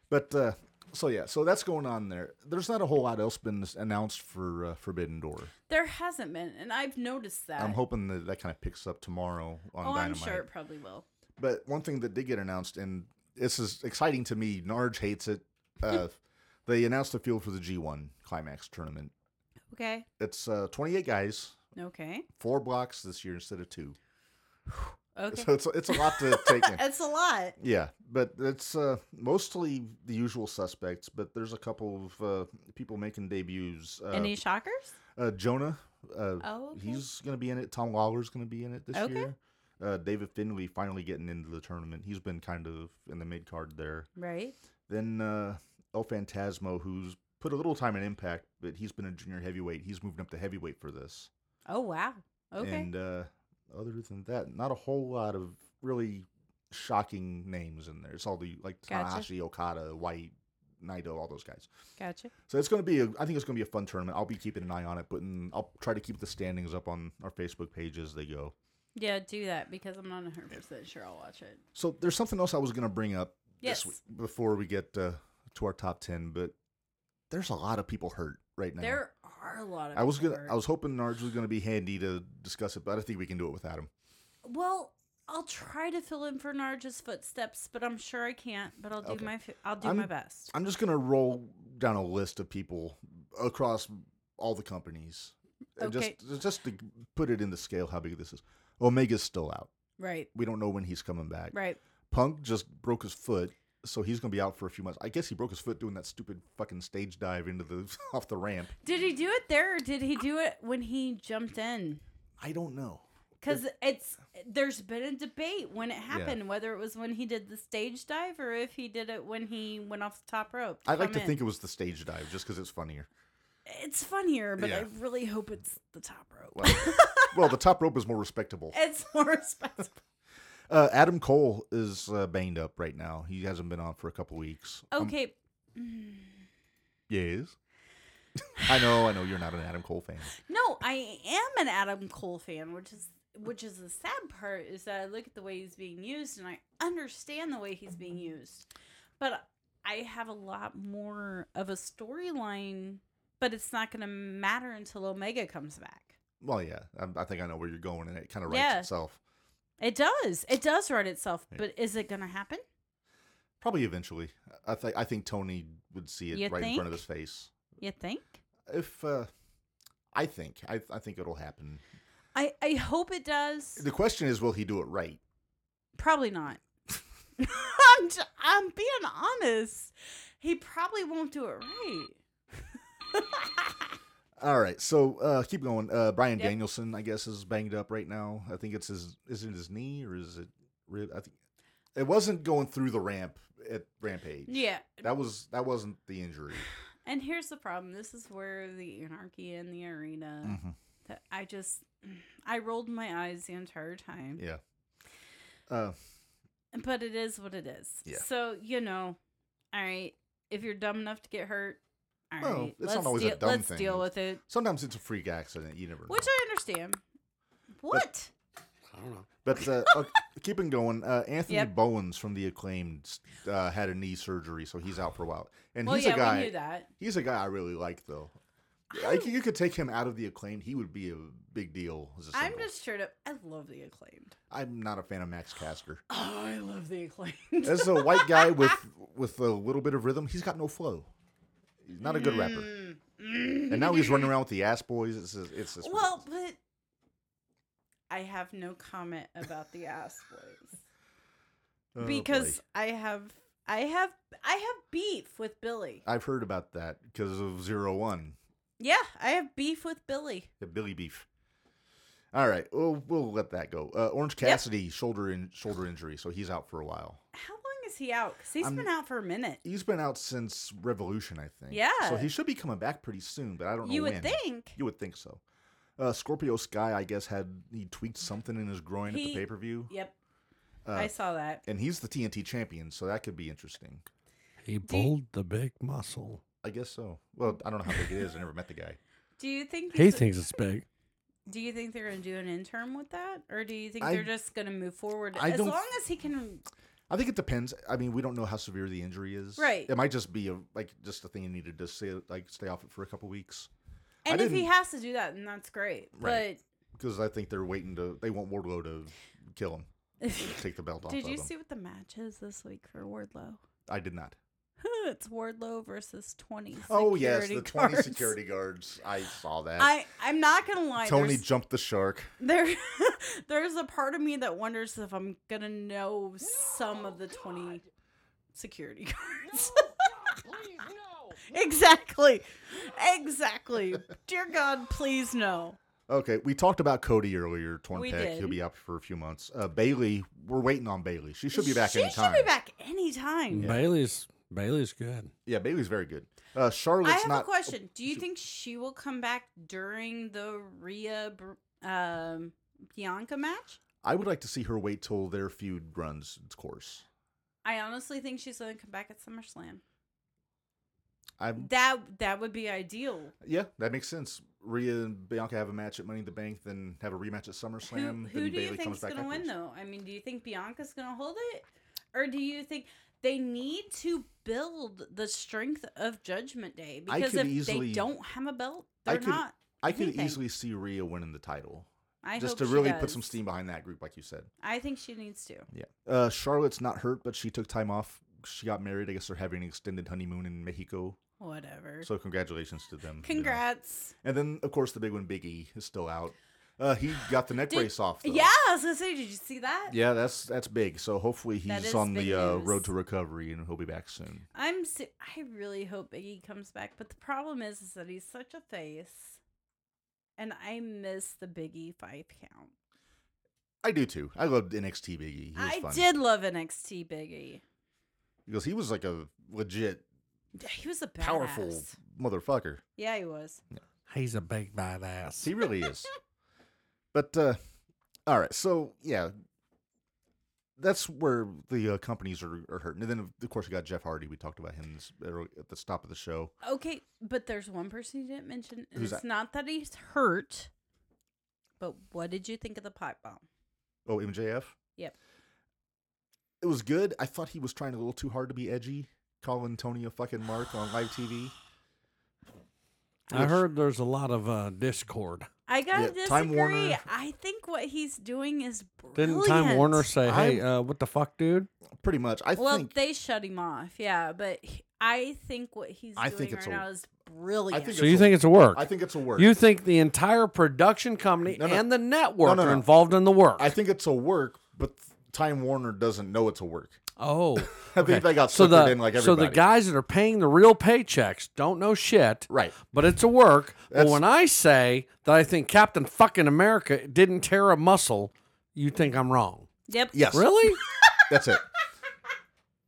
But uh, so yeah, so that's going on there. There's not a whole lot else been announced for uh, Forbidden Door.
There hasn't been, and I've noticed that.
I'm hoping that that kind of picks up tomorrow on
oh,
Dynamite.
I'm sure it probably will.
But one thing that did get announced, and this is exciting to me, Narge hates it.
[laughs]
Uh, they announced the field for the G1 Climax tournament.
Okay.
It's uh, 28 guys,
Okay.
four blocks this year instead of two.
Okay.
So it's, it's a lot
[laughs]
to take in.
it's a lot.
Yeah, but it's uh, mostly the usual suspects, but there's a couple of uh, people making debuts. Uh,
Any shockers?
uh, Jonah, uh,
Oh, okay.
he's going to be in it. Tom Lawler's going to be in it this
Okay.
year. Uh, David Finley finally getting into the tournament. He's been kind of in the mid card there.
Right.
Then uh, El Fantasmo, who's put a little time in Impact, but he's been a junior heavyweight. He's moving up to heavyweight for this.
Oh wow. Okay.
And uh, other than that, not a whole lot of really shocking names in there. It's all the like
Gotcha.
Tanahashi, Okada, White, Naito, all those guys.
gotcha.
So it's going to be. A, I think it's going to be a fun tournament. I'll be keeping an eye on it, putting. I'll try to keep the standings up on our Facebook page as they go.
Yeah, do that because I'm not 100 percent sure I'll watch it.
So there's something else I was going to bring up
Yes.
this week before we get uh, to our top ten, but there's a lot of people hurt right now.
There are a lot of.
I was
people
gonna.
hurt.
I was hoping Narge was gonna be handy to discuss it, but I think we can do it without him.
Well, I'll try to fill in for Narge's footsteps, but I'm sure I can't. But I'll do
Okay.
my. fi- I'll do my
I'm-
best.
I'm just gonna roll down a list of people across all the companies, Uh,
Okay.
just just to put it in the scale how big this is. Omega's still out.
Right.
We don't know when he's coming back.
Right.
Punk just broke his foot, so he's gonna be out for a few months. I guess he broke his foot doing that stupid fucking stage dive into the [laughs] off the ramp.
Did he do it there or did he do it when he jumped in?
I don't know.
Because it's there's been a debate when it happened whether it was when he did the stage dive or if he did it when he went off the top rope.
I like
come
to
in.
think it was the stage dive just because it's funnier.
it's funnier, but I
Yeah.
really hope it's the top rope.
Well, the top rope is more respectable.
it's [laughs] more respectable.
Uh, Adam Cole is uh, banged up right now. He hasn't been on for a couple weeks. Um,
Okay. Mm.
yes. [laughs] I know. I know you're not an Adam Cole fan.
No, I am an Adam Cole fan, which is which is the sad part is that I look at the way he's being used and I understand the way he's being used. But I have a lot more of a storyline, but it's not going to matter until Omega comes back.
Well, yeah. I, I think I know where you're going, and it kind of writes
Yeah.
itself.
It does. It does write itself,
Yeah.
but is it going to happen?
Probably eventually. I think I think Tony would see it
You
right in front of
think?
his face.
You think?
If uh, I think, I, I think it'll happen.
I I hope it does.
The question is, will he do it right?
Probably not. [laughs] I'm, j- I'm being honest. He probably won't do it right.
All right. So uh, keep going. Uh, Brian
Yep.
Danielson, I guess, is banged up right now. I think it's his. Is it his knee or is it rib? I think it wasn't going through the ramp at Rampage.
[laughs] Yeah.
That was that wasn't the injury.
And here's the problem. This is where the anarchy in the arena
Mhm.
that I just [clears throat] I rolled my eyes the entire time.
Yeah. Uh,
But it is what it is.
Yeah.
So, you know, all right, if you're dumb enough to get hurt, all right,
Well, it's not
let's,
always a
deal-
dumb
let's
thing.
deal with it.
sometimes it's a freak accident. You never. know.
Which I understand. What?
I don't know.
But
[laughs]
uh, okay, keeping going, uh, Anthony
Yep.
Bowens from the acclaimed uh, had a knee surgery, so he's out for a while. And
well,
he's
yeah,
a guy.
we knew that.
He's a guy I really like, though. I,
I'm-
c- you could take him out of the acclaimed; he would be a big deal. As a
I'm
single.
just straight up. I love the acclaimed.
I'm not a fan of Max Caster.
Oh, I love the acclaimed.
As a white guy with with a little bit of rhythm, he's got no flow. He's not a good
[laughs]
rapper.
Mm-hmm.
And now he's running around with the ass boys. It's just- it's just
Well, but I have no comment about the ass boys
[laughs] Oh, boy.
because I have I have I have beef with Billy.
I've heard about that because of zero one.
Yeah, I have beef with Billy.
The Billy Beef. All right, we'll, we'll let that go. Uh, Orange Cassidy shoulder in, shoulder injury, so he's out for a while.
How long is he out? Because he's
I'm-
been out for a minute.
He's been out since Revolution, I think. So
Yeah.
he should be coming back pretty soon, but I don't know
You
when.
would think
You would think so. Uh, Scorpio Sky, I guess, had he tweaked something in his groin at the
He-
pay per view,
Yep,
uh,
I saw that.
and he's the TNT champion, so that could be interesting.
He
you-
pulled the big muscle.
I guess so. Well, I don't know how big it is. I never met the guy.
Do you think
He
he's-
thinks it's big.
Do you think they're going to do an interim with that, or do you think
I-
they're just going to move forward
I
as
don't-
long as he can?
I think it depends. I mean, we don't know how severe the injury is.
Right.
It might just be a like just a thing you needed to stay like stay off it for a couple weeks I
And if he
didn't-
has to do that, then that's great.
Right. because I think they're waiting to they want Wardlow to kill him,
But [laughs]
take the belt off.
did
of
you
him.
see what the match is this week for Wardlow? [laughs]
I did not.
it's Wardlow versus twenty.
Oh yes, the
security
twenty
guards.
security guards. I saw that.
[laughs] I I'm not gonna lie.
Tony
there's,
jumped the shark.
there [laughs] there's a part of me that wonders if I'm gonna know some of the twenty security guards. [laughs] exactly, exactly. Dear God, please no.
Okay, we talked about Cody earlier. Torn
We
Peck,
did.
he'll be out for a few months. Uh, Bailey, we're waiting on Bailey. She should be back
She
anytime.
should be back anytime.
Bailey's Bailey's good.
Yeah, Bailey's very good. Uh,
I
Charlotte's
have
not.
a question. Do you think she will come back during the Rhea Br- um, Bianca match?
I would like to see her wait till their feud runs its course.
I honestly think she's going to come back at SummerSlam.
I'm.
That that would be ideal.
Yeah, that makes sense. Rhea and Bianca have a match at Money in the Bank, then have a rematch at SummerSlam. then
Who, who do you
Bailey
think's
comes back
going to win
afterwards.
though? I mean, do you think Bianca's going to hold it, or do you think they need to build the strength of Judgment Day?
I
Because
could
if
easily-
they don't have a belt,
I
they're
could-
not.
I could
anything.
easily see Rhea winning the title,
I
just
hope
to
she
really put
does.
some steam behind that group, like you said.
I think she needs to.
Yeah. Uh, Charlotte's not hurt, but she took time off. She got married. I guess they're having an extended honeymoon in Mexico.
Whatever.
So congratulations to them. you know.
Congrats.
And then, of course, the big one, Biggie, is still out. Uh, he got the neck
Did-
brace off. Though.
Yeah, I was gonna say, did you see that?
Yeah, that's that's big. So hopefully
That
he's
is
on
big
the uh,
news.
road to recovery and he'll be back soon.
I'm. Se- I really hope Biggie comes back, but the problem is, is that he's such a face, and I miss the Biggie five count.
I do too. I loved NXT Biggie. He was
I
fun.
did love NXT Biggie.
because he was like a legit
He was a badass.
powerful motherfucker.
Yeah, he was.
He's a big badass.
He really
[laughs]
is. but uh all right, so yeah, that's where the uh, companies are, are hurting. And then of course we got Jeff Hardy. We talked about him this, at the top of the show.
Okay, but there's one person you didn't mention, and
Who's
it's
that?
not that he's hurt. But what did you think of the pipe bomb?
Oh, MJF.
Yep.
It was good. I thought he was trying a little too hard to be edgy, calling Tony a fucking mark on live TV.
I
Which-
heard there's a lot of uh, discord.
I gotta
Yeah,
disagree.
Time Warner-
I think what he's doing is
Didn't
brilliant.
Time Warner say, "Hey,
I'm-
uh, what the fuck, dude"?
Pretty much. I
well,
think
they shut him off. Yeah, but he- I think what he's
I
doing
think
right
it's a-
now is brilliant.
think
So
it's
you
a-
think it's a work?
I think it's a work.
You think the entire production company
No, no.
and the network
No, no,
are
no.
involved in the work?
I think it's a work, but Time Warner doesn't know it's a work. [laughs]
oh,
I think they got
so
suckered
the
in like
so
everybody.
the guys that are paying the real paychecks don't know shit,
right?
but it's a work. But
That's-
when I say that I think Captain Fucking America didn't tear a muscle, you think I'm wrong?
Yep.
Yes,
Really?
that's it. [laughs]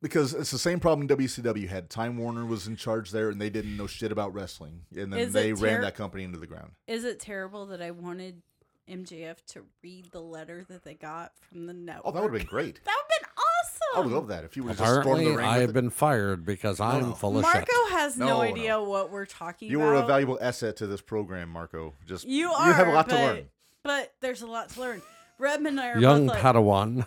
Because it's the same problem WCW had. Time Warner was in charge there, and they didn't know shit about wrestling, and then
Is
they
it
ran
ter-
that company into the ground.
Is it terrible that I wanted MJF to read the letter that they got from the network?
Oh, that would have been great.
That would've been awesome.
I would love that if you would have just stormed the
Apparently,
ring.
I
with
have
it.
been fired because I'm
no.
full of shit.
Marco has no,
No, no.
idea what we're talking
You
about.
were a valuable asset to this program, Marco. Just
You
You have a
are,
lot to
but-
learn.
But there's a lot to learn. Redmond and I are
Young
both like,
Padawan.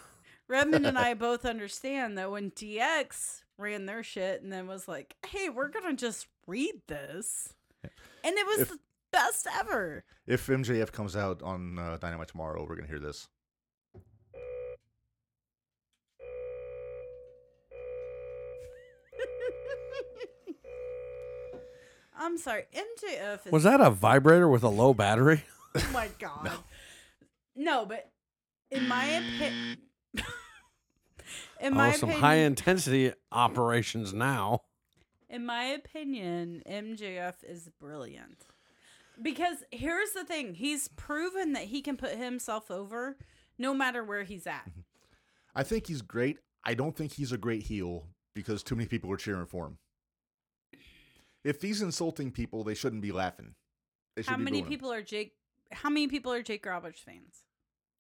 Redmond
[laughs]
and I both understand that when DX ran their shit and then was like, "Hey, we're gonna just read this," and it was
If-
the best ever.
If MJF comes out on uh, Dynamite tomorrow, we're gonna hear this. [laughs]
I'm sorry, MJF. Is,
Was that a vibrator with a low battery?
[laughs] Oh
[laughs]
my god. No, but in my opinion, [laughs] in my
oh, some
opinion,
high intensity operations now.
In my opinion, MJF is brilliant. Because here's the thing he's proven that he can put himself over no matter where he's at.
I think he's great. I don't think he's a great heel because too many people are cheering for him. If he's insulting people, they shouldn't be laughing. They should
How
be
many
booing him.
people are Jake? How many people are Jake Roberts fans?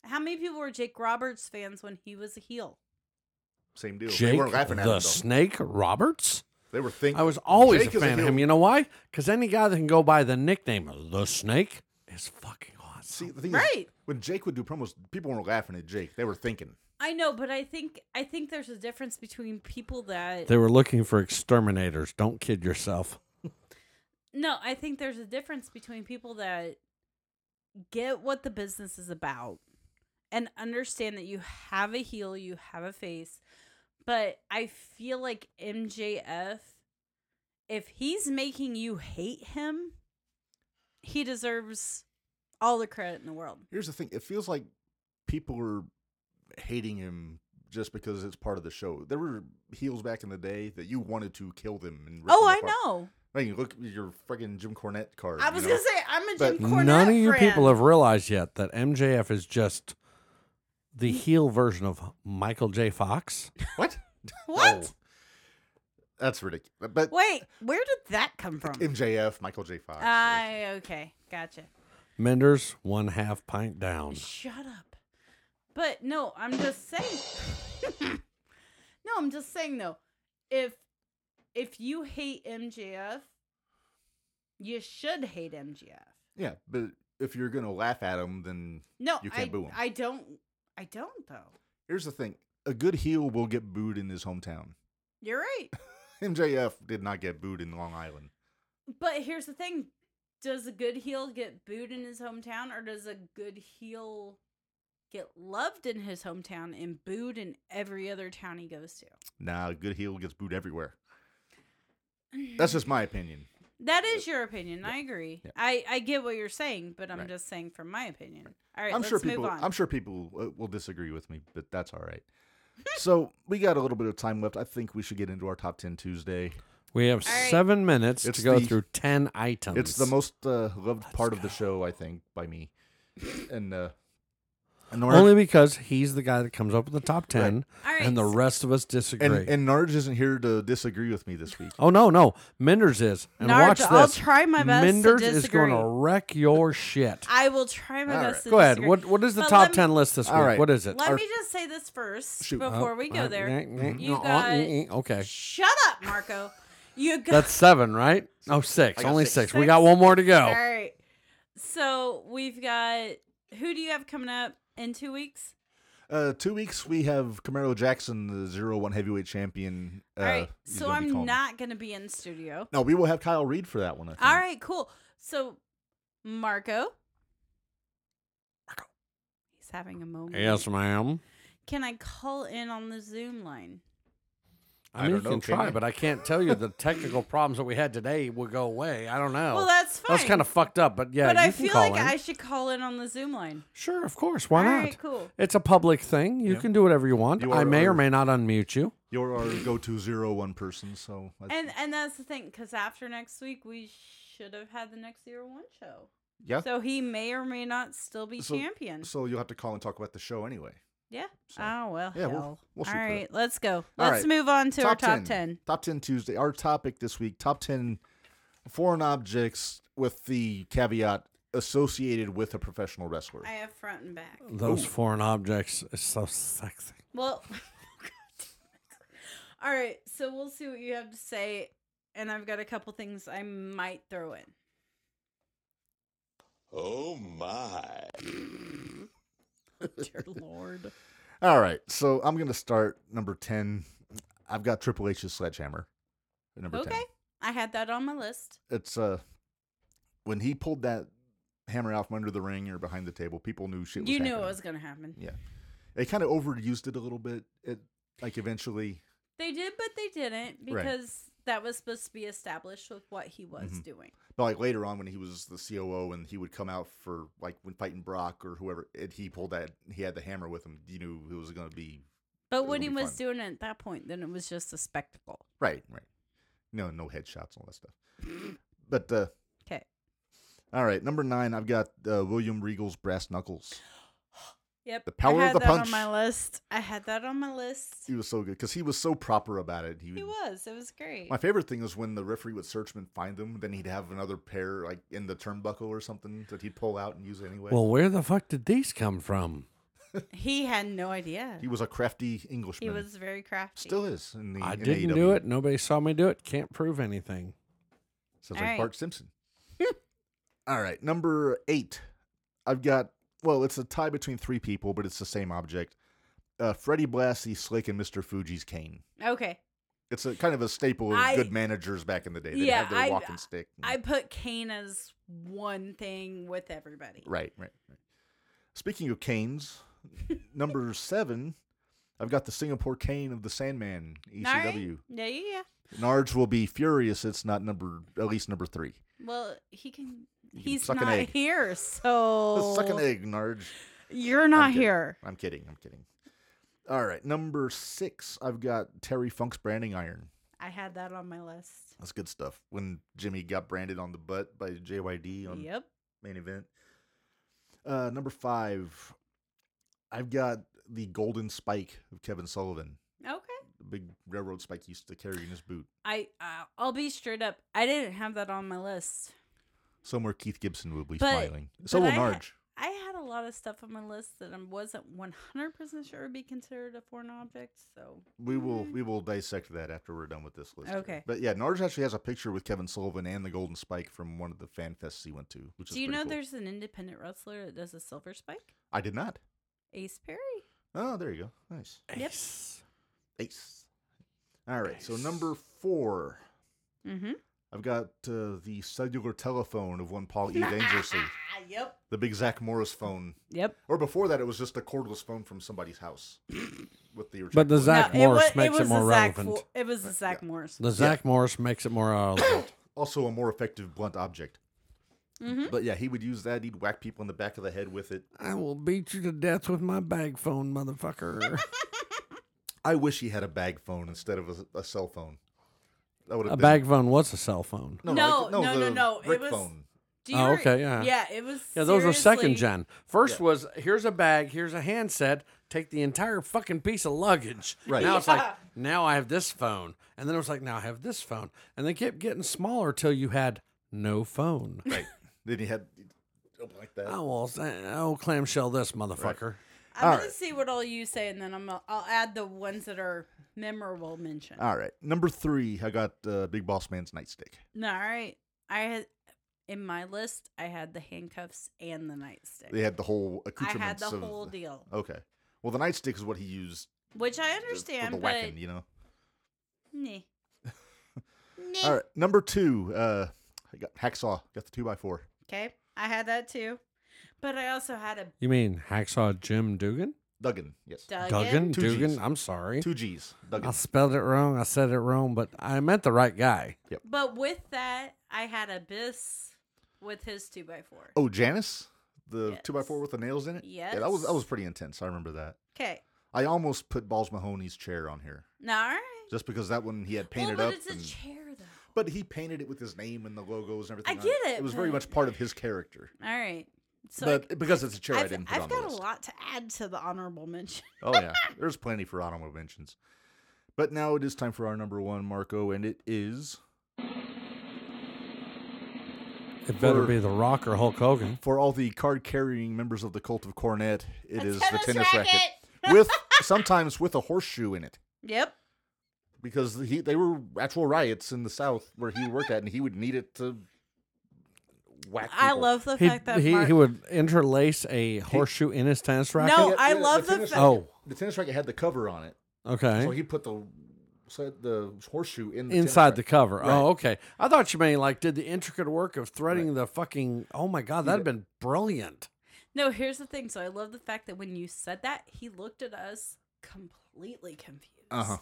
How many people were Jake Roberts fans when he was a heel?
Same deal.
Jake
they weren't laughing at
the
him. Though.
Snake Roberts.
They were thinking.
I was always
Jake
a
is
fan of
heel.
him. You know why? Because any guy that can go by the nickname of the Snake is fucking awesome.
See, the thing is,
Right.
when Jake would do promos, people weren't laughing at Jake. They were thinking.
I know, but I think I think there's a difference between people that
They were looking for exterminators. Don't kid yourself.
No, I think there's a difference between people that get what the business is about and understand that you have a heel, you have a face. But I feel like MJF, if he's making you hate him, he deserves all the credit in the world.
Here's the thing. It feels like people are hating him just because it's part of the show. There were heels back in the day that you wanted to kill them. And rip
oh,
them
I
apart.
know.
I mean, look at your freaking Jim Cornette card.
I was
you know?
gonna say I'm a
But
Jim Cornette.
None of you
friend.
people have realized yet that MJF is just the heel version of Michael J. Fox.
What? [laughs]
What?
Oh. That's ridiculous. But
Wait, where did that come from?
MJF, Michael J. Fox.
I okay, gotcha.
Menders, one half pint down.
Shut up. But no, I'm just saying. [laughs] no, I'm just saying though. If if you hate MJF, you should hate MJF.
yeah, but if you're gonna laugh at him, then
No,
You can't
I,
boo him.
I don't. I don't though.
here's the thing: a good heel will get booed in his hometown. [laughs]
You're right.
MJF did not get booed in Long Island.
But here's the thing: Does a good heel get booed in his hometown, or does a good heel get loved in his hometown and booed in every other town he goes to?
Nah, a good heel gets booed everywhere. That's just my opinion.
That is your opinion. I agree.
Yeah.
I, I get what you're saying, but I'm
Right.
just saying from my opinion. All right,
I'm
let's
sure people.
move on.
I'm sure people uh, will disagree with me, but that's all right. [laughs] so we got a little bit of time left. I think we should get into our top ten Tuesday.
We have
All right.
seven minutes
It's
to go
the-
through ten items.
It's the most uh, loved part of the show, I think, by me. And uh, and Narj,
only because he's the guy that comes up with the top ten,
All right.
and the rest of us
[laughs]
disagree.
and, and Narj isn't here to disagree with me this week.
oh no, no, Minders is. And
Narj,
watch this.
I'll try my best to
Minders is going to
disagree.
wreck your shit.
I will try my
All
best
right.
to
Go ahead.
disagree.
What what is the
But
top
let me-
ten list this week?
All right.
What is it?
Let
our-
me just say this first
Shoot.
before
Oh,
we go
uh,
there.
mm, mm,
You
mm,
got-
mm, mm, Okay.
Shut up, Marco. [laughs]
[laughs]
You got
That's seven, right? Oh, six.
got
Only
six.
six. We got one more to go.
All right. So we've got who do you have coming up in two weeks?
Uh, two weeks we have Camaro Jackson, the zero one heavyweight champion. Uh,
All right.
he's
So
gonna be
I'm
calling.
not going to be in studio.
No, we will have Kyle Reed for that one. I think.
All right, cool. So Marco. He's having a moment.
Yes, ma'am.
Can I call in on the Zoom line?
I
I mean,
don't
you
know,
can
can
try,
you?
but I can't tell you the technical problems that we had today will go away. I don't know.
Well, that's fine.
kind of fucked up, but yeah,
But
you
I
can
feel
call
like
in.
I should call in on the Zoom line.
Sure, of course. Why
All
not?
right, cool.
It's a public thing. You
Yeah.
can do whatever you want.
You
I
are-
may or
are-
may not unmute you.
You're our go-to zero one person, so I-
And uh, and that's the thing, because after next week we should have had the next zero one show.
yeah.
So he may or may not still be
So-
champion.
So you'll have to call and talk about the show anyway.
yeah.
so-
oh well.
Yeah, we'll-
hell.
we'll shoot
All
for that.
right, let's go. Let's
right.
move on to our top ten.
Top 10 Tuesday. Our topic this week top 10 foreign objects with the caveat associated with a professional wrestler.
I have front and back.
Those foreign objects is so sexy.
Well. [laughs] All right, so we'll see what you have to say, and I've got a couple things I might throw in.
[laughs]
Oh my.
Dear Lord.
All right. So I'm going to start number 10. I've got Triple H's sledgehammer. at Number
Okay,
10.
I had that on my list.
It's uh, when he pulled that hammer out from under the ring or behind the table, people knew shit was
you knew it
happening.
was going to happen.
They kind of overused it a little bit. It like eventually
They did, but they didn't
Right.
because that was supposed to be established with what he was
Mhm.
doing.
But like later on, when he was the COO and he would come out for like when fighting Brock or whoever, and he pulled that he had the hammer with him. You knew it was going to be
But
It
when
will
he
be
was
fun.
doing it at that point, then it was just a spectacle.
right, right. No, no headshots, all that stuff. But uh,
'Kay.
All right, number nine, I've got uh, William Regal's brass knuckles.
Yep.
The power of
I had
the
that
punch.
on my list. I had that on my list.
He was so good because he was so proper about it. He,
He
would-
was. It was great.
Mm-hmm. My favorite thing was when the referee would search him and find them. Then he'd have another pair like in the turnbuckle or something that he'd pull out and use anyway.
Well, where the fuck did these come from?
he had no idea.
he was a crafty
He
Englishman.
was very crafty.
still is. In the,
I
in E
didn't do
AEW.
it. Nobody saw me do it. Can't prove anything.
Sounds
All
like
right.
Bart Simpson. All right, number eight. I've got well, it's a tie between three people, but it's the same object. Uh, Freddie Blassie, Slick, and Mr. Fuji's cane.
Okay.
It's a kind of a staple of
I-
good managers back in the day. They didn't
Yeah,
have their
I-
walking stick.
I put Kane as one thing with everybody.
right, right, right. Speaking of
[laughs]
canes, number seven, I've got the Singapore cane of the Sandman E
All right.
ECW.
Yeah, yeah, yeah.
Narge will be furious. It's not number at least number three.
Well, he can.
You can
He's
suck an
not
egg. [laughs]
here, so
Suck an egg, Narge.
you're not
kidding.
here.
I'm kidding. I'm kidding. All right, number six. I've got Terry Funk's branding iron.
I had that on my list.
That's good stuff. When Jimmy got branded on the butt by JYD on
Yep.
main event. Uh, number five. I've got the golden spike of Kevin Sullivan,
Okay.
the big railroad spike he used to carry in his boot.
I uh, I'll be straight up. I didn't have that on my list.
Somewhere Keith Gibson will be
But-
smiling. So
but
will
I ha-
Narge.
I had a lot of stuff on my list that I wasn't one hundred percent sure would be considered a foreign object. So
We will
Mm.
we will dissect that after we're done with this list. here.
Okay.
But yeah, Narge actually has a picture with Kevin Sullivan and the Golden Spike from one of the fan fests he went to, which is
do you
pretty
know
cool.
there's an independent wrestler that does a silver spike?
I did not.
Ace Perry.
Oh, there you go. Nice.
Yep.
Ace.
Ace. All right. So number four,
Mm-hmm.
I've got uh, the cellular telephone of one Paul E.
[laughs]
Dangerously,
yep.
the big Zach Morris phone.
Yep.
Or before that, it was just a cordless phone from somebody's
[laughs]
house with the.
But the
retractable-
Zach
No,
Morris
wa-
makes it,
was
more
a Zach
relevant.
Fo- it was a Zach Morris.
The Zach Morris makes it more relevant.
Also, a more effective blunt object.
Mm-hmm.
But yeah, he would use that. He'd whack people in the back of the head with it.
I will beat you to death with my bag
[laughs]
phone, motherfucker.
I wish he had a bag phone instead of a, a cell phone. That would
a bag phone was a cell phone.
No,
like-
no, no,
the
no, it
brick
was-
phone.
Do you
Oh,
re-
okay, yeah.
Yeah, it was.
Yeah, those were second
seriously-
gen. First
Yeah.
was here's a bag, here's a handset, take the entire fucking piece of luggage.
Right. [laughs]
Now it's like
Yeah.
now I have this phone, and then it was like now I have this phone, and they kept getting smaller till you had no phone. Right.
Then he had something like that.
I will say- I will clamshell this motherfucker.
I'm gonna
Alright.
see what all you say, and then I'm I'll, I'll add the ones that are memorable mention.
All right, number three, I got uh, Big Boss Man's nightstick.
No, all right. I had in my list. I had the handcuffs and the nightstick.
They had the whole
I had
accoutrements.
the
of-
whole deal,
Okay, well, the nightstick is what he used
which I
for
understand,
the
but
whacking, you know.
nah. Nah.
All right, number two, uh, I got hacksaw. Got the two by four.
Okay, I had that too, but I also had a
You mean hacksaw Jim Dugan?
Duggan, yes,
Duggan.
Duggan?
Two
Dugan?
Gs.
I'm sorry.
two G's.
I
Duggan.
spelled it wrong. I said it wrong, but I meant the right guy.
But with that, I had Abyss with his two by four.
Oh, Janice, the two by
Yes.
four with the nails in it. yeah, that was that
Yes.
was pretty intense. I remember that.
Okay,
I almost put Balls Mahoney's chair on here
now all right.
just because that one he had
Well,
painted
but
up.
it's a
and-
chair though.
But he painted it with his name and the logos and everything.
I
on
get it,
It was very
but-
much part of his character.
All right. So I-
but because it's a chair, I
I've,
didn't put
I've
on
got
the
a
list.
lot to add to the honorable mention. [laughs]
Oh yeah, there's plenty for honorable mentions. But now it is time for our number one, Marco, and it is
It better
Or-
be The Rock or Hulk Hogan.
for all the card-carrying members of the cult of Cornet. It is the tennis racket,
[laughs]
with sometimes with a horseshoe in it,
Yep.
because he they were actual riots in the South where he worked at, and he would need it to whack.
I
people.
love the
He,
fact that
he,
Mark,
he would interlace a horseshoe in his tennis racket.
No,
Yeah,
Oh, I
yeah,
love the
tennis
fact.
Oh,
the tennis racket had the cover on it,
okay.
so he put the so the horseshoe in the tennis
Inside the
racket.
cover.
Right.
Oh, okay. I thought you meant like did the intricate work of threading the fucking. Oh my god, that'd have been brilliant.
No, here's the thing. So I love the fact that when you said that, he looked at us completely confused.
Uh-huh.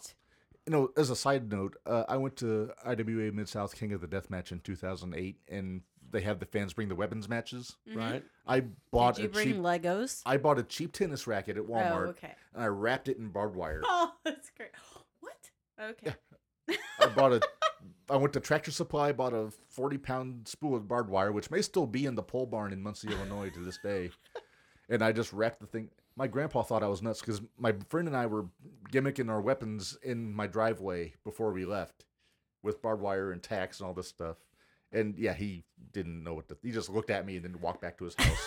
you know, as a side note, uh, I went to IWA Mid South King of the Death match in 2008, and they have the fans bring the weapons matches.
Right.
I bought
Mm-hmm. Did you
a
bring
cheap.
Legos?
I bought a cheap tennis racket at Walmart,
Oh, okay. [laughs]
and I wrapped it in barbed wire.
Oh, that's great. What?
[laughs]
Okay. [laughs]
I bought a. I went to Tractor Supply, bought a 40 pound spool of barbed wire, which may still be in the pole barn in Muncie, Illinois to this day. And I just wrapped the thing. My grandpa thought I was nuts because my friend and I were gimmicking our weapons in my driveway before we left with barbed wire and tacks and all this stuff. And yeah, he didn't know what to. He just looked at me and then walked back to his
[laughs]
house.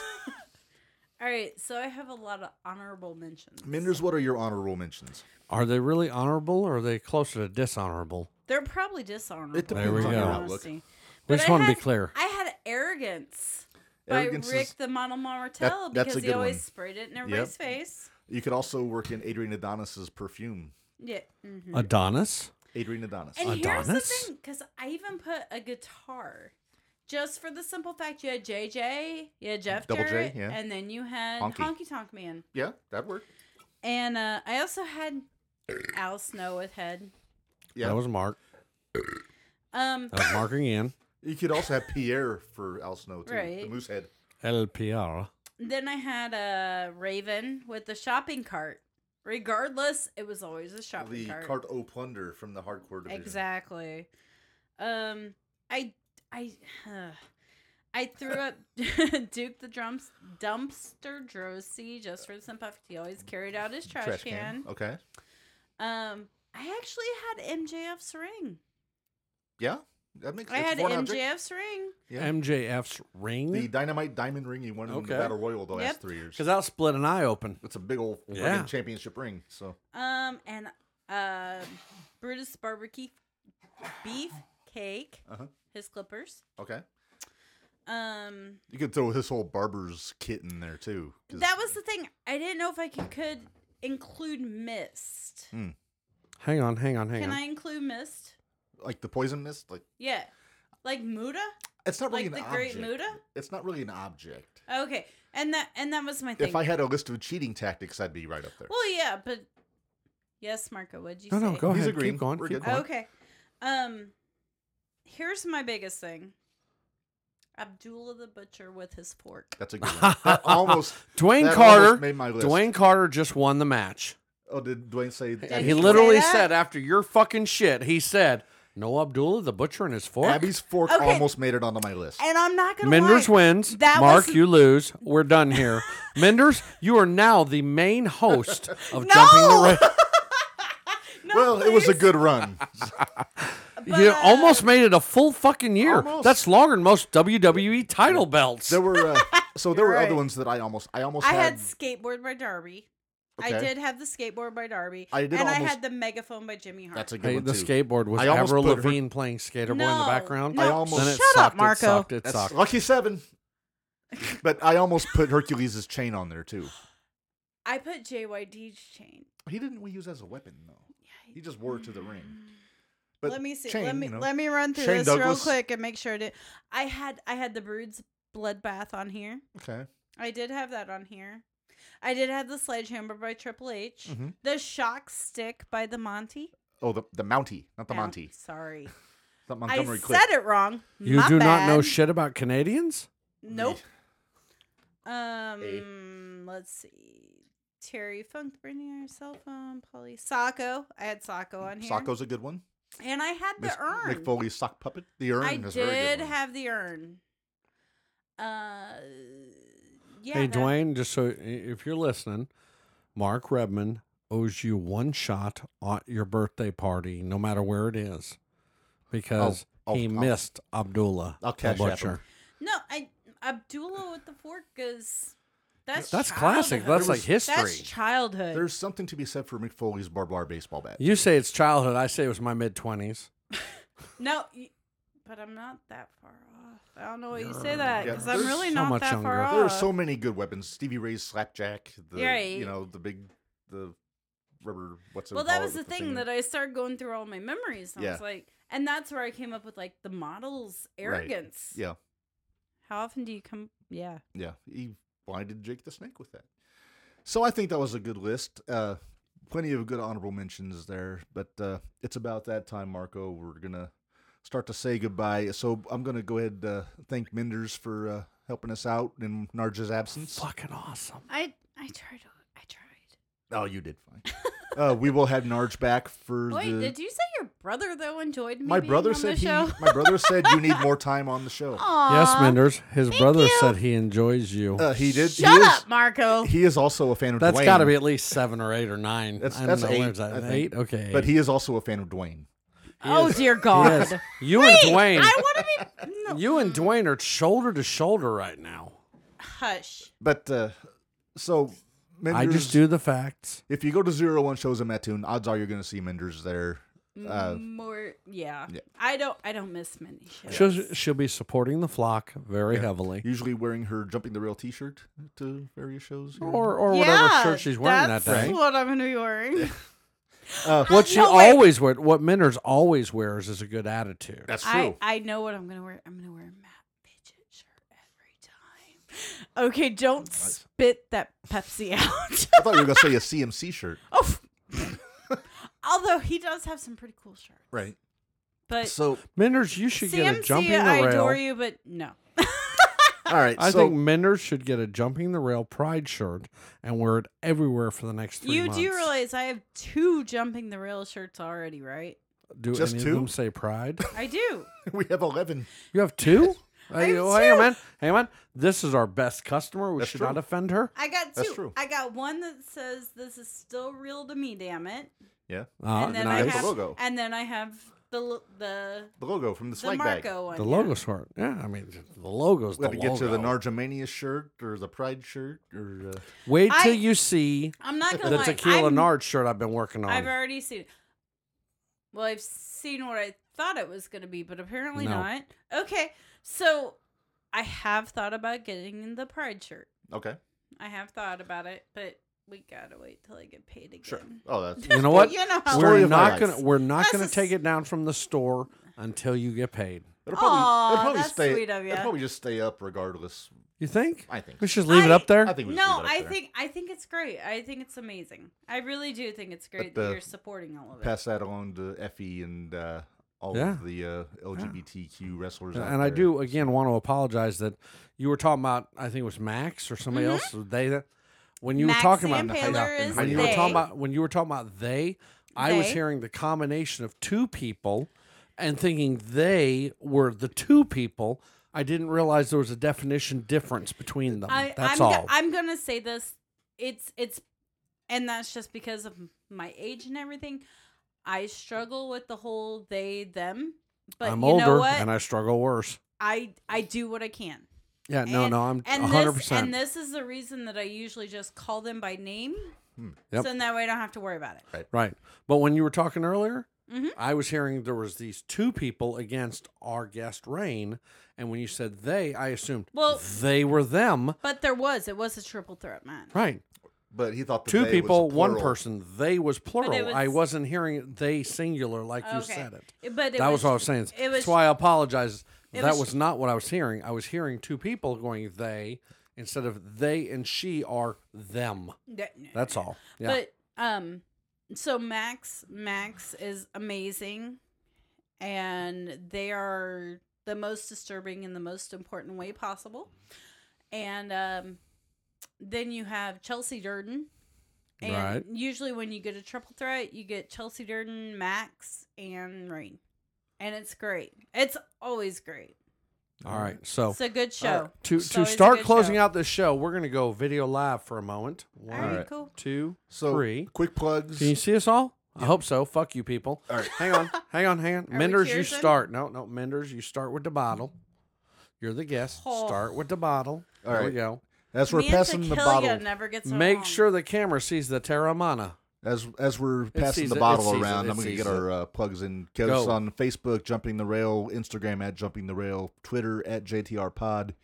All right. So I have a lot of honorable mentions.
Menders, what are your honorable mentions?
Are they really honorable or are they closer to dishonorable?
They're probably dishonorable.
It
depends There we on your go.
outlook.
Honesty.
We
But
just
I
want to be
had-
clear.
I had arrogance.
Arrogance
by Rick
is-
the Model Martello
that's
because
a
he
good
always
one.
sprayed it in everybody's face.
You could also work in Adrian Adonis's perfume.
Yeah. mhm.
Adonis.
Adrian Adonis.
And here's the
Adonis?
thing, because I even put a guitar, just for the simple fact you had JJ, you had Jeff
Double J,
Jarrett,
yeah.
and then you had
Honky.
Honky Tonk Man,
yeah, that worked.
and uh, I also had Al Snow with head.
Yeah,
That was Mark.
Um,
That was
[laughs]
Mark again.
You could also have Pierre for Al Snow too, the
Right.
moose head.
LPR.
then I had a Raven with the shopping cart. Regardless, it was always a shopping
the
cart.
cart o plunder from the hardcore division.
Exactly. Um, I I I
[laughs]
threw up [laughs] Duke the drums dumpster drosy just for the simple fact he always carried out his trash, can.
Okay. Oh.
Um, I actually had MJF's ring.
Yeah, that makes.
I
it's
had
one object.
MJF's ring.
Yeah.
MJF's
The
ring.
dynamite diamond ring he won in
Okay.
the battle royal the last
Yep.
three years.
Because that split an eye open.
It's a big old friggin'
Yeah.
championship ring. So
Um, and uh, Brutus barbecue beef cake.
Uh-huh.
His clippers.
okay,
Um,
you could throw his whole barber's kit in there too. 'cause-
that was the thing. I didn't know if I could, could include mist.
Hang on, hang on, hang
Can
on.
I include mist?
like the poison mist. Like
Yeah. Like Muda?
it's not really
Like
an
the Great
object.
Muda?
It's not really an object.
Okay. And that and that was my thing.
If I had a list of cheating tactics, I'd be right up there.
well, yeah, but yes, Marco, what'd you
No,
say?
no, go
He's
ahead.
agreeing.
Keep going.
We're
Keep
good.
going.
Okay. Um Here's my biggest thing. Abdullah the Butcher with his fork.
That's a
[laughs]
good one. That almost
Oh.
Dwayne
that
Carter.
almost made my list.
Dwayne Carter just won the match.
Oh, did Dwayne say
he
Abby's,
say
literally
that?
said after your fucking shit, he said, "No Abdullah the Butcher and his fork."
Abby's fork
Okay.
almost made it onto my list.
And I'm not gonna
Menders
lie.
wins.
That
Mark,
was-
you lose. We're done here. [laughs] Menders, you are now the main host of
No!
Jumping the Rail.
[laughs] No,
well, it was a
please.
good run.
But,
you
uh,
almost made it a full fucking year.
Almost.
That's longer than most WWE title
[laughs]
belts.
There were uh, so there
You're
were
right.
other ones that I almost I almost
I
had,
had skateboard by Darby. I
Okay.
did have the skateboard by Darby.
I did
and I
almost-
had the megaphone by Jimmy Hart.
That's a good
Hey,
one
the
too.
skateboard was
I almost
Avril
put her-
Lavigne playing Skater Boy in the
No,
background.
no,
I almost-
Then it
shut
sucked,
up, Marco.
It sucked. It
That's
sucked.
lucky seven. but I almost put Hercules' chain on there too.
I put JYD's chain.
He didn't use as a weapon though. He just wore it to the ring. But
Mm. let me see.
chain,
let me
you know.
let me run through
Shane
this real
Douglas.
quick and make sure to. I had I had the Brood's bloodbath on here.
Okay.
I did have that on here. I did have the sledgehammer by Triple H.
Mhm.
The shock stick by the Monty.
Oh, the the Mountie, not the
No,
Monty,
Sorry,
not
I
Montgomery Cliff.
said it wrong.
You
My
do not know
bad.
shit about Canadians?
[laughs]
Nope. Um, let's see. Terry Funk, bringing your cell phone, Polly Sacco. I had Sacco on here.
Sacco's a good one.
And I had the
Miss-
urn.
Mick Foley's sock puppet. The urn
I
is a very good.
did
one.
have the urn. Uh, yeah.
hey,
that-
Dwayne, just so i- if you're listening, Mark Redman owes you one shot at your birthday party, no matter where it is, because
I'll-
he
I'll-
missed Abdullah.
I'll
the
cash app him.
Butcher.
No, I Abdullah with the fork is that's
That's classic.
childhood.
That's like
That's
history.
childhood.
There's something to be said for Mick Foley's barbed wire baseball bat.
You say it's childhood. I say it was my mid 20s.
no, y- but I'm not that far off. I don't know why you say that
Yeah,
because I'm
there's
really
so
not
much
that
younger.
far off.
There are so many good weapons. Stevie Ray's slapjack. The,
Uh, Right.
You know the big, the rubber. What's it
well, that
called
was the
with
thing
in
that
it?
I started going through all my memories. And I was
Yeah.
like, and that's where I came up with like the models arrogance.
Yeah,
How often do you come? Yeah.
yeah. He blinded Jake the Snake with that. So I think that was a good list. Uh, plenty of good honorable mentions there. But uh, it's about that time, Marco. We're gonna start to say goodbye. So I'm gonna go ahead and uh, thank Menders for uh, helping us out in Narja's absence.
Fucking awesome.
I I tried. I tried.
Oh, you did fine. uh, we will have Narj back for
Wait,
the.
did you say your brother though enjoyed me?
my
being
brother
on
said
the
he. [laughs]
show? Oh,
My
[laughs]
brother said you need more time on the show.
Yes,
Aw.
Menders. His brother
you.
said he enjoys you.
Uh, he did.
Shut
he is,
up, Marco.
He is also a fan of
That's
Dwayne.
got to be at least seven or eight or nine.
That's-
I don't
that's
know.
eight,
where's that?
I think.
eight? Okay.
But
eight.
he is also a fan of Dwayne.
[laughs] oh
is- [laughs]
dear
Yes.
God.
You
Wait,
and Dwayne.
I want to be.
[laughs]
No.
You and Dwayne are shoulder to shoulder right now.
Hush.
But uh, so Menders,
I just do the facts.
If you go to Zero One shows in Mattoon, odds are you're going to see Menders there. Uh,
More. Yeah.
yeah.
I don't. I don't miss many shows.
She'll, she'll be supporting the flock very heavily.
usually wearing her jumping the rail T-shirt to various shows. here.
Or, or
yeah,
whatever shirt she's wearing that
that's
day.
what I'm gonna be wearing.
uh,
What she
No, wait.
always wears, what Menders always wears is a good attitude.
that's
I,
true.
I know what I'm gonna wear. I'm gonna wear a Matt Fidget shirt every time. Okay, don't spit that Pepsi [laughs] out.
I thought you were going to say a CMC shirt.
oh. [laughs] Although he does have some pretty cool shirts,
Right.
but
So
Menders, you should get a
CMC,
jumping the
I
rail.
adore you, but no.
all right.
I
so,
think Menders should get a jumping the rail pride shirt and wear it everywhere for the next three
you
months.
do realize I have two jumping the rail shirts already, right?
do
Just
any
two?
of them say pride?
I do.
[laughs] we have eleven.
You have
[laughs]
two?
I
hey,
have
oh, hey,
two.
man. Hey, man. This is our best customer. We
That's
should
true.
not offend her.
I got two.
That's true.
I got one that says this is still real to me, damn it.
Yeah.
Ah,
and then
nice.
I have
The logo.
and then I have the l- the
The logo from the
the
swag
Marco
bag.
one.
The
yeah.
logo sort. Yeah, I mean, the logo's
We have
the
to get to the
logo.
Narjamania shirt or the Pride shirt or uh,
Wait till
I-
you see
I'm not gonna
the
lie.
tequila
I'm-
nard shirt I've been working on.
I've already seen. it. Well, I've seen what I thought it was gonna be, but apparently
No.
not. Okay, so I have thought about getting the pride shirt.
okay.
I have thought about it, but we gotta wait till I get paid again.
Oh,
[laughs]
that's
you know what?
You know how
Story
we're
of my
not
life.
gonna we're not
That's
gonna
a
take
s-
it down from the store until you get paid.
it'll probably, it'll
Aw,
probably
that's
stay.
sweet of ya.
It'll probably just stay up regardless.
You think?
I think.
We should just leave it up there.
I think. We just
No,
leave it up
I
there.
think I think it's great. I think it's amazing. I really do think it's great
But
that
the
you're supporting all of it.
pass that on to Effie and uh, all
Yeah.
of the uh, LGBTQ wrestlers. out
And I
there.
do again want to apologize that you were talking about. I think it was Max or somebody else. or They that when you
Mm-hmm. Max
were talking
and
about
Taylor
Yeah,
is
when you
they.
were talking about when you were talking about they, I was
They.
hearing the combination of two people, and thinking they were the two people. I didn't realize there was a definition difference between them.
I,
That's
I'm, go-
all.
I'm gonna say this. It's it's, and that's just because of my age and everything. I struggle with the whole they them, but
I'm
you
older
know what?
and I struggle worse.
I I do what I can.
Yeah, no,
And-
no, I'm
And
100.
this and
percent
this is the reason that I usually just call them by name,
Hmm. Yep.
so then that way I don't have to worry about it.
Right, but when you were talking earlier,
Mhm.
I was hearing there was these two people against our guest Rain, and when you said they, I assumed
Well-
they were them.
But there was it was a triple threat match.
Right,
But he thought the
two
they
people,
was a
one
plural.
person. They was plural.
was-
I wasn't hearing they singular like you
Okay.
said it.
But it
that was,
was
what I was saying.
it was-
That's why I apologize.
it
That was,
was-
not what I was hearing. I was hearing two people going they instead of they and she are them. That's all. Yeah.
But um, so Max Max is amazing, and they are the most disturbing in the most important way possible. And um, then you have Chelsea Durden. And
Right.
usually when you get a triple threat, you get Chelsea Durden, Max, and Rain. And it's great. It's always great.
all right. So,
It's a good show.
Oh. all right, to
It's
to
always a
start
good
closing
show.
out this show, we're gonna go video live for a moment. One,
All right, cool.
two,
So
three.
quick plugs.
Can you see us all? I hope so. Fuck you, people.
All right.
Hang on, hang on, hang on.
we
Menders, you
cheersing?
start. No, no, Menders, you start with the bottle. You're the guest.
Oh.
Start with the bottle.
All
there we
right.
go.
As we're
Me and
passing the
Tequila
bottle,
never gets
Make
along.
sure the camera sees the Terramana.
as as we're passing
sees
the
it, it
bottle
sees it,
around,
it
I'm going to
sees
get our uh, plugs in. Get
Go.
us on Facebook, jumping the rail, Instagram at jumping the rail, Twitter at JTR Pod,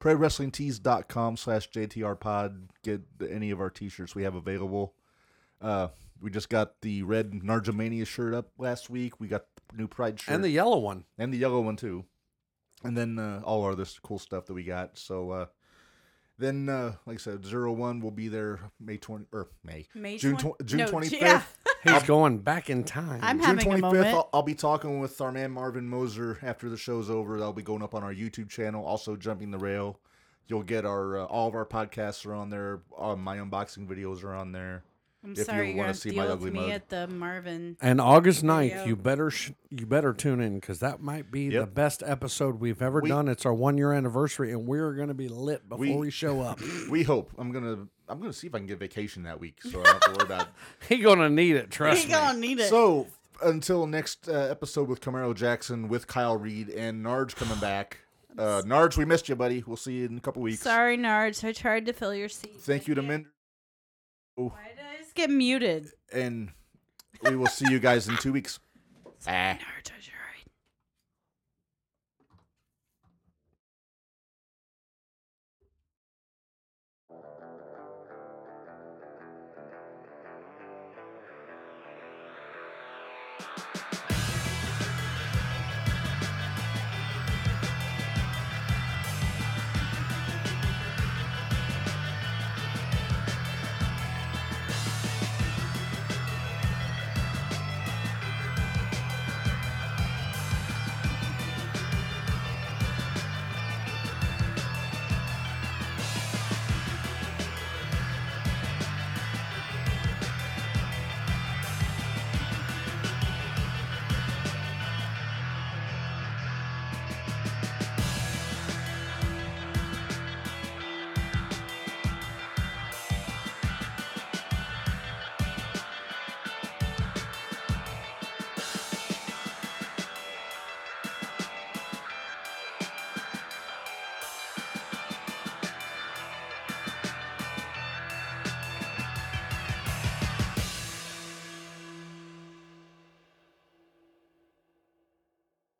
ProWrestlingTees.com slash JTR Pod. Get any of our T-shirts we have available. Uh, we just got the red Nargemania shirt up last week. We got the new Pride shirt
And the yellow one.
and the yellow one too. And then uh, all our this cool stuff that we got. So uh, then, uh, like I said, zero one will be there May twenty or May,
May
June
twen-
tw- June
no,
twenty fifth.
yeah.
He's going back in time.
I'm
June
having a
twenty fifth.
moment.
I'll, I'll be talking with our man Marvin Moser after the show's over. That'll be going up on our YouTube channel. Also, jumping the rail. You'll get our uh, all of our podcasts are on there. Uh, my unboxing videos are on there.
I'm
if you
sorry, you
wanna
are
see
to
my
deal
ugly
with me
mug.
at
[laughs]
the Marvin.
and August
There
9th,
you
you better sh- you better tune in because that might be the
Yep.
best episode we've ever
We-
done. It's our one year anniversary, and we're going to be lit before we,
We-
show [laughs] up.
We hope. I'm gonna. I'm gonna see if I can get vacation that week, so I don't have to worry
[laughs]
about. it.
He's going to need it. Trust
[laughs]
He
me.
gonna need it.
So until next uh, episode with Camaro Jackson, with Kyle Reed and Narge coming back. Uh, Narge, we missed you, buddy. We'll see you in a couple weeks.
Sorry, Nards. I tried to fill your seat.
Thank you to Mend,
Why did I just get muted?
and we will see you guys in two weeks. Eh. Ah.
Sorry, Nards. I tried.